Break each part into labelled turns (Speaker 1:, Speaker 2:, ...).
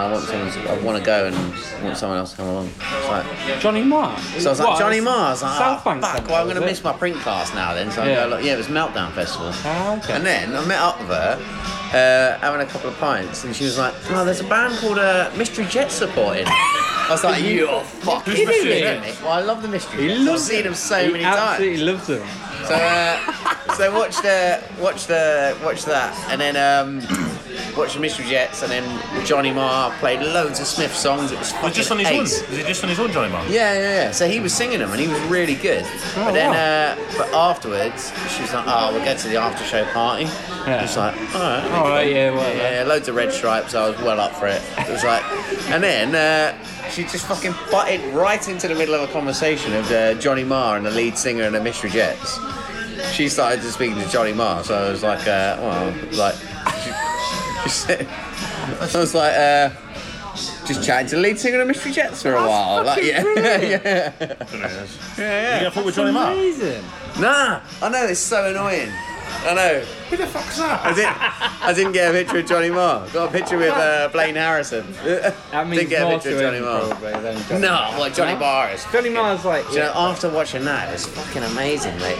Speaker 1: want someone. To, I want to go and want someone else to come along. It's like,
Speaker 2: Johnny Marr.
Speaker 1: so I was like,
Speaker 2: What?
Speaker 1: Johnny Mars. Like, oh,
Speaker 2: Southbank.
Speaker 1: fuck,
Speaker 2: Centre,
Speaker 1: well, I'm going
Speaker 2: is
Speaker 1: to
Speaker 2: it?
Speaker 1: miss my print class now then. So
Speaker 2: Yeah.
Speaker 1: I go, look, yeah, it was Meltdown Festival.
Speaker 2: Ah, okay.
Speaker 1: And then I met up with her, uh, having a couple of pints, and she was like, oh, there's a band called uh, Mystery Jet supporting. I was like, you're fucking
Speaker 2: Really?
Speaker 1: kidding me. Well, I love the Mystery
Speaker 2: He
Speaker 1: Jets. I've
Speaker 2: loves
Speaker 1: seen
Speaker 2: it.
Speaker 1: them so
Speaker 2: he
Speaker 1: many times.
Speaker 2: absolutely loves them.
Speaker 1: So, uh, so watch the watch the watch that, and then um, watch the Mystery Jets, and then Johnny Marr played loads of Smith songs. It was
Speaker 3: Was it just on his
Speaker 1: fucking
Speaker 3: own?
Speaker 1: ace.
Speaker 3: Is it just on his own, Johnny Marr? Oh,
Speaker 1: Yeah, yeah, yeah. So he was singing them, and he was really good. but then, uh, but afterwards, she was like, "Oh, we'll go to the after show party."
Speaker 2: Yeah.
Speaker 1: Just like, all right.
Speaker 2: All right, yeah, well,
Speaker 1: Yeah, loads of red stripes. I was well up for it. It was like, and then uh, she just fucking butted right into the middle of a conversation of uh, Johnny Marr and the lead singer and the Mystery Jets. She started to speak to Johnny Marr, so I was like, uh, well, like, she, she said, I was like, uh, just chatting to the lead singer of the Mystery Jets for a while. Like, yeah, yeah,
Speaker 3: Yeah.
Speaker 1: yeah,
Speaker 3: You
Speaker 1: yeah.
Speaker 3: got foot with Johnny Marr?
Speaker 2: Amazing.
Speaker 1: Nah, I know it's so annoying. I know.
Speaker 3: Who the fuck's that?
Speaker 1: I didn't. I didn't get a picture of Johnny Marr. Got a picture with uh, Blaine Harrison.
Speaker 2: That
Speaker 1: didn't
Speaker 2: means
Speaker 1: get a
Speaker 2: more
Speaker 1: picture
Speaker 2: to
Speaker 1: of Johnny
Speaker 2: him
Speaker 1: Marr.
Speaker 2: probably than Johnny
Speaker 1: No, like Johnny Marr is.
Speaker 2: Johnny Marr's like,
Speaker 1: You know, after watching that, it's fucking amazing, mate.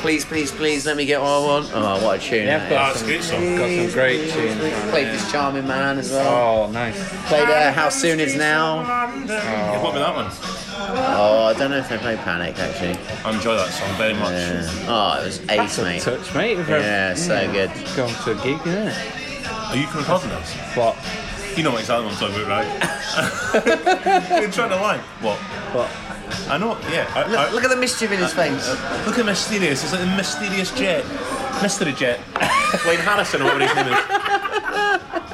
Speaker 1: Please, please, please, let me get what I want. Oh, what a tune!
Speaker 2: Yeah,
Speaker 1: that
Speaker 2: but-
Speaker 1: is.
Speaker 3: Oh, it's a good song.
Speaker 2: got some great tunes. on
Speaker 1: Played
Speaker 2: it.
Speaker 1: this charming man as well.
Speaker 2: Oh, nice.
Speaker 1: Played uh, How Soon Is Now.
Speaker 3: Yeah, What about that one?
Speaker 1: Oh, I don't know if they played Panic actually.
Speaker 3: I enjoy that song very much.
Speaker 1: Yeah. Oh, it was ace,
Speaker 2: That's a
Speaker 1: mate.
Speaker 2: touch, mate. if I've
Speaker 1: Yeah, so good.
Speaker 2: Gone to a gig, yeah.
Speaker 3: Are you coming across this?
Speaker 2: What?
Speaker 3: You know what exactly what I'm talking about, right? You're trying to lie. What?
Speaker 2: What?
Speaker 3: I know. Yeah. I, I, uh,
Speaker 1: Look, look at the mischief in his
Speaker 2: Uh,
Speaker 1: face.
Speaker 3: Look at Mysterious, it's like the Mysterious Jet. Mystery Jet. Wayne Harrison or whatever his name is.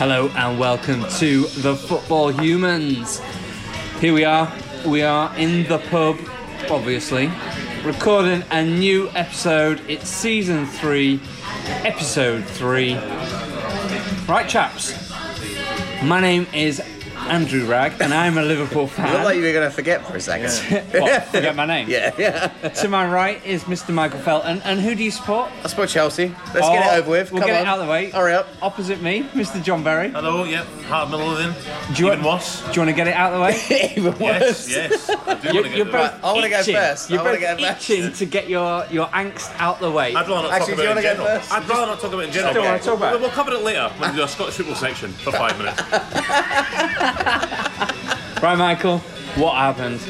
Speaker 2: Hello and welcome to the Football Humans. Here we are. We are in the pub, obviously, recording a new episode. It's season three, episode three. Right, chaps. My name is Andrew Ragg, and I'm a Liverpool
Speaker 1: You look like
Speaker 2: fan.
Speaker 1: you were gonna forget for a second.
Speaker 2: What? Forget my name.
Speaker 1: Yeah, yeah.
Speaker 2: To my right is Mr. Michael Felton, and who do you support?
Speaker 1: I support Chelsea. Let's get it
Speaker 2: Oh,
Speaker 1: over with.
Speaker 2: We'll
Speaker 1: Come
Speaker 2: get
Speaker 1: on.
Speaker 2: it out of the way.
Speaker 1: Hurry up.
Speaker 2: Opposite me, Mr. John Berry. Do
Speaker 3: Hello, yep, Heart Middle of Him.
Speaker 2: you
Speaker 3: Even
Speaker 2: want-
Speaker 3: worse.
Speaker 2: you want to get it out of the way?
Speaker 1: Even
Speaker 3: Yes,
Speaker 1: worse.
Speaker 3: yes. I do
Speaker 2: You're,
Speaker 3: want to
Speaker 2: you're
Speaker 3: get
Speaker 2: both
Speaker 3: there.
Speaker 1: I wanna go
Speaker 2: itching.
Speaker 1: first. I
Speaker 2: You're
Speaker 1: wanna
Speaker 2: both
Speaker 1: go first.
Speaker 2: itching to get your, your angst out the way.
Speaker 3: I'd rather not
Speaker 1: Actually, do you
Speaker 3: talk about
Speaker 1: wanna
Speaker 3: it in
Speaker 1: go
Speaker 3: general.
Speaker 1: first?
Speaker 3: I'd rather not talk about it in general.
Speaker 2: don't wanna talk about it.
Speaker 3: We'll, we'll cover it later when we do our Scottish football section for five minutes.
Speaker 2: Right, Michael, what happened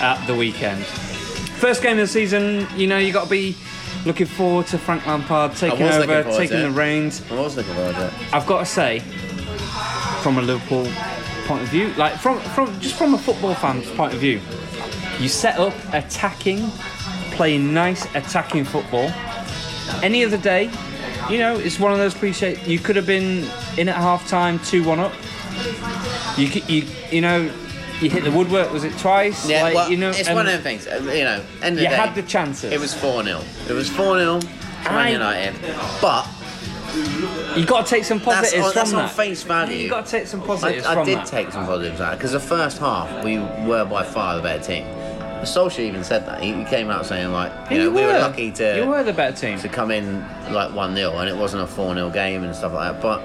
Speaker 2: at the weekend? First game of the season, you know, you got to be looking forward to Frank Lampard taking
Speaker 1: was looking
Speaker 2: over,
Speaker 1: forward
Speaker 2: taking
Speaker 1: to
Speaker 2: the
Speaker 1: it.
Speaker 2: reins.
Speaker 1: I was looking forward to it.
Speaker 2: I've got to say, from a Liverpool point of view, like from from just from a football fan's point of view, you set up attacking, playing nice attacking football. Any other day, you know, it's one of those cliches. You could have been in at half time, two one up. You c- you you know, you hit the woodwork. Was it twice?
Speaker 1: Yeah,
Speaker 2: Like,
Speaker 1: well,
Speaker 2: you know,
Speaker 1: it's
Speaker 2: and
Speaker 1: one of them things. uh, You know, end of
Speaker 2: You
Speaker 1: the day,
Speaker 2: had the chances.
Speaker 1: It was 4 0. It was 4 0 to Man
Speaker 2: I-
Speaker 1: United. But
Speaker 2: You got to take some
Speaker 1: that's,
Speaker 2: positives
Speaker 1: on, that's
Speaker 2: from
Speaker 1: on
Speaker 2: that.
Speaker 1: face value.
Speaker 2: You got to take some
Speaker 1: I,
Speaker 2: positives
Speaker 1: I
Speaker 2: from
Speaker 1: did
Speaker 2: that.
Speaker 1: take some positives out because the first half we were by far the better team. Solskjaer even said that. He he came out saying, like, you, know,
Speaker 2: Yeah, you
Speaker 1: we were
Speaker 2: were.
Speaker 1: lucky to.
Speaker 2: You were the better team.
Speaker 1: to come in like 1 0 and it wasn't a 4 0 game and stuff like that. But,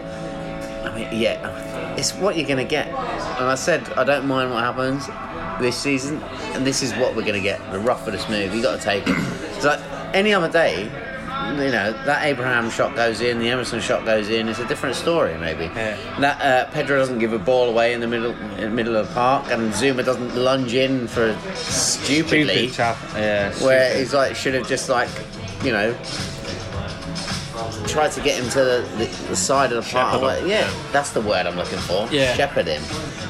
Speaker 1: I mean, yeah, it's what you're going to get. And I said, I don't mind what happens this season, and this is what we're going to get the rough of the smooth. you got to take it. It's like any other day, you know, that Abraham shot goes in, the Emerson shot goes in, it's a different story, maybe.
Speaker 2: Yeah.
Speaker 1: That uh, Pedro doesn't give a ball away in the middle in the middle of the park, and Zuma doesn't lunge in for stupidly
Speaker 2: Stupid chap. Yeah.
Speaker 1: where he's like should have just like you know tried to get him to the, the, the side of the park.
Speaker 3: Shepherd
Speaker 1: Like,
Speaker 3: him.
Speaker 1: yeah, that's the word I'm looking for.
Speaker 2: Yeah.
Speaker 1: shepherd him.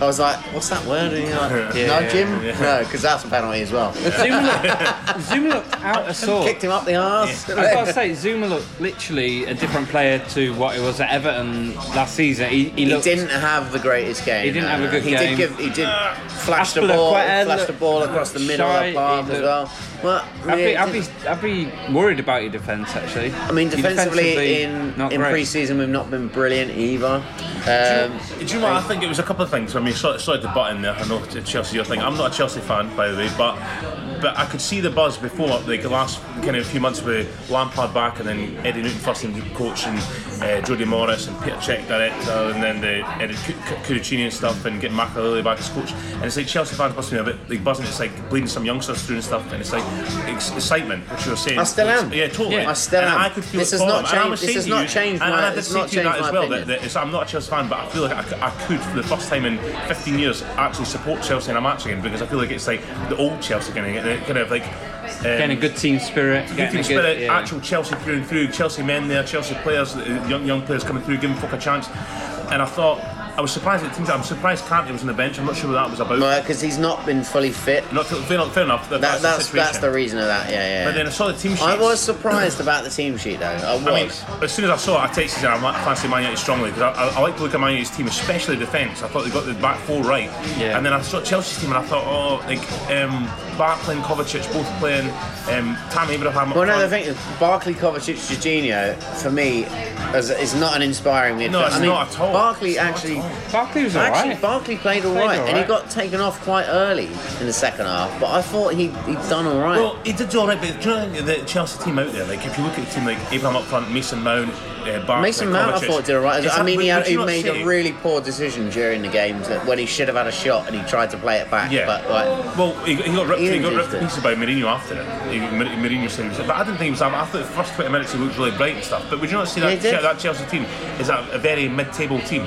Speaker 1: I was like, what's that word? And you're like,
Speaker 3: Yeah,
Speaker 1: nudge
Speaker 3: yeah,
Speaker 1: him?
Speaker 3: yeah.
Speaker 1: No, because that's a penalty as well.
Speaker 2: Zuma looked, Zuma looked out of
Speaker 1: Kicked
Speaker 2: sorts.
Speaker 1: him up the arse.
Speaker 2: I've got to say, Zuma looked literally a different player to what he was at Everton last season. He,
Speaker 1: He
Speaker 2: he looked.
Speaker 1: didn't have the greatest game.
Speaker 2: He didn't
Speaker 1: no,
Speaker 2: have a
Speaker 1: no.
Speaker 2: good
Speaker 1: he
Speaker 2: game.
Speaker 1: Did
Speaker 2: Ah,
Speaker 1: give, he did flash the
Speaker 2: Aspilicueta
Speaker 1: ball, flash the ball across the middle
Speaker 2: shy,
Speaker 1: of the park
Speaker 2: he
Speaker 1: as
Speaker 2: looked-
Speaker 1: well. Well,
Speaker 2: I'd be,
Speaker 1: yeah,
Speaker 2: I'd be, I'd be worried about your defence actually.
Speaker 1: I mean, defensively in
Speaker 2: not
Speaker 1: in
Speaker 2: great.
Speaker 1: pre-season we've not been brilliant either. Um,
Speaker 3: Do you know what? I think it was a couple of things. I mean, sorry, sorry to butt in there. I know it's Chelsea your thing. I'm not a Chelsea fan, by the way, but but I could see the buzz before, like the last kind of few months with Lampard back, and then Eddie Newton first team coach, and uh, Jody Morris, and Peter Cech director, and then the Eddie Cudicini and stuff, and getting Makalele back as coach. And it's like Chelsea fans must be a bit like buzzing. It's like bleeding some youngsters through and stuff, and it's like ex- excitement, which you were saying.
Speaker 1: I still am.
Speaker 3: Yeah, totally.
Speaker 1: Yeah, I still
Speaker 3: and
Speaker 1: am.
Speaker 3: I could feel
Speaker 1: This
Speaker 3: it
Speaker 1: has not
Speaker 3: for them.
Speaker 1: changed-
Speaker 3: And I
Speaker 1: this
Speaker 3: was saying
Speaker 1: has
Speaker 3: to
Speaker 1: not
Speaker 3: you-
Speaker 1: changed
Speaker 3: And,
Speaker 1: my-
Speaker 3: and I did
Speaker 1: it's
Speaker 3: say
Speaker 1: not
Speaker 3: to you that
Speaker 1: changed
Speaker 3: as
Speaker 1: my
Speaker 3: well. That,
Speaker 1: opinion.
Speaker 3: that it's, I'm not a Chelsea fan, but I feel like I, c- I could, for the first time in 15 years, actually support Chelsea in a match again because I feel like it's like the old Chelsea kind of, kind of like. Um,
Speaker 2: Getting a good team spirit.
Speaker 3: good
Speaker 2: getting
Speaker 3: team
Speaker 2: a
Speaker 3: spirit,
Speaker 2: yeah.
Speaker 3: actual Chelsea through and through, Chelsea men there, Chelsea players, uh, young young players coming through, giving folk a chance. And I thought, I was surprised at teams. I'm surprised Kante was on the bench. I'm not sure what that was about.
Speaker 1: because he's not been fully fit.
Speaker 3: Not fair, fair enough. That,
Speaker 1: That,
Speaker 3: that's,
Speaker 1: that's
Speaker 3: the situation.
Speaker 1: that's the reason of that. Yeah, yeah.
Speaker 3: But then I saw the team sheets.
Speaker 1: I was surprised about the team sheet though. I was.
Speaker 3: I mean, as soon as I saw it, I texted her, I might fancy Man United strongly because I, I, I like to look at Man United's team, especially defence. I thought they got the back four right.
Speaker 2: Yeah.
Speaker 3: And then I saw Chelsea's team and I thought, oh, like, um, Bart playing Kovacic, both playing um, Tam Abraham. up
Speaker 1: well, no,
Speaker 3: front.
Speaker 1: the thing is, Barkley, Kovacic, Jorginho, for me, is, is not an inspiring midfield.
Speaker 3: No, it's
Speaker 1: I mean,
Speaker 3: not at all.
Speaker 1: Barkley
Speaker 3: It's not at
Speaker 1: actually,
Speaker 3: all.
Speaker 2: Barkley was
Speaker 1: actually,
Speaker 2: alright.
Speaker 1: Barkley played all
Speaker 2: Played
Speaker 1: right,
Speaker 2: all
Speaker 1: and he
Speaker 2: right.
Speaker 1: got taken off quite early in the second half. But I thought he he'd done all right.
Speaker 3: Well, he did do all right, but do you know the Chelsea team out there? Like, if you look at the team, like Abraham up front, Mason Mount, uh, Bart,
Speaker 1: Mason Mount, I
Speaker 3: Kovacic,
Speaker 1: thought, did all right.
Speaker 3: it's
Speaker 1: I
Speaker 3: like,
Speaker 1: mean, he,
Speaker 3: would-
Speaker 1: had,
Speaker 3: would you
Speaker 1: he
Speaker 3: not
Speaker 1: made
Speaker 3: say-
Speaker 1: a really poor decision during the game that- when he should have had a shot, and he tried to play it back.
Speaker 3: Yeah.
Speaker 1: But like,
Speaker 3: Well, he, he got ripped. He,
Speaker 1: Ian
Speaker 3: got
Speaker 1: did
Speaker 3: ripped to
Speaker 1: it.
Speaker 3: pieces by Mourinho after it. He, Mar- Mourinho said he was. But I didn't think he was. I thought the first twenty minutes he looked really bright and stuff. But would you not see
Speaker 1: Yeah,
Speaker 3: that
Speaker 1: he did.
Speaker 3: that Chelsea team is a, a very mid-table team?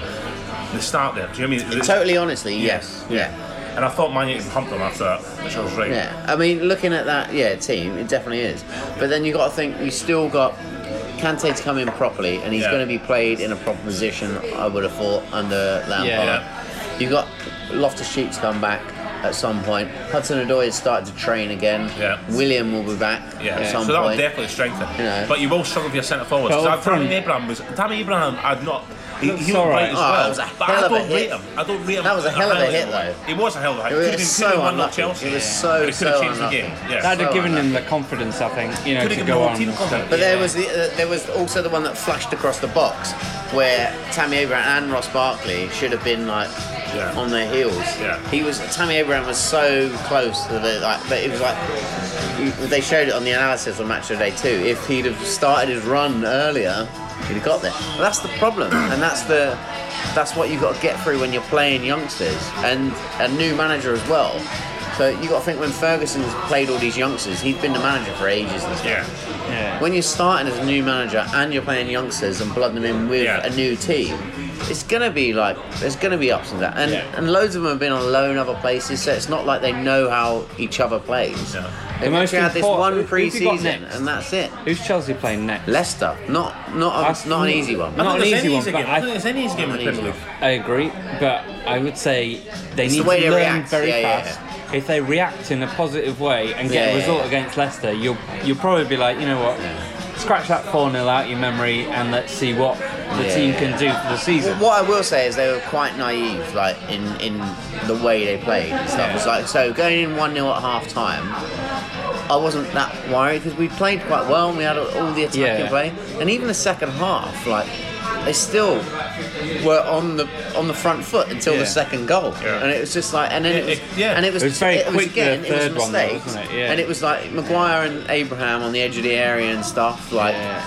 Speaker 3: The start there. Do you know what I mean? The-
Speaker 1: totally honestly, yes, yeah.
Speaker 3: And I thought Man United pumped them after that, which I was right.
Speaker 1: Yeah, I mean, looking at that, yeah, team, it definitely is. But then you got to think, you still got Kante to come in properly, and he's
Speaker 3: Yeah.
Speaker 1: going to be played in a proper position. I would have thought under Lampard.
Speaker 2: Yeah.
Speaker 1: You got Loftus Cheek to come back at some point. Hudson Odoi has started to train again.
Speaker 3: Yeah.
Speaker 1: William will be back
Speaker 3: Yeah,
Speaker 1: at some
Speaker 3: so that will
Speaker 1: point.
Speaker 3: definitely strengthen.
Speaker 1: You know.
Speaker 3: But you will struggle with your centre forwards.
Speaker 2: But up
Speaker 3: Because Tammy
Speaker 2: front-
Speaker 3: Abraham was Tammy Abraham. I'd not. He,
Speaker 2: That's
Speaker 3: he looked
Speaker 2: all right.
Speaker 3: right as
Speaker 1: Oh, that
Speaker 3: well.
Speaker 1: was a
Speaker 3: but
Speaker 1: hell
Speaker 3: I
Speaker 1: of a
Speaker 3: don't rate
Speaker 1: hit.
Speaker 3: him. I don't rate him.
Speaker 1: That was a hell of a
Speaker 3: highly.
Speaker 1: hit, though.
Speaker 3: It was a hell of a hit.
Speaker 1: It was
Speaker 3: Could have been
Speaker 1: so
Speaker 3: could have been one
Speaker 1: unlucky.
Speaker 3: Chelsea.
Speaker 1: It was so,
Speaker 3: But it could have
Speaker 1: so
Speaker 3: changed the
Speaker 1: unlucky.
Speaker 3: game. Yeah.
Speaker 2: That'd have
Speaker 1: So
Speaker 2: given
Speaker 1: unlucky.
Speaker 2: him the confidence, I think, you know,
Speaker 3: Could have
Speaker 2: to
Speaker 3: given
Speaker 2: go
Speaker 3: the whole
Speaker 2: on.
Speaker 3: team
Speaker 2: and stuff.
Speaker 3: confidence.
Speaker 1: But there
Speaker 2: Yeah.
Speaker 1: was the, uh, there was also the one that flashed across the box where Tammy Abraham and Ross Barkley should have been like
Speaker 3: Yeah.
Speaker 1: on their heels.
Speaker 3: Yeah.
Speaker 1: He was Tammy Abraham was so close to the like, but it was like you- they showed it on the analysis on Match of the Day too. If he'd have started his run earlier, he'd have got there. But that's the problem, and that's the that's what you've got to get through when you're playing youngsters and a new manager as well. So you got to think when Ferguson's played all these youngsters, he's been the manager for ages and stuff.
Speaker 3: Yeah.
Speaker 2: Yeah.
Speaker 1: When you're starting as a new manager and you're playing youngsters and blooding them in with
Speaker 3: Yeah.
Speaker 1: a new team, it's gonna be like there's gonna be ups and downs, and,
Speaker 3: Yeah.
Speaker 1: and loads of them have been on loan other places, so it's not like they know how each other plays.
Speaker 3: Yeah.
Speaker 1: They've
Speaker 2: The most
Speaker 1: literally had this
Speaker 2: important- who-
Speaker 1: one
Speaker 2: who have you got
Speaker 1: pre-season,
Speaker 2: next?
Speaker 1: and that's it.
Speaker 2: Who's Chelsea playing next?
Speaker 1: Leicester, not not
Speaker 2: That's-
Speaker 1: a, not an easy one.
Speaker 2: Not
Speaker 3: I
Speaker 2: an
Speaker 3: think
Speaker 2: easy
Speaker 3: there's any
Speaker 2: one,
Speaker 3: easy
Speaker 2: but
Speaker 3: game.
Speaker 2: I-
Speaker 3: I think there's any easy game in the Premier League.
Speaker 2: I agree, but I would say they
Speaker 1: It's
Speaker 2: need
Speaker 1: the way
Speaker 2: to
Speaker 1: they
Speaker 2: learn
Speaker 1: react.
Speaker 2: very
Speaker 1: Yeah, yeah,
Speaker 2: fast. If they react in a positive way and get
Speaker 1: Yeah,
Speaker 2: a
Speaker 1: yeah,
Speaker 2: result
Speaker 1: yeah.
Speaker 2: against Leicester, you'll you'll probably be like, you know what, scratch that 4 0 out your memory and let's see what the
Speaker 1: Yeah,
Speaker 2: team
Speaker 1: yeah,
Speaker 2: can do for the season.
Speaker 1: What I will say is they were quite naive, like in in the way they played and stuff. It's like so going in one 0 at half time. I wasn't that worried because we played quite well and we had all the attacking
Speaker 2: Yeah.
Speaker 1: play, and even the second half, like they still were on the on the front foot until
Speaker 2: Yeah.
Speaker 1: the second goal,
Speaker 3: Yeah.
Speaker 1: and it was just like, and then it was,
Speaker 3: It- yeah.
Speaker 1: and it was,
Speaker 2: It was very quick,
Speaker 1: again,
Speaker 2: the
Speaker 1: it was
Speaker 2: third one though,
Speaker 1: mistakes,
Speaker 2: wasn't it? Yeah.
Speaker 1: and it was like Maguire and Abraham on the edge of the area and stuff, like.
Speaker 2: Yeah.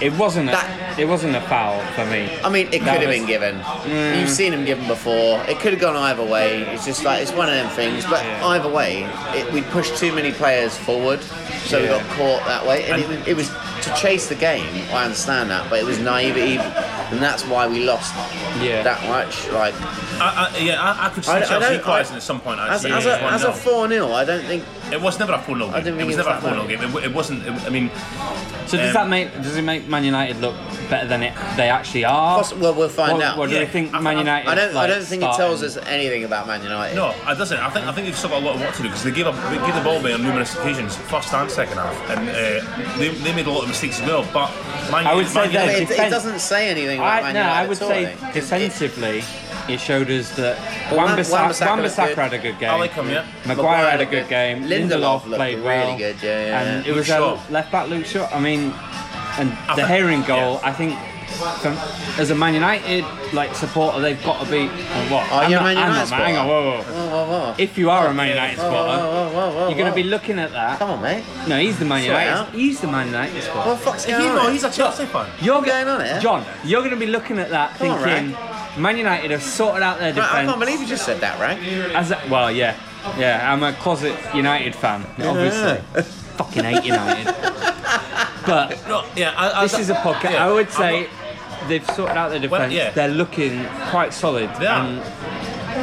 Speaker 2: It wasn't
Speaker 1: That- Um,
Speaker 2: a, it wasn't a foul for me.
Speaker 1: I mean, it could
Speaker 2: That
Speaker 1: have
Speaker 2: was-
Speaker 1: been given.
Speaker 2: Mm.
Speaker 1: You've seen him given before. It could have gone either way. It's just like it's one of them things. But
Speaker 2: Yeah.
Speaker 1: either way, it, we pushed too many players forward, so
Speaker 2: Yeah.
Speaker 1: we got caught that way. And, it, was- it was to chase the game. I understand that, but it was naivety, and that's why we lost
Speaker 2: Yeah.
Speaker 1: that much. Like
Speaker 3: I, I, yeah, I, I could see
Speaker 1: I- I
Speaker 3: Chelsea
Speaker 1: don't-
Speaker 3: equalising
Speaker 1: I-
Speaker 3: at some point.
Speaker 1: as,
Speaker 3: Actually,
Speaker 1: as
Speaker 3: yeah,
Speaker 1: a as a
Speaker 3: 1-0.
Speaker 1: four 0 I don't think
Speaker 3: It was never a 4 0 game.
Speaker 1: I didn't
Speaker 3: it
Speaker 1: think
Speaker 3: was
Speaker 1: it was
Speaker 3: never a
Speaker 1: that
Speaker 3: 4 0
Speaker 1: bad.
Speaker 3: game. It, w- it wasn't. It, I mean,
Speaker 2: So does
Speaker 3: Um,
Speaker 2: that make does it make Man United look better than it they actually are?
Speaker 1: Poss- well, we'll find
Speaker 2: Or-
Speaker 1: out.
Speaker 2: Or do you
Speaker 3: Yeah.
Speaker 2: think
Speaker 3: I- I-
Speaker 2: Man United?
Speaker 1: I don't I
Speaker 2: like,
Speaker 1: don't think it
Speaker 2: starting-
Speaker 1: tells us anything about Man United.
Speaker 3: no, it doesn't. I think I think they've still got a lot of work to do because they gave up, they gave the ball away on numerous occasions, first and second half, and uh, they, they made a lot of mistakes as well. But Man
Speaker 2: I would
Speaker 3: United-
Speaker 2: say
Speaker 1: But
Speaker 2: that
Speaker 3: Man United-
Speaker 1: it, it
Speaker 2: defense-
Speaker 1: doesn't say anything about
Speaker 2: I,
Speaker 1: Man
Speaker 2: no,
Speaker 1: United.
Speaker 2: I
Speaker 1: at
Speaker 2: would
Speaker 1: all,
Speaker 2: say
Speaker 1: think.
Speaker 2: defensively, it showed us that
Speaker 1: Well, Wan-
Speaker 2: Wan-Bissaka
Speaker 1: Wan-Bissaka looked
Speaker 2: Wan-Bissaka
Speaker 1: good.
Speaker 2: had a good game.
Speaker 3: I like him, yeah.
Speaker 2: Maguire had a good game. Lindelof,
Speaker 1: Lindelof looked
Speaker 2: played
Speaker 1: really
Speaker 2: well.
Speaker 1: good, yeah, yeah,
Speaker 2: And
Speaker 1: yeah.
Speaker 2: it was
Speaker 3: Luke
Speaker 2: a
Speaker 3: Shaw.
Speaker 2: left back Luke Shaw. I mean, and
Speaker 3: I
Speaker 2: the
Speaker 3: think-
Speaker 2: Herring goal.
Speaker 3: yeah.
Speaker 2: I think from, as a Man United like supporter, they've got to be. Oh, what?
Speaker 1: Are
Speaker 2: I'm
Speaker 1: you a
Speaker 2: not-
Speaker 1: Man
Speaker 2: I'm
Speaker 1: United
Speaker 2: not- Hang on,
Speaker 1: supporter?
Speaker 2: whoa, whoa, whoa.
Speaker 1: Whoa, whoa, whoa.
Speaker 2: If you are a Man United
Speaker 1: Whoa, whoa,
Speaker 2: supporter,
Speaker 1: whoa, whoa, whoa,
Speaker 2: you're going to
Speaker 1: whoa.
Speaker 2: be looking at that.
Speaker 1: Come on, mate.
Speaker 2: No, he's the Man
Speaker 1: Sort it
Speaker 2: United.
Speaker 1: out.
Speaker 2: He's the Man United
Speaker 1: What the
Speaker 2: squad.
Speaker 1: fuck's
Speaker 3: He,
Speaker 1: going
Speaker 3: no,
Speaker 1: on?
Speaker 3: he's a Chelsea fan.
Speaker 2: You're
Speaker 1: What's
Speaker 2: go-
Speaker 1: going on here?
Speaker 2: John. You're going to be looking at that,
Speaker 1: Come on,
Speaker 2: thinking Man United have sorted out their
Speaker 1: Right,
Speaker 2: defense.
Speaker 1: I can't believe you just said that, right?
Speaker 2: As a, well, yeah, yeah. I'm a closet United fan, obviously. Fucking hate United. but
Speaker 3: No, yeah. I, I,
Speaker 2: this is a podcast.
Speaker 3: yeah,
Speaker 2: I would
Speaker 3: I'm
Speaker 2: say
Speaker 3: not-
Speaker 2: they've sorted out their defence.
Speaker 3: Well, yeah.
Speaker 2: They're looking quite solid.
Speaker 3: They are.
Speaker 2: And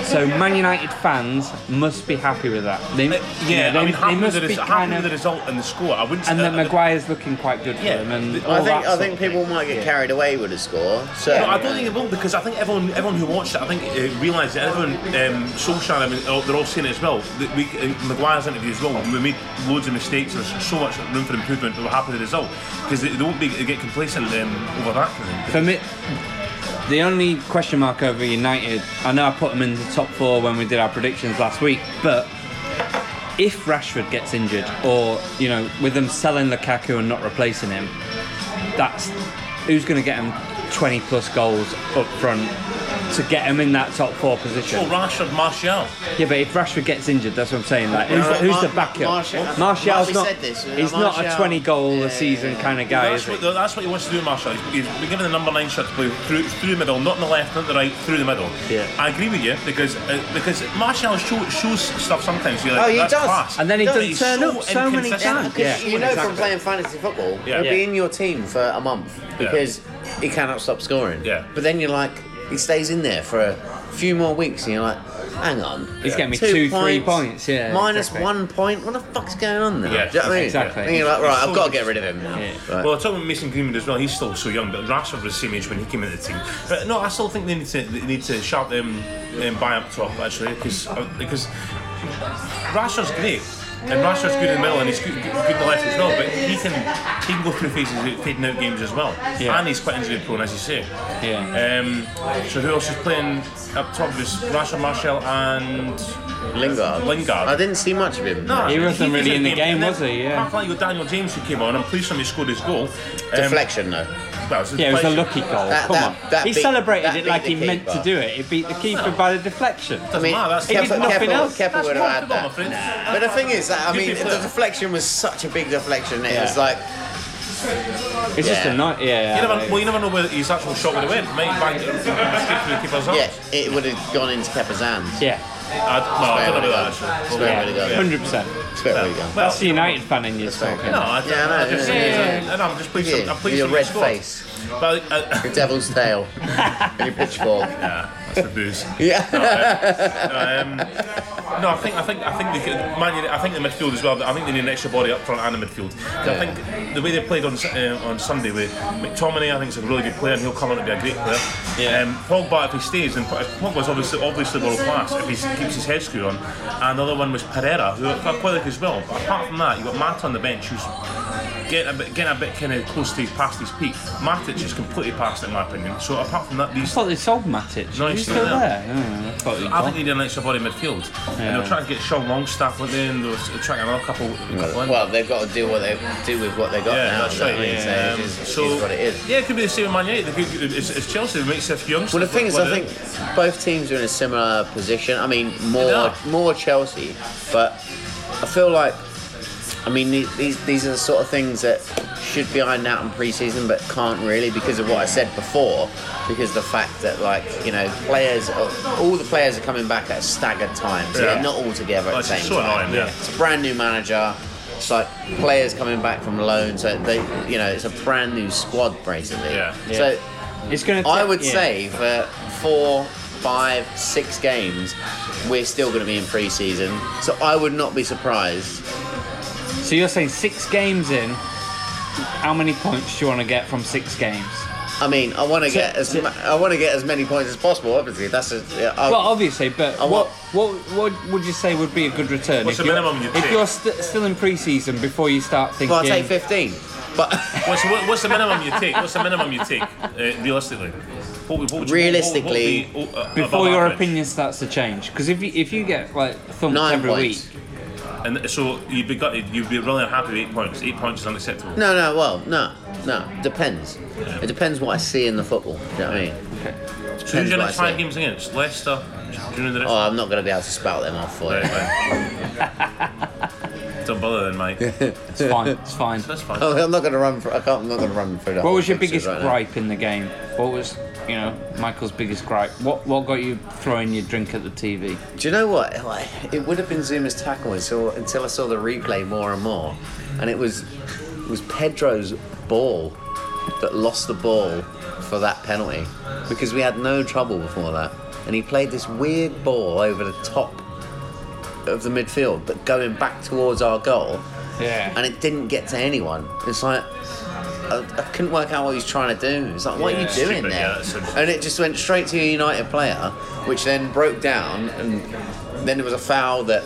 Speaker 2: so Man United fans must be happy with that. They,
Speaker 3: uh,
Speaker 2: you
Speaker 3: yeah,
Speaker 2: know, they,
Speaker 3: I mean,
Speaker 2: they
Speaker 3: happy, with
Speaker 2: must
Speaker 3: the, res-
Speaker 2: be
Speaker 3: happy
Speaker 2: kind
Speaker 3: with the
Speaker 2: of.
Speaker 3: result and the score. I wouldn't.
Speaker 2: And
Speaker 3: uh,
Speaker 2: that
Speaker 3: uh,
Speaker 2: Maguire's looking quite good for
Speaker 3: Yeah.
Speaker 2: them. And all
Speaker 1: I think
Speaker 2: that
Speaker 1: I
Speaker 2: sort
Speaker 1: think
Speaker 2: of thing.
Speaker 1: people might get carried away with a score. So
Speaker 3: No, I don't think it will because I think everyone, everyone who watched it, I think uh, realised that everyone, um, Solskjaer, I mean, oh, they're all saying it as well. That we, uh, Maguire's interview as well. We made loads of mistakes. There's so much room for improvement. But we're happy with the result because they, they won't be they get complacent um, over that. Kind of
Speaker 2: For me, the only question mark over United, I know I put them in the top four when we did our predictions last week, but if Rashford gets injured, or you know, with them selling Lukaku and not replacing him, that's who's going to get him 20 plus goals up front to get him in that top four position.
Speaker 3: Oh, Rashford, Martial.
Speaker 2: Yeah, but if Rashford gets injured, that's what I'm saying. Like, who's, the, who's the backup?
Speaker 1: Martial-
Speaker 2: Martial's
Speaker 1: Martial
Speaker 2: not.
Speaker 1: said this, you know,
Speaker 2: he's not a
Speaker 1: Martial-
Speaker 2: 20 goal
Speaker 1: Yeah,
Speaker 2: a season
Speaker 1: yeah,
Speaker 2: kind of guy, is
Speaker 3: that's,
Speaker 2: he?
Speaker 3: what, that's what he wants to do, Marshall. He's, he's been given the number nine shirt to play through, through the middle, not in the left, not in the right, through the middle.
Speaker 2: Yeah.
Speaker 3: I agree with you because uh, because Marshall show, shows stuff sometimes. You're like,
Speaker 1: Oh, he
Speaker 3: that's
Speaker 1: does.
Speaker 3: Class.
Speaker 2: And then he
Speaker 3: But
Speaker 2: doesn't
Speaker 3: he's
Speaker 2: turn
Speaker 3: so
Speaker 2: up so many
Speaker 3: inconsistent.
Speaker 2: times.
Speaker 1: Because
Speaker 2: Yeah.
Speaker 1: you know
Speaker 2: Exactly.
Speaker 1: from playing fantasy football,
Speaker 3: Yeah.
Speaker 1: he'll be in your team for a month because he cannot stop scoring.
Speaker 3: Yeah.
Speaker 1: But then you're like, he stays in there for a few more weeks, and you're like, hang on.
Speaker 2: He's getting me two, three points, yeah,
Speaker 1: minus
Speaker 2: exactly.
Speaker 1: one point. What the fuck's going on there?
Speaker 3: Yeah,
Speaker 1: Do you know what I mean?
Speaker 2: exactly.
Speaker 1: And you're like, right,
Speaker 3: So
Speaker 1: I've got to
Speaker 3: much-
Speaker 1: get rid of him now.
Speaker 2: Yeah.
Speaker 1: Right.
Speaker 3: Well, talking about Mason Greenwood as well, he's still so young, but Rashford was the same age when he came into the team. But no, I still think they need to they need to sharp them um, buy up top actually because uh, because Rashford's great. And Rashford's good in the middle, and he's good, good, good in the left as well. But he can he can go through phases of fading out games as well.
Speaker 2: Yeah.
Speaker 3: And he's quite injury prone, as you say.
Speaker 2: Yeah.
Speaker 3: Um, so who else is playing up top? There's Rashford, Marshall, and
Speaker 1: Lingard.
Speaker 3: Lingard.
Speaker 1: I didn't see much of him.
Speaker 3: No,
Speaker 2: He wasn't really
Speaker 3: did
Speaker 2: in the game,
Speaker 3: and then
Speaker 2: was he? Yeah.
Speaker 3: Apart from that, you got Daniel James who came on. I'm pleased when he scored his goal. Um,
Speaker 1: Deflection though.
Speaker 3: Well, it's
Speaker 2: Yeah, it was a lucky
Speaker 3: deflection.
Speaker 2: goal.
Speaker 1: That-
Speaker 2: Come
Speaker 1: that-
Speaker 2: on.
Speaker 1: that
Speaker 2: he
Speaker 1: beat-
Speaker 2: celebrated
Speaker 1: that
Speaker 2: it
Speaker 1: beat
Speaker 2: like
Speaker 1: the
Speaker 2: he meant to
Speaker 1: keeper.
Speaker 2: do it. He beat the keeper by the deflection.
Speaker 1: I mean,
Speaker 3: Wow, that's-
Speaker 2: He did
Speaker 1: Kepa-
Speaker 2: nothing
Speaker 1: Kepa-
Speaker 2: else.
Speaker 1: Kepa
Speaker 3: That's
Speaker 1: would have had
Speaker 3: wonderful,
Speaker 1: that.
Speaker 3: my friend. Nah.
Speaker 1: But the thing is, that, I
Speaker 3: You
Speaker 1: mean,
Speaker 3: can
Speaker 1: the
Speaker 3: play that.
Speaker 1: deflection was such a big deflection. It was
Speaker 2: Yeah.
Speaker 1: like,
Speaker 2: It's just
Speaker 1: Yeah.
Speaker 2: a night. Yeah.
Speaker 3: You never,
Speaker 2: I-
Speaker 3: well, you never know whether his actual shot would have went. Might bang it straight through the keeper's arms.
Speaker 1: yeah, it would have gone into Kepa's hands.
Speaker 2: yeah.
Speaker 3: I, no, I don't know about
Speaker 1: It's
Speaker 3: that actually.
Speaker 1: where it
Speaker 3: Well,
Speaker 1: would go.
Speaker 3: yeah.
Speaker 2: Hundred percent.
Speaker 1: It's a bit where you go.
Speaker 3: Well,
Speaker 2: That's the United fan in you
Speaker 1: fair.
Speaker 2: talking.
Speaker 3: No, I,
Speaker 1: Yeah, I know,
Speaker 3: I just,
Speaker 1: yeah, yeah,
Speaker 3: And I'm just pleased.
Speaker 1: Yeah,
Speaker 3: I'm pleased
Speaker 1: with your
Speaker 3: somebody
Speaker 1: red
Speaker 3: scored.
Speaker 1: face.
Speaker 3: But uh,
Speaker 1: The devil's tail. and your pitchfork.
Speaker 3: yeah, that's the booze.
Speaker 1: Yeah.
Speaker 3: No, I think I think I think they could, Man United, I think the midfield as well. but I think they need an extra body up front and a midfield. I think the way they played on S- uh, on Sunday with McTominay, I think is a really good player, and he'll come on to be a great player.
Speaker 2: Yeah.
Speaker 3: Um, Pogba, if he stays, and Pogba's obviously obviously world class if he s- keeps his head screwed on. And the other one was Pereira, who I quite like as well. But apart from that, you have got Matt on the bench, who's getting a bit getting a bit kind of close to his past his peak. Matic is completely past it, in my opinion. So apart from that,
Speaker 2: I
Speaker 3: these.
Speaker 2: thought they sold Matic.
Speaker 3: No,
Speaker 2: He's
Speaker 3: he's
Speaker 2: still
Speaker 3: still
Speaker 2: there.
Speaker 3: there.
Speaker 2: Yeah, I thought he'd
Speaker 3: I
Speaker 2: gone.
Speaker 3: think they need an extra body midfield. And
Speaker 2: Yeah.
Speaker 3: they're trying to get Sean Longstaff in there and they're trying another couple, couple in.
Speaker 1: well, they've got to do what they do with what they got
Speaker 3: yeah,
Speaker 1: now.
Speaker 3: that's
Speaker 1: you know
Speaker 3: right.
Speaker 1: what I mean? So
Speaker 3: Yeah. um,
Speaker 1: it is- it
Speaker 3: so,
Speaker 1: is what it is.
Speaker 3: yeah, it could be the same with Man United. They could- It's, it's Chelsea who makes their youngsters.
Speaker 1: Well, the thing
Speaker 3: look
Speaker 1: is,
Speaker 3: like
Speaker 1: I
Speaker 3: they're-
Speaker 1: think both teams are in a similar position. I mean,
Speaker 3: They
Speaker 1: more
Speaker 3: are.
Speaker 1: more Chelsea, but I feel like, I mean, the- these these are the sort of things that should be ironed out in pre-season, but can't really because of what I said before. Because the fact that, like, you know, players, are, all the players are coming back at a staggered time, so
Speaker 3: Yeah.
Speaker 1: they're not all together at
Speaker 3: Oh,
Speaker 1: the
Speaker 3: it's
Speaker 1: same
Speaker 3: so
Speaker 1: time.
Speaker 3: annoying, yeah.
Speaker 1: It's a brand new manager. It's like players coming back from loan, so they, you know, it's a brand new squad basically.
Speaker 3: Yeah.
Speaker 1: So
Speaker 2: it's going to.
Speaker 1: I would say for four, five, six games, we're still going to be in pre-season. So I would not be surprised.
Speaker 2: So you're saying six games in. How many points do you want to get from six games?
Speaker 1: I mean, I want to get as ma- I want to get as many points as possible. Obviously, that's a, yeah, I-
Speaker 2: Well, obviously, but
Speaker 1: I
Speaker 2: what,
Speaker 1: want-
Speaker 2: what what would you say would be a good return?
Speaker 3: What's
Speaker 2: if
Speaker 3: the
Speaker 2: you're-
Speaker 3: minimum you'd
Speaker 2: If
Speaker 3: take?
Speaker 2: you're st- still in pre-season before you start thinking.
Speaker 1: well, I'll take fifteen. But
Speaker 3: What's, what, what's the minimum you take? What's the minimum you take, uh, realistically? What, would- what would
Speaker 1: Realistically,
Speaker 3: you, what, would be, uh,
Speaker 2: Before
Speaker 3: above
Speaker 2: your
Speaker 3: average?
Speaker 2: opinion starts to change, because if you, if you get like thumped
Speaker 1: Nine
Speaker 2: every
Speaker 1: points.
Speaker 2: week,
Speaker 3: and so you'd be gutted. You'd be really unhappy with eight points. Eight points is unacceptable.
Speaker 1: No, no, well, no, no. Depends. It depends what I see in the football. Do you know what I mean?
Speaker 3: so who's your
Speaker 1: what
Speaker 3: next
Speaker 1: I
Speaker 3: five
Speaker 1: say.
Speaker 3: games against? Leicester. Do you know the
Speaker 1: Oh,
Speaker 3: next?
Speaker 1: I'm not going to be able to spout them off for you.
Speaker 3: Right, right. Don't bother then, mate.
Speaker 2: it's fine. It's fine.
Speaker 3: That's fine.
Speaker 1: I'm not going to run. For, I can't. I'm not going to run through that.
Speaker 2: What was your biggest
Speaker 1: right now.
Speaker 2: gripe in the game? What was you know Michael's biggest gripe? What what got you throwing your drink at the TV?
Speaker 1: Do you know what? Like, it would have been Zuma's tackle until until I saw the replay more and more, and it was it was Pedro's ball that lost the ball for that penalty because we had no trouble before that, and he played this weird ball over the top of the midfield, but going back towards our goal,
Speaker 2: Yeah.
Speaker 1: and it didn't get to anyone. It's like. I, I couldn't work out what he was trying to do. It's like, what are you
Speaker 2: Yeah.
Speaker 1: doing there?
Speaker 3: Stupid, yeah, that's so-
Speaker 1: and it just went straight to a United player, which then broke down, and then there was a foul that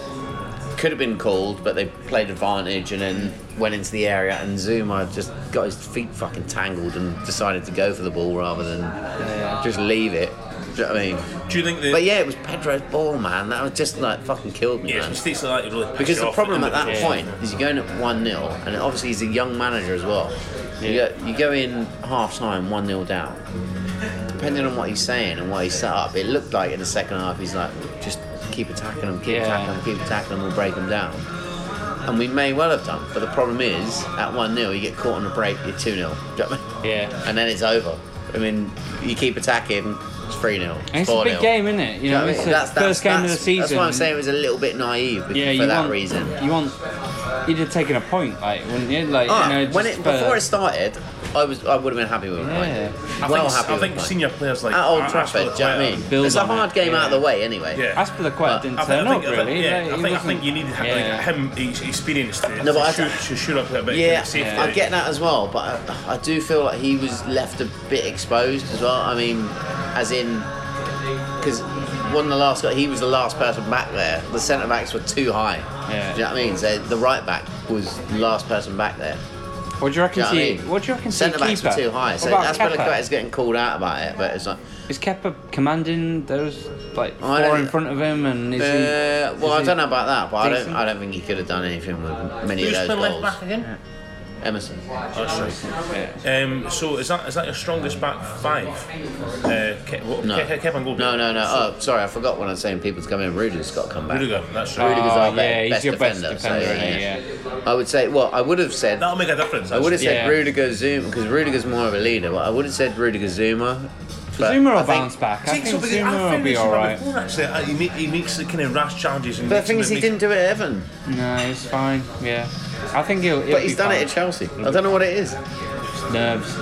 Speaker 1: could have been called, but they played advantage and then went into the area, and Zuma just got his feet fucking tangled and decided to go for the ball rather than just leave it. Do you know what I mean?
Speaker 3: Do you think the
Speaker 1: But yeah, it was Pedro's ball, man. That was just like fucking killed me,
Speaker 3: yeah, it's
Speaker 1: man.
Speaker 3: mistakes like that you really piss
Speaker 1: Because
Speaker 3: you
Speaker 1: the
Speaker 3: off
Speaker 1: problem at
Speaker 3: end of the
Speaker 1: that
Speaker 3: day.
Speaker 1: point is you're going at 1 0, and obviously he's a young manager as well. You,
Speaker 2: Yeah.
Speaker 1: go, you go in half time 1 0 down. Depending on what he's saying and what he's set up, it looked like in the second half he's like, just keep attacking them, keep
Speaker 2: Yeah.
Speaker 1: attacking them, keep attacking them, we'll break them down. And we may well have done, but the problem is at 1 0, you get caught on a break, you're 2 0.
Speaker 2: Yeah.
Speaker 1: And then it's over. I mean, you keep attacking, it's 3 0.
Speaker 2: And it's a big game, isn't it? You know, it's the first game of the season.
Speaker 1: That's why I'm saying it was a little bit naive bec-
Speaker 2: Yeah,
Speaker 1: for
Speaker 2: you
Speaker 1: that
Speaker 2: want,
Speaker 1: reason.
Speaker 2: You want you'd have taken a point, like wouldn't you? Like
Speaker 1: Oh,
Speaker 2: you know,
Speaker 1: when it,
Speaker 2: just
Speaker 1: before
Speaker 2: for-
Speaker 1: it started, I was I would have been happy with it.
Speaker 2: Yeah.
Speaker 1: Like,
Speaker 3: I
Speaker 1: well
Speaker 3: think,
Speaker 1: happy
Speaker 3: I
Speaker 1: with
Speaker 3: think
Speaker 1: it. like.
Speaker 3: senior players like
Speaker 1: at Old
Speaker 3: Ar-
Speaker 1: Trafford,
Speaker 3: Arsenal
Speaker 1: do you know what I
Speaker 3: player-
Speaker 1: mean?
Speaker 2: build
Speaker 1: It's a
Speaker 2: on
Speaker 1: hard
Speaker 2: it,
Speaker 1: game out of the
Speaker 2: yeah.
Speaker 1: way anyway.
Speaker 3: Yeah.
Speaker 2: Aspilicueta didn't turn
Speaker 3: I think, I
Speaker 2: up
Speaker 3: think, I
Speaker 2: really.
Speaker 3: think, yeah,
Speaker 2: like, he
Speaker 3: I, think I
Speaker 2: wasn't-
Speaker 3: think you need like,
Speaker 2: Yeah.
Speaker 3: him ex- experience to,
Speaker 1: No, but I
Speaker 3: to,
Speaker 1: th-
Speaker 3: shoot, to shoot up a bit.
Speaker 1: Yeah,
Speaker 3: safety.
Speaker 1: I get that as well, but I, I do feel like he was left a bit exposed as well. I mean, as in, because one of the last, he was the last person back there. The centre backs were too high.
Speaker 2: Yeah.
Speaker 1: Do you know what I mean? So the right back was the last person back there.
Speaker 2: What do you reckon?
Speaker 1: Do you know
Speaker 2: to
Speaker 1: what I
Speaker 2: you-
Speaker 1: mean?
Speaker 2: What do you reckon? to
Speaker 1: Centre
Speaker 2: your
Speaker 1: backs were
Speaker 2: keeper?
Speaker 1: too high,
Speaker 2: What
Speaker 1: so
Speaker 2: about
Speaker 1: that's
Speaker 2: Kepa?
Speaker 1: Aspilicueta's getting called out about it, but it's like.
Speaker 2: Is Kepa commanding those like
Speaker 1: I
Speaker 2: four
Speaker 1: don't-
Speaker 2: in front of him, and is
Speaker 1: Uh,
Speaker 2: he?
Speaker 1: well,
Speaker 2: is
Speaker 1: I
Speaker 2: he-
Speaker 1: don't know about that, but I don't.
Speaker 2: decent?
Speaker 1: I don't think he could have done anything with many
Speaker 3: Who's
Speaker 1: of
Speaker 3: playing
Speaker 1: those
Speaker 3: left
Speaker 1: goals.
Speaker 3: back again?
Speaker 1: Emerson.
Speaker 2: Yeah.
Speaker 3: Um, so is that is that your strongest back five? Uh, Ke- what,
Speaker 1: No.
Speaker 3: Ke- Ke- Kevin Goldberg.
Speaker 1: No, no, no. Oh, sorry, I forgot when I was saying people to come in. Rudiger's got to come back.
Speaker 3: Rudiger, that's right.
Speaker 1: Rudiger's our
Speaker 2: Oh,
Speaker 1: be-
Speaker 2: yeah, he's
Speaker 1: best,
Speaker 2: your best
Speaker 1: defender.
Speaker 2: defender,
Speaker 1: so,
Speaker 2: isn't he?
Speaker 1: I would say. Well, I would have said.
Speaker 3: That'll make a difference.
Speaker 1: I would have said
Speaker 2: Yeah.
Speaker 1: Rudiger Zuma because Rudiger's more of a leader. But I would have said Rudiger Zuma. but
Speaker 2: Zuma
Speaker 1: I
Speaker 2: will
Speaker 1: think-
Speaker 2: bounce back. I
Speaker 3: think so,
Speaker 2: think
Speaker 3: because I
Speaker 2: Zuma will
Speaker 3: think
Speaker 2: be
Speaker 3: it's
Speaker 2: all
Speaker 3: about
Speaker 2: right.
Speaker 3: before, Actually, Uh, he, make, he makes the kind of rash challenges. And
Speaker 1: But the
Speaker 3: makes
Speaker 1: thing
Speaker 3: them-
Speaker 1: is, he
Speaker 3: make-
Speaker 1: didn't do it at Everton,
Speaker 2: No, he's fine. Yeah, I think he'll. he'll
Speaker 1: but he's
Speaker 2: be
Speaker 1: done
Speaker 2: fine.
Speaker 1: it at Chelsea. I don't know what it is.
Speaker 2: Nerves.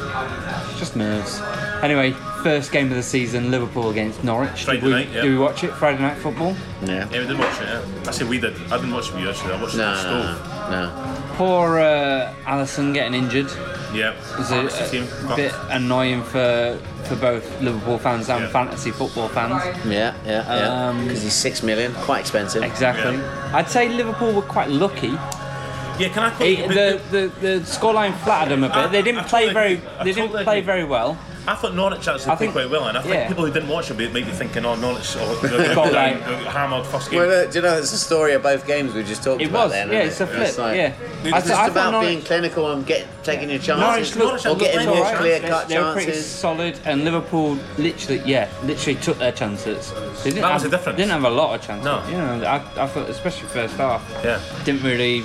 Speaker 2: Just nerves. Anyway, first game of the season, Liverpool against Norwich.
Speaker 3: Friday
Speaker 2: did we,
Speaker 3: night, yeah.
Speaker 2: Do we watch it? Friday night football.
Speaker 1: Yeah.
Speaker 3: Yeah, we didn't watch it. Yeah. I said we did. I didn't watch it with you actually. I watched it
Speaker 1: No,
Speaker 3: with
Speaker 1: no,
Speaker 3: Stoke.
Speaker 1: no, no.
Speaker 2: Poor uh, Allison getting injured
Speaker 3: Yeah.
Speaker 2: is
Speaker 3: It's the same.
Speaker 2: a, a bit annoying for for both Liverpool fans and
Speaker 3: Yeah.
Speaker 2: fantasy football fans.
Speaker 1: Yeah, yeah, yeah.
Speaker 2: Um,
Speaker 1: Because he's six million, quite expensive.
Speaker 2: Exactly. I'd say Liverpool were quite lucky.
Speaker 3: Yeah, can I? Quote,
Speaker 2: It,
Speaker 3: but-
Speaker 2: the, the the scoreline flattered them a bit. They
Speaker 3: I-
Speaker 2: didn't
Speaker 3: I
Speaker 2: play
Speaker 3: totally
Speaker 2: very
Speaker 3: agree. I
Speaker 2: they didn't
Speaker 3: totally
Speaker 2: play
Speaker 3: agree.
Speaker 2: very well.
Speaker 3: I thought Norwich actually
Speaker 2: I
Speaker 3: played
Speaker 2: think-
Speaker 3: quite well, and I think
Speaker 2: yeah.
Speaker 3: people who didn't watch it might be thinking, "Oh, Norwich, oh, they're gonna
Speaker 2: Got
Speaker 3: be
Speaker 2: right.
Speaker 3: down, hammered first game."
Speaker 1: Well, look, do you know it's the story of both games we just talked
Speaker 2: It
Speaker 1: about?
Speaker 2: was.
Speaker 1: then,
Speaker 2: yeah,
Speaker 1: isn't
Speaker 2: it's a
Speaker 1: it?
Speaker 2: flip.
Speaker 1: like-
Speaker 2: yeah.
Speaker 3: It's
Speaker 2: I
Speaker 1: It's
Speaker 2: th- I
Speaker 1: just
Speaker 2: thought
Speaker 1: about
Speaker 2: Norwich-
Speaker 1: being clinical and get, taking your
Speaker 3: Norwich
Speaker 1: chances,
Speaker 3: looked-
Speaker 1: or getting
Speaker 3: looked
Speaker 1: more
Speaker 3: alright.
Speaker 1: clear cut
Speaker 2: They were pretty
Speaker 1: chances.
Speaker 2: solid, and Liverpool literally, yeah, literally took their chances. They didn't
Speaker 3: That
Speaker 2: have,
Speaker 3: was the difference.
Speaker 2: Didn't have a lot of chances.
Speaker 3: No.
Speaker 2: you know, I, I thought especially first half.
Speaker 3: Yeah.
Speaker 2: didn't really,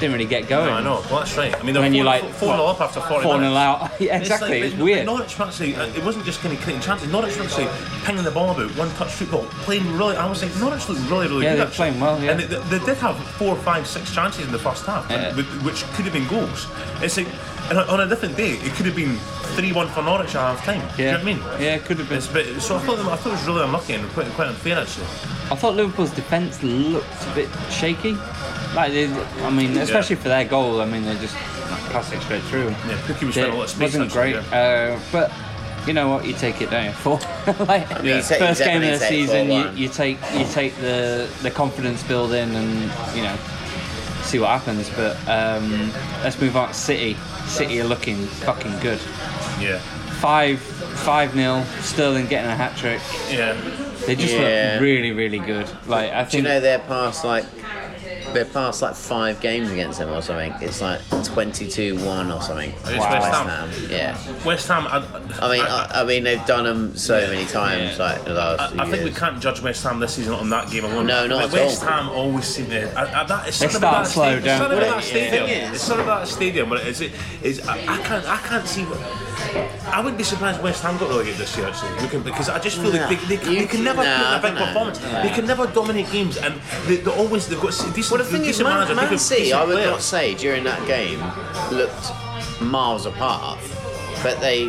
Speaker 2: didn't really get going.
Speaker 3: No, I know. Well, that's right. I mean,
Speaker 2: When
Speaker 3: they're
Speaker 2: you
Speaker 3: four,
Speaker 2: like
Speaker 3: like, four 0 up after forty
Speaker 2: Four
Speaker 3: minutes.
Speaker 2: nil out. yeah,
Speaker 3: It's like-
Speaker 2: exactly. It's,
Speaker 3: but
Speaker 2: weird.
Speaker 3: Norwich were actually, uh, it wasn't just kind of creating chances. Norwich were actually pinging the ball about, one touch football, playing really. I was like, Norwich looked really, really
Speaker 2: Yeah,
Speaker 3: good.
Speaker 2: they're
Speaker 3: actually.
Speaker 2: playing well, yeah.
Speaker 3: And they, they did have four, five, six chances in the first half,
Speaker 2: Yeah.
Speaker 3: with- which could have been goals. It's like, and on a different day, it could have been three-one for Norwich at half time. Do you
Speaker 2: yeah,
Speaker 3: know what I mean?
Speaker 2: yeah, could have been.
Speaker 3: It's a bit, so I thought, I thought it was really unlucky and quite, quite unfair actually.
Speaker 2: I thought Liverpool's defence looked a bit shaky. Like, they, I mean, especially for their goal. I mean, they just like, passed it straight through.
Speaker 3: Yeah, Pookie was
Speaker 2: It
Speaker 3: spending a lot of space.
Speaker 2: wasn't
Speaker 3: actually,
Speaker 2: great,
Speaker 3: yeah.
Speaker 2: uh, but you know what? You take it, don't you? For like
Speaker 1: mean, you take- you
Speaker 2: first game
Speaker 1: definitely
Speaker 2: of the
Speaker 1: take
Speaker 2: season, you,
Speaker 1: 4-1.
Speaker 2: you take you take the the confidence building, and you know see what happens. But um, let's move on. to City, City are looking fucking good.
Speaker 3: Yeah.
Speaker 2: five five nil. Sterling getting a hat trick.
Speaker 3: Yeah.
Speaker 2: They just
Speaker 1: Yeah.
Speaker 2: look really really good. Like I
Speaker 1: Do you
Speaker 2: think
Speaker 1: know they're past like they're past like five games against them or something? It's like 22-1 or something.
Speaker 3: Wow. West Ham.
Speaker 1: Yeah.
Speaker 3: West Ham. I,
Speaker 1: I mean, I, I mean they've done them so many times.
Speaker 2: Yeah.
Speaker 1: Like in the last few
Speaker 3: I, I think we
Speaker 1: years.
Speaker 3: can't judge West Ham this season on that game alone.
Speaker 1: No, not
Speaker 3: Like,
Speaker 1: at
Speaker 3: West
Speaker 1: all.
Speaker 3: Ham always seem to. I, I, that, it's
Speaker 2: They
Speaker 3: something
Speaker 2: start
Speaker 3: about that
Speaker 2: slow,
Speaker 3: stadium-
Speaker 2: don't
Speaker 3: it's something
Speaker 2: they?
Speaker 3: about that
Speaker 1: Yeah.
Speaker 3: stadium.
Speaker 1: Yeah.
Speaker 3: It's something about that stadium. But it's, it is. I, I can't. I can't see. What, I wouldn't be surprised West Ham got relegated this year actually, We can- because I just feel
Speaker 1: No.
Speaker 3: like they, they, can-
Speaker 1: You
Speaker 3: they can
Speaker 1: can- no,
Speaker 3: never put in
Speaker 1: I
Speaker 3: a big
Speaker 1: don't know.
Speaker 3: performance.
Speaker 1: Yeah.
Speaker 3: They can never dominate games, and they, they're always they've got s- decent.
Speaker 1: Well, the thing is,
Speaker 3: decent
Speaker 1: Man,
Speaker 3: managers,
Speaker 1: Man
Speaker 3: decent-
Speaker 1: City, I
Speaker 3: decent
Speaker 1: would
Speaker 3: players.
Speaker 1: not say during that game looked miles apart, but they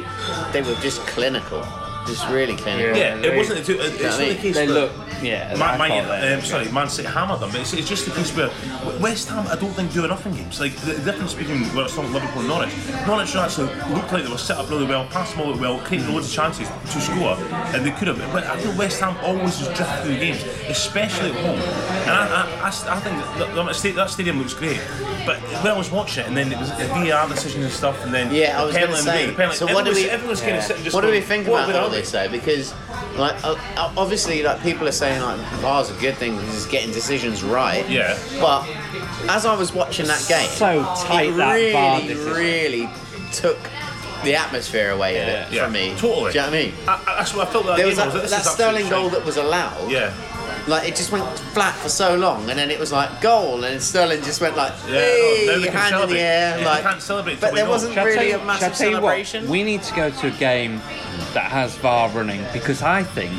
Speaker 1: they were just clinical, just really clinical.
Speaker 3: Yeah, it
Speaker 2: They-
Speaker 3: wasn't. It's not the
Speaker 1: mean?
Speaker 3: case.
Speaker 2: they
Speaker 3: where-
Speaker 2: look yeah.
Speaker 3: Man,
Speaker 2: I uh,
Speaker 3: Man,
Speaker 2: thought they-
Speaker 3: um, sorry, Man City hammered them. It's, it's just the case where W- West Ham, I don't think, do enough in games. Like, the the difference between where it's talking Liverpool and Norwich, Norwich actually looked like they were set up really well, passed them all well, created loads of chances to score, and they could have. But I think West Ham always just drift through the games, especially at home. And I, I- I s- I think that, that, sta- that stadium looks great. But when I was watching it, and then it was a VAR decision and stuff, and then
Speaker 1: Yeah, I
Speaker 3: the
Speaker 1: was
Speaker 3: penalty,
Speaker 1: gonna
Speaker 3: and
Speaker 1: say,
Speaker 3: the penalty.
Speaker 1: so what do
Speaker 3: everyone's,
Speaker 1: we-
Speaker 3: everyone's kind of sitting just
Speaker 1: What do we
Speaker 3: going,
Speaker 1: think
Speaker 3: "What
Speaker 1: about
Speaker 3: would I
Speaker 1: all
Speaker 3: do?"
Speaker 1: this though? Because like o- o- obviously, like people are saying, like VAR's a good thing because it's getting decisions right.
Speaker 3: Yeah.
Speaker 1: But as I was watching that game,
Speaker 2: So tight
Speaker 1: it
Speaker 2: that
Speaker 1: really,
Speaker 2: VAR decision.
Speaker 1: really took the atmosphere away in it
Speaker 3: Yeah,
Speaker 1: for me.
Speaker 3: totally.
Speaker 1: Do you know what I mean?
Speaker 3: I, I, that's what I felt that
Speaker 1: There was
Speaker 3: game
Speaker 1: that,
Speaker 3: was, this
Speaker 1: that
Speaker 3: is absolute
Speaker 1: Sterling goal
Speaker 3: shite.
Speaker 1: that was allowed.
Speaker 3: Yeah.
Speaker 1: Like it just went flat for so long, and then it was like goal, and Sterling just went like,
Speaker 3: Yeah,
Speaker 1: hey,
Speaker 3: no, no, we can
Speaker 1: hand in the
Speaker 3: celebrate.
Speaker 1: air,
Speaker 3: Yeah,
Speaker 1: like
Speaker 3: we can't celebrate till
Speaker 1: But
Speaker 3: we
Speaker 1: there
Speaker 3: know.
Speaker 1: wasn't
Speaker 2: Shall I tell
Speaker 1: really
Speaker 2: you-
Speaker 1: a
Speaker 2: shall I
Speaker 1: massive
Speaker 2: tell you what?
Speaker 1: celebration.
Speaker 2: we need to go to a game that has VAR running because I think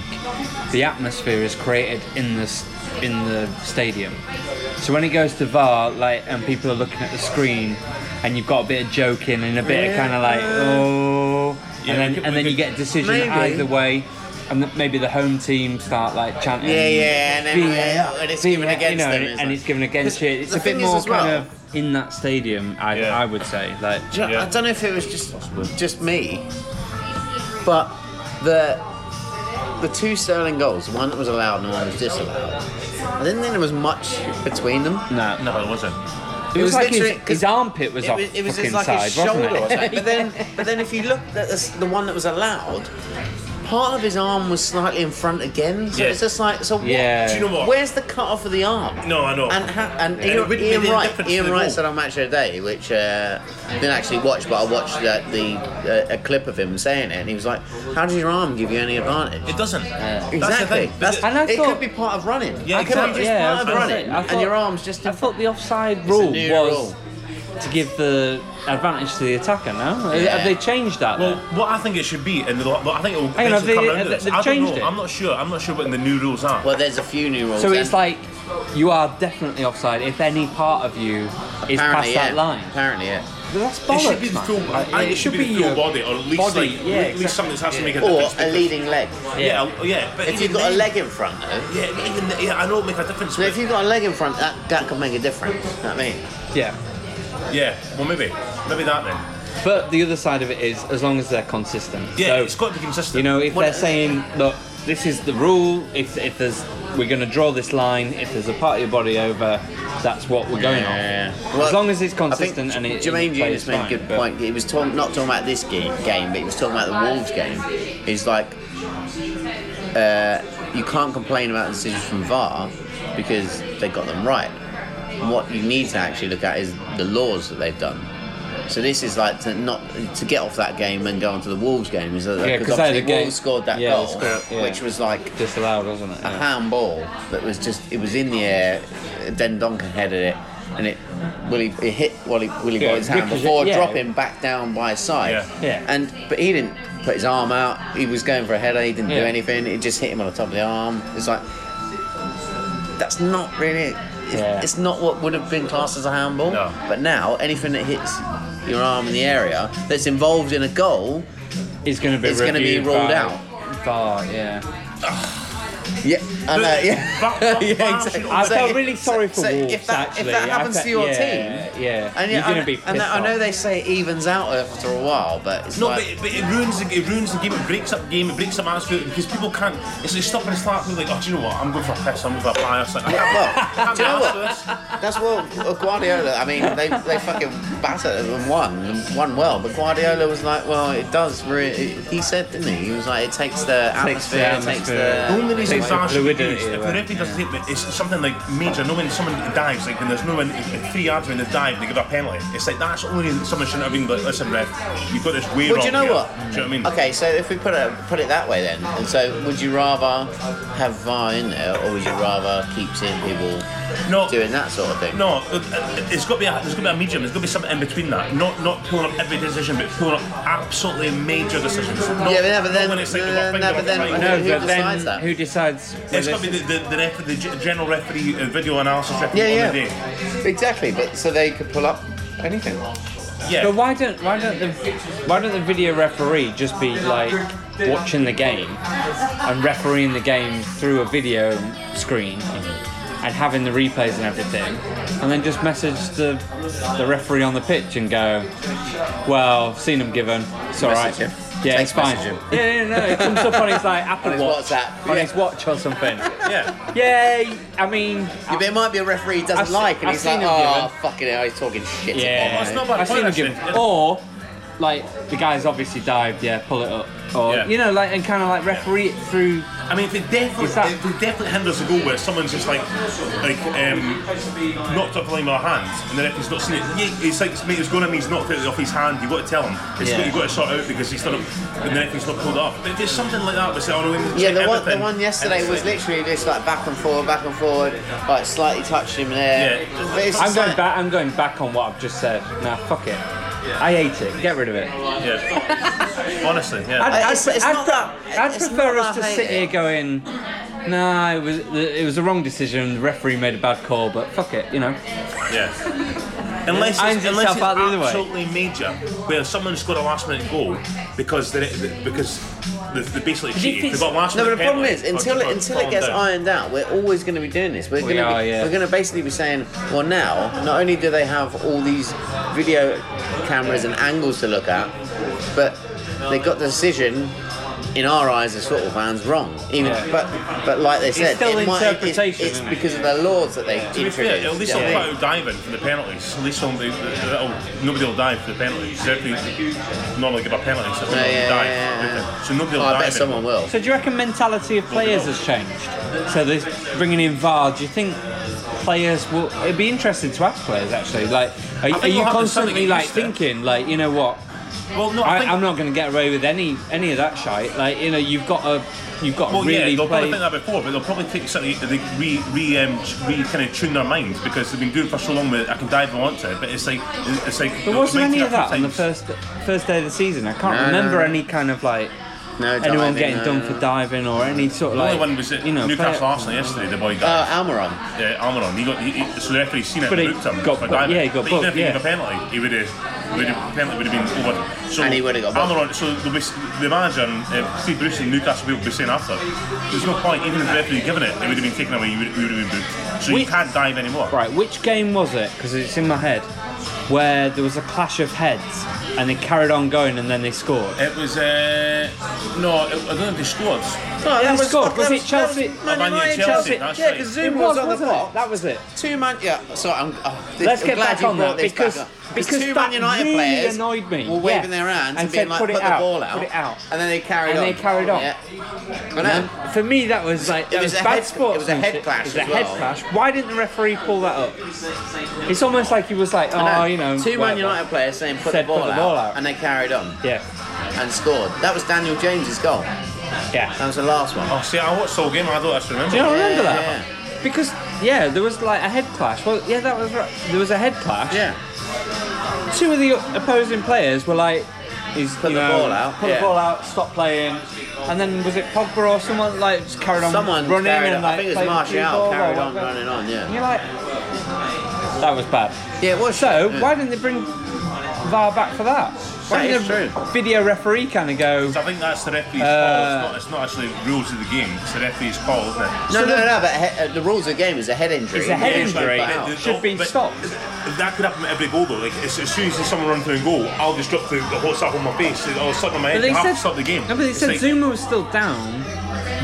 Speaker 2: the atmosphere is created in this in the stadium. So when it goes to VAR, like, and people are looking at the screen, and you've got a bit of joking and a bit of kind of like, oh,
Speaker 3: Yeah,
Speaker 2: and
Speaker 3: we
Speaker 2: then
Speaker 3: could-
Speaker 2: and
Speaker 3: we
Speaker 2: then you
Speaker 3: could-
Speaker 2: get a decision
Speaker 1: Maybe.
Speaker 2: either way. And th- maybe the home team start like chanting.
Speaker 1: Yeah, yeah, and then, uh, and it's
Speaker 2: being-
Speaker 1: given against
Speaker 2: you know,
Speaker 1: them,
Speaker 2: and
Speaker 1: it's
Speaker 2: and
Speaker 1: like-
Speaker 2: it's given against you. It's
Speaker 1: the
Speaker 2: a bit
Speaker 1: thing is
Speaker 2: more
Speaker 1: as well-
Speaker 2: kind of in that stadium. I,
Speaker 3: Yeah.
Speaker 2: I would say like
Speaker 1: Do you know-
Speaker 3: Yeah.
Speaker 1: I don't know if it was just just me, but the the two Sterling goals, one that was allowed and one that was disallowed. I didn't think there was much between them.
Speaker 2: no.
Speaker 3: No, it wasn't.
Speaker 2: It was, like his,
Speaker 1: literally-
Speaker 2: his armpit was
Speaker 1: it
Speaker 2: off
Speaker 1: was, it was
Speaker 2: fucking
Speaker 1: just like
Speaker 2: side,
Speaker 1: his shoulder
Speaker 2: wasn't
Speaker 1: or
Speaker 2: it?
Speaker 1: something. But then, but then if you looked at the, the one that was allowed, part of his arm was slightly in front again. So
Speaker 3: Yeah.
Speaker 1: it's just like, so what?
Speaker 2: Yeah.
Speaker 3: Do you know what?
Speaker 1: Where's the cut off of the arm?
Speaker 3: No, I know.
Speaker 1: And, ha- and
Speaker 3: it
Speaker 1: Ian,
Speaker 3: wouldn't make
Speaker 1: Ian
Speaker 3: any
Speaker 1: Wright,
Speaker 3: difference
Speaker 1: Ian
Speaker 3: to the
Speaker 1: Wright
Speaker 3: goal.
Speaker 1: said on Match of the Day, which uh, didn't actually watch, but I watched uh, the uh, a clip of him saying it, and he was like, "How does your arm give you any advantage?"
Speaker 3: It doesn't.
Speaker 1: Uh, Exactly.
Speaker 3: That's the thing.
Speaker 1: That's-
Speaker 2: And I
Speaker 1: it
Speaker 2: thought-
Speaker 1: could be part of running.
Speaker 3: Yeah,
Speaker 1: it could
Speaker 3: exactly.
Speaker 1: be just
Speaker 2: Yeah, I
Speaker 1: part
Speaker 2: was
Speaker 1: of
Speaker 2: gonna
Speaker 1: running,
Speaker 2: say, I
Speaker 1: and
Speaker 2: thought-
Speaker 1: your arm's just.
Speaker 2: I
Speaker 1: in
Speaker 2: thought the offside rule
Speaker 1: new
Speaker 2: was
Speaker 1: rule.
Speaker 2: to give the advantage to the attacker. No,
Speaker 1: Yeah.
Speaker 2: have they changed that?
Speaker 3: well,
Speaker 2: then?
Speaker 3: what I think it should be, and the, well, I think it will
Speaker 2: Hang on,
Speaker 3: eventually
Speaker 2: they-
Speaker 3: come around to
Speaker 2: they-
Speaker 3: this.
Speaker 2: they've
Speaker 3: I don't
Speaker 2: changed
Speaker 3: know.
Speaker 2: it.
Speaker 3: I'm not sure. I'm not sure what the new rules are.
Speaker 1: Well, there's a few new rules.
Speaker 2: so
Speaker 1: then.
Speaker 2: it's like you are definitely offside if any part of you is past
Speaker 1: apparently yeah.
Speaker 2: that line.
Speaker 1: Apparently, yeah.
Speaker 2: But that's
Speaker 3: it
Speaker 2: bollocks,
Speaker 3: should be the
Speaker 2: man.
Speaker 3: full. I
Speaker 2: Like,
Speaker 3: think it, should be the full
Speaker 2: your
Speaker 3: body, or at least
Speaker 2: body,
Speaker 3: like
Speaker 2: yeah,
Speaker 3: at least something
Speaker 2: exactly.
Speaker 3: that has to make a
Speaker 1: Or
Speaker 3: difference.
Speaker 1: a
Speaker 3: because-
Speaker 1: leading leg.
Speaker 2: Yeah.
Speaker 3: Yeah, yeah. But
Speaker 1: If
Speaker 3: even
Speaker 1: you've got a
Speaker 3: then-
Speaker 1: leg in front, though.
Speaker 3: Yeah, but even the, yeah, I know it make a difference.
Speaker 1: So
Speaker 3: but-
Speaker 1: if you've got a leg in front, that, that could make a difference. You know what I mean?
Speaker 2: Yeah.
Speaker 3: yeah, well maybe, maybe that then.
Speaker 2: But the other side of it is, as long as they're consistent.
Speaker 3: Yeah,
Speaker 2: So-
Speaker 3: it's got to be consistent.
Speaker 2: You know, if
Speaker 1: Well,
Speaker 2: they're saying, look, this is the rule. If if there's, we're going to draw this line. If there's a part of your body over, that's what we're going on.
Speaker 1: Well,
Speaker 2: as long as it's
Speaker 1: I think
Speaker 2: consistent and it.
Speaker 1: Jermaine
Speaker 2: it plays
Speaker 1: Jones made a
Speaker 2: fine,
Speaker 1: good
Speaker 2: but-
Speaker 1: point. He was talking, not talking about this game, game, but he was talking about the Wolves game. He's like, uh, you can't complain about decisions from VAR because they got them right. What you need to actually look at is the laws that they've done. So this is like to not to get off that game and go on to the Wolves game is
Speaker 2: Yeah,
Speaker 1: because
Speaker 2: 'cause they had a
Speaker 1: obviously
Speaker 2: game-
Speaker 1: Wolves scored that
Speaker 2: yeah, they
Speaker 1: goal,
Speaker 2: scored, yeah.
Speaker 1: which was like
Speaker 2: Disallowed, wasn't it?
Speaker 1: a
Speaker 2: Yeah.
Speaker 1: handball that was just it was in the air. Then Duncan headed it, and it Willie it hit Willie Willie
Speaker 2: Yeah,
Speaker 1: Boyd's hand
Speaker 2: ricocheted-
Speaker 1: before
Speaker 2: yeah.
Speaker 1: dropping back down by his side.
Speaker 3: Yeah.
Speaker 2: Yeah.
Speaker 1: And but he didn't put his arm out. He was going for a header. He didn't do
Speaker 2: Yeah.
Speaker 1: anything. It just hit him on the top of the arm. It's like that's not really. It's,
Speaker 2: Yeah.
Speaker 1: it's not what would have been classed as a handball.
Speaker 3: No.
Speaker 1: But now anything that hits your arm in the area that's involved in a goal
Speaker 2: It's going to be.
Speaker 1: It's gonna be
Speaker 2: reviewed
Speaker 1: ruled
Speaker 2: by
Speaker 1: out.
Speaker 2: VAR, yeah.
Speaker 1: Yeah, I know, yeah.
Speaker 3: Ba- ba-
Speaker 1: yeah,
Speaker 3: ba-
Speaker 1: exactly.
Speaker 2: I
Speaker 1: So
Speaker 2: felt
Speaker 1: if-
Speaker 2: really sorry for
Speaker 1: so
Speaker 2: Wolves.
Speaker 1: if that,
Speaker 2: actually,
Speaker 1: if
Speaker 2: I
Speaker 1: that happens
Speaker 2: felt-
Speaker 1: to your
Speaker 2: yeah,
Speaker 1: team,
Speaker 2: yeah,
Speaker 1: and
Speaker 2: you're
Speaker 1: yeah,
Speaker 2: gonna
Speaker 1: I,
Speaker 2: be pissed
Speaker 1: and I know
Speaker 2: off.
Speaker 1: they say it evens out after a while, but it's
Speaker 3: No,
Speaker 1: like,
Speaker 3: but, but it ruins the, it ruins the game. It breaks up the game. It breaks up atmosphere because people can't. It's like stop and start. People like, oh, do you know what? I'm going for a piss. I'm going for a pie. or something. I
Speaker 1: well,
Speaker 3: can't- can't
Speaker 1: do you know
Speaker 3: be
Speaker 1: what?
Speaker 3: arsed with this.
Speaker 1: That's what uh, Guardiola. I mean, they, they fucking battered and won, and won well. But Guardiola was like, well, it does. Really, he said, didn't he? He was like, it takes the
Speaker 2: Takes the
Speaker 1: atmosphere, it takes
Speaker 2: atmosphere.
Speaker 1: the.
Speaker 3: The only reason
Speaker 2: Takes
Speaker 3: it's
Speaker 2: the
Speaker 3: actually
Speaker 2: fluidity
Speaker 3: used, if the
Speaker 2: away,
Speaker 3: referee doesn't take it, it's something like major. No, when someone dives, like when there's no one at three yards when they dive, they give a penalty. It's like that's the only reason someone shouldn't have been like, listen, ref, you've got this way
Speaker 1: Well,
Speaker 3: wrong.
Speaker 1: do you know
Speaker 3: here."
Speaker 1: what?
Speaker 3: Do you know what I mean?
Speaker 1: Okay, so if we put it put it that way, then, and so would you rather have VAR in there, or would you rather keep seeing people
Speaker 3: No.
Speaker 1: doing that sort of thing?
Speaker 3: No, it- it's got to be a, there's got to be a medium. There's got to be something in between that. Not not pulling up every decision, but pulling up absolutely major decisions. Not,
Speaker 1: Yeah, but yeah, but
Speaker 3: not
Speaker 1: then-
Speaker 3: when it's like
Speaker 1: no, no,
Speaker 3: we've got finger
Speaker 1: no, but
Speaker 3: up
Speaker 1: then-
Speaker 3: the right.
Speaker 2: No,
Speaker 1: Who
Speaker 2: but
Speaker 1: decides
Speaker 2: then
Speaker 1: that?
Speaker 2: who decides?
Speaker 3: It's
Speaker 2: whether
Speaker 3: got to be the, the, the, ref, the g- general referee uh, video analysis referee
Speaker 1: Yeah,
Speaker 3: on the day.
Speaker 1: yeah, exactly. But so they could pull up anything.
Speaker 3: Yeah.
Speaker 2: But why don't why don't the why don't the video referee just be like watching the game and refereeing the game through a video screen and having the replays and everything, and then just message the the referee on the pitch and go, well, I've seen him given, it's all right.
Speaker 1: Message him.
Speaker 2: Yeah,
Speaker 1: Text
Speaker 2: it's fine.
Speaker 1: message him.
Speaker 2: Yeah, yeah, no, it comes up on his like Apple
Speaker 1: On his
Speaker 2: Watch,
Speaker 1: WhatsApp,
Speaker 2: on
Speaker 1: yeah.
Speaker 2: his watch or something.
Speaker 3: yeah.
Speaker 2: Yay! I mean,
Speaker 1: Yeah, but it might be a referee he doesn't
Speaker 2: I've se-
Speaker 1: like, and
Speaker 2: I've
Speaker 1: he's like,
Speaker 2: seen him
Speaker 1: oh,
Speaker 2: given."
Speaker 1: fucking hell, he's talking shit.
Speaker 2: Yeah,
Speaker 3: Well, it's not bad
Speaker 2: I've seen
Speaker 3: point,
Speaker 2: him
Speaker 3: actually.
Speaker 2: give- Or like the guy's obviously dived, yeah, pull it up, or
Speaker 3: Yeah.
Speaker 2: you know, like and kind of like referee it through.
Speaker 3: I mean, if it definitely,
Speaker 2: Is that-
Speaker 3: if it definitely hinders a goal where someone's just like, like, um, knocked up in their hand, and then if he's not seen it, yeah, it's like, mate, it's going to mean he's knocked it off his hand. You've got to tell him. It's
Speaker 1: Yeah.
Speaker 3: got, you've got to sort out because he's done it, and then if he's not pulled up. But if there's something like that, we say, oh no, we need to
Speaker 1: Yeah,
Speaker 3: check
Speaker 1: the one, the
Speaker 3: everything,"
Speaker 1: one
Speaker 3: and
Speaker 1: yesterday
Speaker 3: it's
Speaker 1: was
Speaker 3: like,
Speaker 1: literally just like back and forward, back and forward, like slightly touched him there.
Speaker 3: Yeah.
Speaker 1: But it's
Speaker 2: I'm
Speaker 1: just
Speaker 2: going
Speaker 1: like-
Speaker 2: back. I'm going back on what I've just said. Nah, fuck it. I hate it. Get rid of it.
Speaker 3: Yeah. Honestly, yeah.
Speaker 2: I'd,
Speaker 1: It's- it's not that-
Speaker 2: pre- I'd
Speaker 1: it's
Speaker 2: prefer
Speaker 1: not
Speaker 2: us to
Speaker 1: that I hate
Speaker 2: sit here
Speaker 1: it.
Speaker 2: going, nah, it was it was the wrong decision. The referee made a bad call, but fuck it, you know.
Speaker 3: Yeah. Unless it's,
Speaker 2: Irons
Speaker 3: unless
Speaker 2: itself
Speaker 3: it's
Speaker 2: out the other way.
Speaker 3: absolutely major, where someone scored a last minute goal because they're, because they they basically
Speaker 2: you
Speaker 3: cheated.
Speaker 2: think-
Speaker 3: They got last
Speaker 1: No, but
Speaker 3: minute
Speaker 1: the problem
Speaker 3: penalty
Speaker 1: is
Speaker 3: or-
Speaker 1: until it,
Speaker 3: or
Speaker 1: until it
Speaker 3: fallen
Speaker 1: gets
Speaker 3: down.
Speaker 1: ironed out, we're always going to be doing this. We're going to
Speaker 2: are,
Speaker 1: be
Speaker 2: yeah.
Speaker 1: we're going to basically be saying, well, now not only do they have all these video cameras and angles to look at, but they got the decision in our eyes as football fans wrong. Even
Speaker 2: Yeah.
Speaker 1: but but like they said,
Speaker 2: still
Speaker 1: it might- it-
Speaker 2: interpretation,
Speaker 1: it's
Speaker 2: isn't it?
Speaker 1: because of the laws that they
Speaker 3: To be
Speaker 1: introduced.
Speaker 3: fair, at least
Speaker 1: yeah.
Speaker 3: I'll put out diving for the penalties. At least I'll, the- the- that'll, nobody will dive for the penalties. Referees normally give a penalty, so
Speaker 1: Yeah,
Speaker 3: nobody
Speaker 1: yeah,
Speaker 3: will dive.
Speaker 1: yeah, yeah, yeah.
Speaker 3: So nobody will
Speaker 1: Oh, I
Speaker 3: dive.
Speaker 1: bet someone will.
Speaker 2: So do you reckon mentality of players has changed? So this bringing in VAR, do you think players will? It'd be interesting to ask players actually. Like, are,
Speaker 3: think
Speaker 2: are you
Speaker 3: we'll have to
Speaker 2: constantly
Speaker 3: get
Speaker 2: like
Speaker 3: used to it.
Speaker 2: thinking like, you know what?
Speaker 3: Well, no, I,
Speaker 2: I,
Speaker 3: think,
Speaker 2: I'm not going to get away with any any of that shite. Like, you know, you've got to you've got to
Speaker 3: Well, oh, yeah,
Speaker 2: really
Speaker 3: they'll
Speaker 2: play.
Speaker 3: probably think that before, but they'll probably take something they re re um, t- re kind of tune their mind because they've been doing it for so long that I can dive if I want to. But it's like it's like
Speaker 2: There
Speaker 3: they'll
Speaker 2: wasn't
Speaker 3: make
Speaker 2: any
Speaker 3: it
Speaker 2: of that on the
Speaker 3: sometimes.
Speaker 2: first first day of the season. I can't
Speaker 1: No, no,
Speaker 2: remember
Speaker 1: no.
Speaker 2: any kind of like
Speaker 1: No,
Speaker 2: anyone
Speaker 1: diving,
Speaker 2: getting
Speaker 1: no,
Speaker 2: done
Speaker 1: no.
Speaker 2: for diving or any sort of
Speaker 3: The
Speaker 2: like
Speaker 3: only one was at
Speaker 2: you know
Speaker 3: Newcastle
Speaker 2: player-
Speaker 3: Arsenal yesterday. The boy got
Speaker 1: Uh, Almiron.
Speaker 3: uh, Almiron. He got he, he, so the referee seen it,
Speaker 2: But he
Speaker 3: and booked him
Speaker 2: got
Speaker 3: for
Speaker 2: booked,
Speaker 3: diving.
Speaker 2: yeah, he got
Speaker 3: but
Speaker 2: booked,
Speaker 3: Even if he
Speaker 2: yeah.
Speaker 3: gave a penalty, he would have. Would have penalty would have been over. So
Speaker 1: And he would've got booked.
Speaker 3: Almiron. So the, the manager and uh, Steve Bruce and Newcastle people would be saying after, there's no point. Even if the referee had given it, it would have been taken away. You would, you would have been booked. So
Speaker 2: We-
Speaker 3: you can't dive anymore.
Speaker 2: Right, which game was it? Because it's in my head. Where there was a clash of heads and they carried on going and then they scored.
Speaker 3: It was uh, no, it, I don't know if they scored.
Speaker 1: No,
Speaker 2: Yeah,
Speaker 1: that
Speaker 2: we
Speaker 1: was
Speaker 2: scored.
Speaker 1: that
Speaker 2: Was it
Speaker 1: that
Speaker 2: Chelsea?
Speaker 1: was
Speaker 3: Man U,
Speaker 1: United,
Speaker 3: Chelsea, that's
Speaker 1: Yeah,
Speaker 3: right.
Speaker 1: because
Speaker 2: It
Speaker 1: Zoom was, on the
Speaker 2: wasn't it?
Speaker 1: box.
Speaker 2: That was it.
Speaker 1: Two Man, yeah. Sorry, I'm. Oh, this,
Speaker 2: Let's
Speaker 1: I'm
Speaker 2: get
Speaker 1: glad
Speaker 2: back
Speaker 1: you
Speaker 2: on
Speaker 1: brought
Speaker 2: that
Speaker 1: this
Speaker 2: because
Speaker 1: back up.
Speaker 2: because
Speaker 1: two
Speaker 2: that
Speaker 1: Man United
Speaker 2: really
Speaker 1: players
Speaker 2: annoyed me.
Speaker 1: were waving
Speaker 2: Yeah.
Speaker 1: their hands and,
Speaker 2: And
Speaker 1: being
Speaker 2: said,
Speaker 1: like,
Speaker 2: "Put
Speaker 1: put,
Speaker 2: it
Speaker 1: the
Speaker 2: out,
Speaker 1: ball out,
Speaker 2: put it out."
Speaker 1: and then they carried
Speaker 2: And
Speaker 1: on.
Speaker 2: they carried on.
Speaker 1: Yeah. But then-
Speaker 2: For me, that was like that
Speaker 1: was a
Speaker 2: bad
Speaker 1: head-
Speaker 2: sport.
Speaker 1: it was a head clash
Speaker 2: It was a
Speaker 1: as
Speaker 2: head
Speaker 1: well.
Speaker 2: clash. Why didn't the referee pull that up? It's almost like he was like,
Speaker 1: and then
Speaker 2: oh, you know,
Speaker 1: two Man
Speaker 2: whatever.
Speaker 1: United players saying, "Put,
Speaker 2: Said,
Speaker 1: the, ball
Speaker 2: "Put the
Speaker 1: out,
Speaker 2: ball out."
Speaker 1: and they carried on
Speaker 2: Yeah,
Speaker 1: and scored. That was Daniel James's goal. That
Speaker 2: yeah.
Speaker 1: was the last one.
Speaker 3: Oh, see, I watched the whole game. I don't actually remember.
Speaker 2: Do you not remember
Speaker 1: Yeah,
Speaker 2: that? Because yeah, there was like a head clash. Well, yeah, that was right. There was a head clash.
Speaker 1: Yeah.
Speaker 2: Two of the opposing players were like, "Is
Speaker 1: Put
Speaker 2: you
Speaker 1: the
Speaker 2: know,
Speaker 1: ball out,
Speaker 2: Put
Speaker 1: yeah.
Speaker 2: the ball out. Stop playing." And then was it Pogba or someone like just carried on
Speaker 1: Someone
Speaker 2: running
Speaker 1: carried
Speaker 2: and
Speaker 1: on.
Speaker 2: like
Speaker 1: I think it was
Speaker 2: played
Speaker 1: Martial
Speaker 2: ball or
Speaker 1: carried on,
Speaker 2: whatever.
Speaker 1: running on.
Speaker 2: And
Speaker 1: Yeah.
Speaker 2: you're like, that was bad.
Speaker 1: Yeah. It was
Speaker 2: So
Speaker 1: shit, yeah.
Speaker 2: why didn't they bring VAR back for that?
Speaker 1: That
Speaker 2: Why
Speaker 1: is
Speaker 2: didn't
Speaker 1: true.
Speaker 2: the Video referee kind of go.
Speaker 3: So I think that's the referee's
Speaker 2: Uh,
Speaker 3: call. It's not, it's not actually rules of the game. It's the referee's call, isn't it?
Speaker 1: No,
Speaker 2: So
Speaker 1: no,
Speaker 2: the-
Speaker 1: no, but he- uh, the rules of the game is a head injury.
Speaker 2: It's a head
Speaker 1: Yeah,
Speaker 2: injury.
Speaker 1: but-
Speaker 2: Wow.
Speaker 3: the- the-
Speaker 2: Should be
Speaker 3: but
Speaker 2: stopped.
Speaker 3: That could happen at every goal though. Like as, as soon as there's someone runs through and goal, I'll just drop the, the whole stuff on my face. I'll slap on my
Speaker 2: But
Speaker 3: head.
Speaker 2: they
Speaker 3: I have
Speaker 2: said
Speaker 3: to stop the game.
Speaker 2: No, but they
Speaker 3: It's
Speaker 2: said
Speaker 3: like-
Speaker 2: Zuma was still down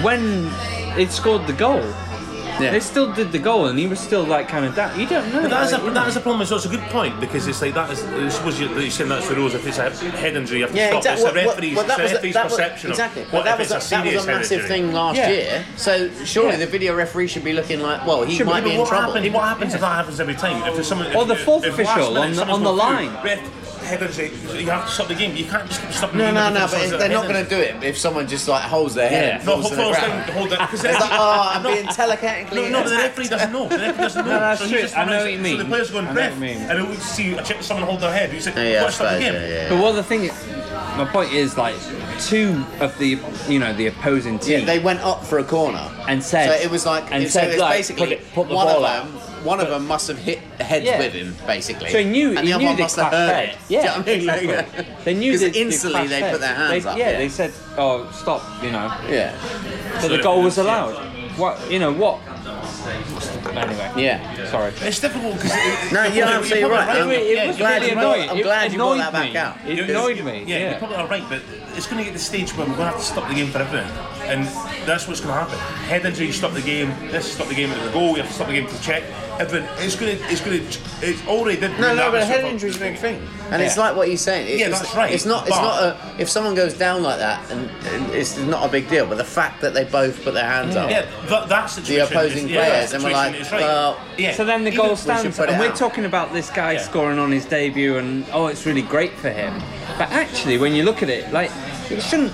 Speaker 2: when it scored the goal.
Speaker 1: Yeah.
Speaker 2: They still did the goal, and he was still like kind of down. You don't know.
Speaker 3: But that is, a,
Speaker 2: like, you
Speaker 3: that
Speaker 2: know.
Speaker 3: is a problem. as well. It's a good point because it's like that is. I suppose you're, you're saying that's the rules. If it's a head injury, you have to
Speaker 1: Yeah,
Speaker 3: stop.
Speaker 1: exactly.
Speaker 3: It's a referee's,
Speaker 1: well, that
Speaker 3: it's
Speaker 1: was
Speaker 3: a
Speaker 1: a-
Speaker 3: referee's
Speaker 1: that was-
Speaker 3: perception. of
Speaker 1: exactly.
Speaker 3: What
Speaker 1: But that
Speaker 3: if
Speaker 1: was
Speaker 3: it's a
Speaker 1: a, that
Speaker 3: serious
Speaker 1: was a
Speaker 3: head
Speaker 1: massive
Speaker 3: injury?
Speaker 1: thing last
Speaker 2: Yeah.
Speaker 1: year. So surely
Speaker 2: Yeah.
Speaker 1: the video referee should be looking like, well, he
Speaker 2: Should be,
Speaker 1: might
Speaker 3: But
Speaker 1: be in
Speaker 3: what
Speaker 1: trouble.
Speaker 3: happens? What happens if that happens every time? If there's someone if,
Speaker 2: Or the fourth
Speaker 3: if last
Speaker 2: official
Speaker 3: minute
Speaker 2: on the-
Speaker 3: someone's
Speaker 2: on the
Speaker 3: gone
Speaker 2: line.
Speaker 3: through, Ref, head injury. You have to stop the game. You can't just keep stopping
Speaker 1: No,
Speaker 3: the game.
Speaker 1: no,
Speaker 3: every
Speaker 1: no. But
Speaker 3: time someone's
Speaker 1: if
Speaker 3: got
Speaker 1: they're
Speaker 3: a
Speaker 1: not
Speaker 3: head
Speaker 1: going to do it if someone just like holds their head.
Speaker 2: Yeah.
Speaker 1: And
Speaker 3: No,
Speaker 1: falls
Speaker 3: hold,
Speaker 1: to the
Speaker 3: hold,
Speaker 1: ground.
Speaker 3: hold, hold that. Because
Speaker 1: It's like, oh, I'm being
Speaker 3: No,
Speaker 1: telekinetically.
Speaker 3: no, the
Speaker 1: attacked.
Speaker 3: referee doesn't know. The referee doesn't know.
Speaker 2: No, that's
Speaker 3: so he
Speaker 2: true.
Speaker 3: just
Speaker 2: I know
Speaker 3: finds-
Speaker 2: what you
Speaker 3: So
Speaker 2: mean.
Speaker 3: the players going
Speaker 2: I know what
Speaker 3: ref,
Speaker 2: you mean.
Speaker 3: and he'll see a chip someone hold their head. He's like,
Speaker 1: Yeah, I
Speaker 3: watch that
Speaker 1: suppose. Yeah,
Speaker 3: game.
Speaker 1: yeah.
Speaker 2: But well, the thing is, my point is like two of the you know the opposing team.
Speaker 1: Yeah, they went up for a corner
Speaker 2: And said-
Speaker 1: So it was like,
Speaker 2: and
Speaker 1: so
Speaker 2: said,
Speaker 1: it was
Speaker 2: like,
Speaker 1: basically
Speaker 2: put it- put the
Speaker 1: one
Speaker 2: ball up.
Speaker 1: of them, one of them must have hit heads
Speaker 2: Yeah.
Speaker 1: with him, basically.
Speaker 2: So he knew-
Speaker 1: and
Speaker 2: he
Speaker 1: the other
Speaker 2: knew
Speaker 1: one
Speaker 2: they
Speaker 1: must have
Speaker 2: clashed
Speaker 1: heard
Speaker 2: heads.
Speaker 1: it.
Speaker 2: Yeah,
Speaker 1: Do you know what I mean? Like,
Speaker 2: exactly. they knew
Speaker 1: 'Cause
Speaker 2: that
Speaker 1: instantly
Speaker 2: they,
Speaker 1: they
Speaker 2: clashed
Speaker 1: put their
Speaker 2: heads.
Speaker 1: hands
Speaker 2: They-
Speaker 1: up.
Speaker 2: Yeah, they said, "Oh, stop!" You know,
Speaker 1: yeah,
Speaker 2: so the goal was allowed. What you know? What? Anyway.
Speaker 1: yeah.
Speaker 2: Sorry.
Speaker 3: It's difficult because
Speaker 1: No, you're absolutely right.
Speaker 2: It,
Speaker 1: I'm-
Speaker 2: it was
Speaker 1: glad
Speaker 2: really
Speaker 1: you brought-
Speaker 2: annoying.
Speaker 1: I'm
Speaker 2: It
Speaker 1: glad you brought
Speaker 2: annoyed
Speaker 1: that back
Speaker 2: me.
Speaker 1: out.
Speaker 2: It
Speaker 1: Because-
Speaker 2: annoyed me.
Speaker 3: Yeah, you're
Speaker 2: Yeah.
Speaker 3: probably all right, but it's going to get to the stage where we're going to have to stop the game for everything, and that's what's going to happen. Head injury, you stop the game. This stop the game at the goal. You have to stop the game to check. Everything. It's going to. It's going to. It's already did.
Speaker 1: No, no,
Speaker 3: bring that
Speaker 1: but a head
Speaker 3: sort of-
Speaker 1: injury's a big thing, and it's
Speaker 2: Yeah.
Speaker 1: like what you're saying. It-
Speaker 3: Yeah,
Speaker 1: it's,
Speaker 3: that's right,
Speaker 1: It's not. It's
Speaker 3: but-
Speaker 1: not a. If someone goes down like that, and, and it's not a big deal. But the fact that they both put their hands
Speaker 2: Mm.
Speaker 1: up,
Speaker 3: Yeah, that, that situation.
Speaker 1: opposing
Speaker 3: is, yeah, that
Speaker 1: players, and we're
Speaker 3: situation
Speaker 1: like,
Speaker 3: is right.
Speaker 1: well-
Speaker 3: yeah.
Speaker 2: So then the
Speaker 3: Even-
Speaker 2: goal
Speaker 1: should
Speaker 2: stands,
Speaker 1: put it
Speaker 2: and we're
Speaker 1: out.
Speaker 2: talking about this guy
Speaker 3: Yeah.
Speaker 2: scoring on his debut, and oh, it's really great for him. But actually, when you look at it, like it shouldn't,